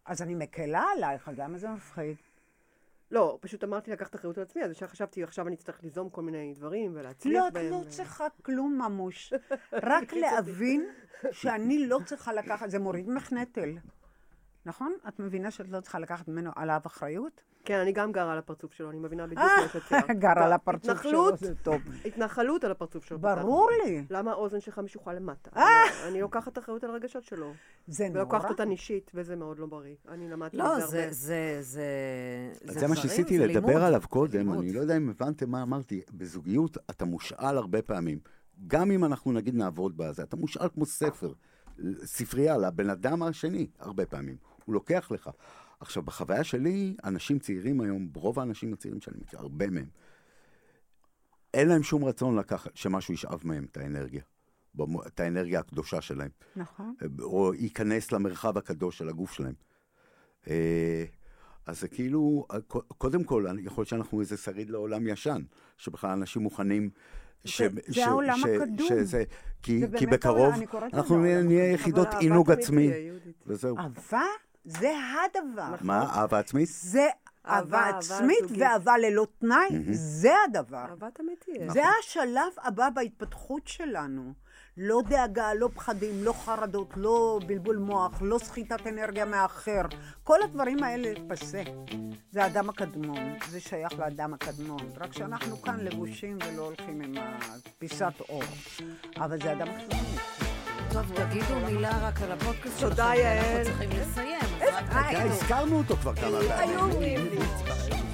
S4: אז אני מקלה עלייך, אז למה זה מפחיד?
S6: לא, פשוט אמרתי לקחת אחריות על עצמי, אז ישר חשבתי, עכשיו אני אצטרך ליזום כל מיני דברים ולהצליח
S4: לא, את
S6: בהם.
S4: לא צריכה כלום ממוש. רק להבין שאני לא צריכה לקחת, זה מוריד ממך נטל. נכון? את מבינה שאת לא צריכה לקחת ממנו עליו אחריות?
S6: כן, אני גם גרה על הפרצוף שלו, אני מבינה בדיוק מה שאת
S4: אה,
S6: תיארת.
S4: גרה על הפרצוף שלו,
S6: התנחלות-
S4: זה טוב.
S6: התנחלות על הפרצוף שלו.
S4: ברור לי.
S6: למה האוזן שלך משוכה למטה? אני- אני לוקחת אחריות על הרגשות שלו.
S4: זה נורא.
S6: ולוקחת אותן אישית, וזה מאוד לא בריא. אני למדתי
S3: לא,
S6: את זה
S3: זה,
S6: הרבה.
S3: זה, זה,
S5: אז זה מה
S3: דברים,
S5: שניסיתי
S3: זה לימוד.
S5: לדבר עליו קודם,
S3: לימוד.
S5: אני לא יודע אם הבנתם מה אמרתי. בזוגיות אתה מושאל הרבה פעמים. גם אם אנחנו נגיד נעבוד בזה, אתה מושאל כמו ספר. ספרייה לבן אדם השני, הרבה פעמים. הוא לוקח לך. עכשיו, בחוויה שלי, אנשים צעירים היום, רוב האנשים הצעירים שאני מכיר, הרבה מהם, אין להם שום רצון לקחת, שמשהו ישאב מהם את האנרגיה. במו- את האנרגיה הקדושה שלהם.
S4: נכון.
S5: או ייכנס למרחב הקדוש של הגוף שלהם. אה, אז זה כאילו, ק- קודם כל, אני- יכול להיות שאנחנו איזה שריד לעולם ישן, שבכלל אנשים מוכנים...
S4: זה- זה העולם הקדום.
S5: שזה, כי,
S4: זה באמת
S5: כי בקרוב
S4: העולם- אני קוראת לזה
S5: אנחנו
S4: העולם
S5: נהיה, נהיה
S4: הקדום,
S5: יחידות
S6: אבל אהבה
S5: עינוג
S6: תמיד
S5: עצמי,
S6: תהיה, יהודית.
S5: וזהו.
S4: אהבה זה הדבר.
S5: מה, אהבה עצמית?
S4: זה
S6: נכון. אהבה,
S4: אהבה
S6: אהבה
S4: עצמית
S6: זוגית.
S4: ואהבה ללא תנאי, זה הדבר.
S6: אהבה תמיד תהיה. נכון.
S4: זה השלב הבא בהתפתחות שלנו. לא דאגה, לא פחדים, לא חרדות, לא בלבול מוח, לא סחיטת אנרגיה מהאחר. כל הדברים האלה פסה. זה האדם הקדמון, זה שייך לאדם הקדמון. רק שאנחנו כאן לבושים ולא הולכים עם פיסת אור. אבל זה אדם הקדמון.
S3: טוב, תגידו מילה רק על הפודקאסט שלכם.
S6: תודה,
S3: כי
S6: יעל.
S3: אנחנו צריכים לסיים. אה, אז רק
S5: די,
S3: תגידו.
S5: הזכרנו אותו כבר כמה פעמים.
S3: היו אומרים לי.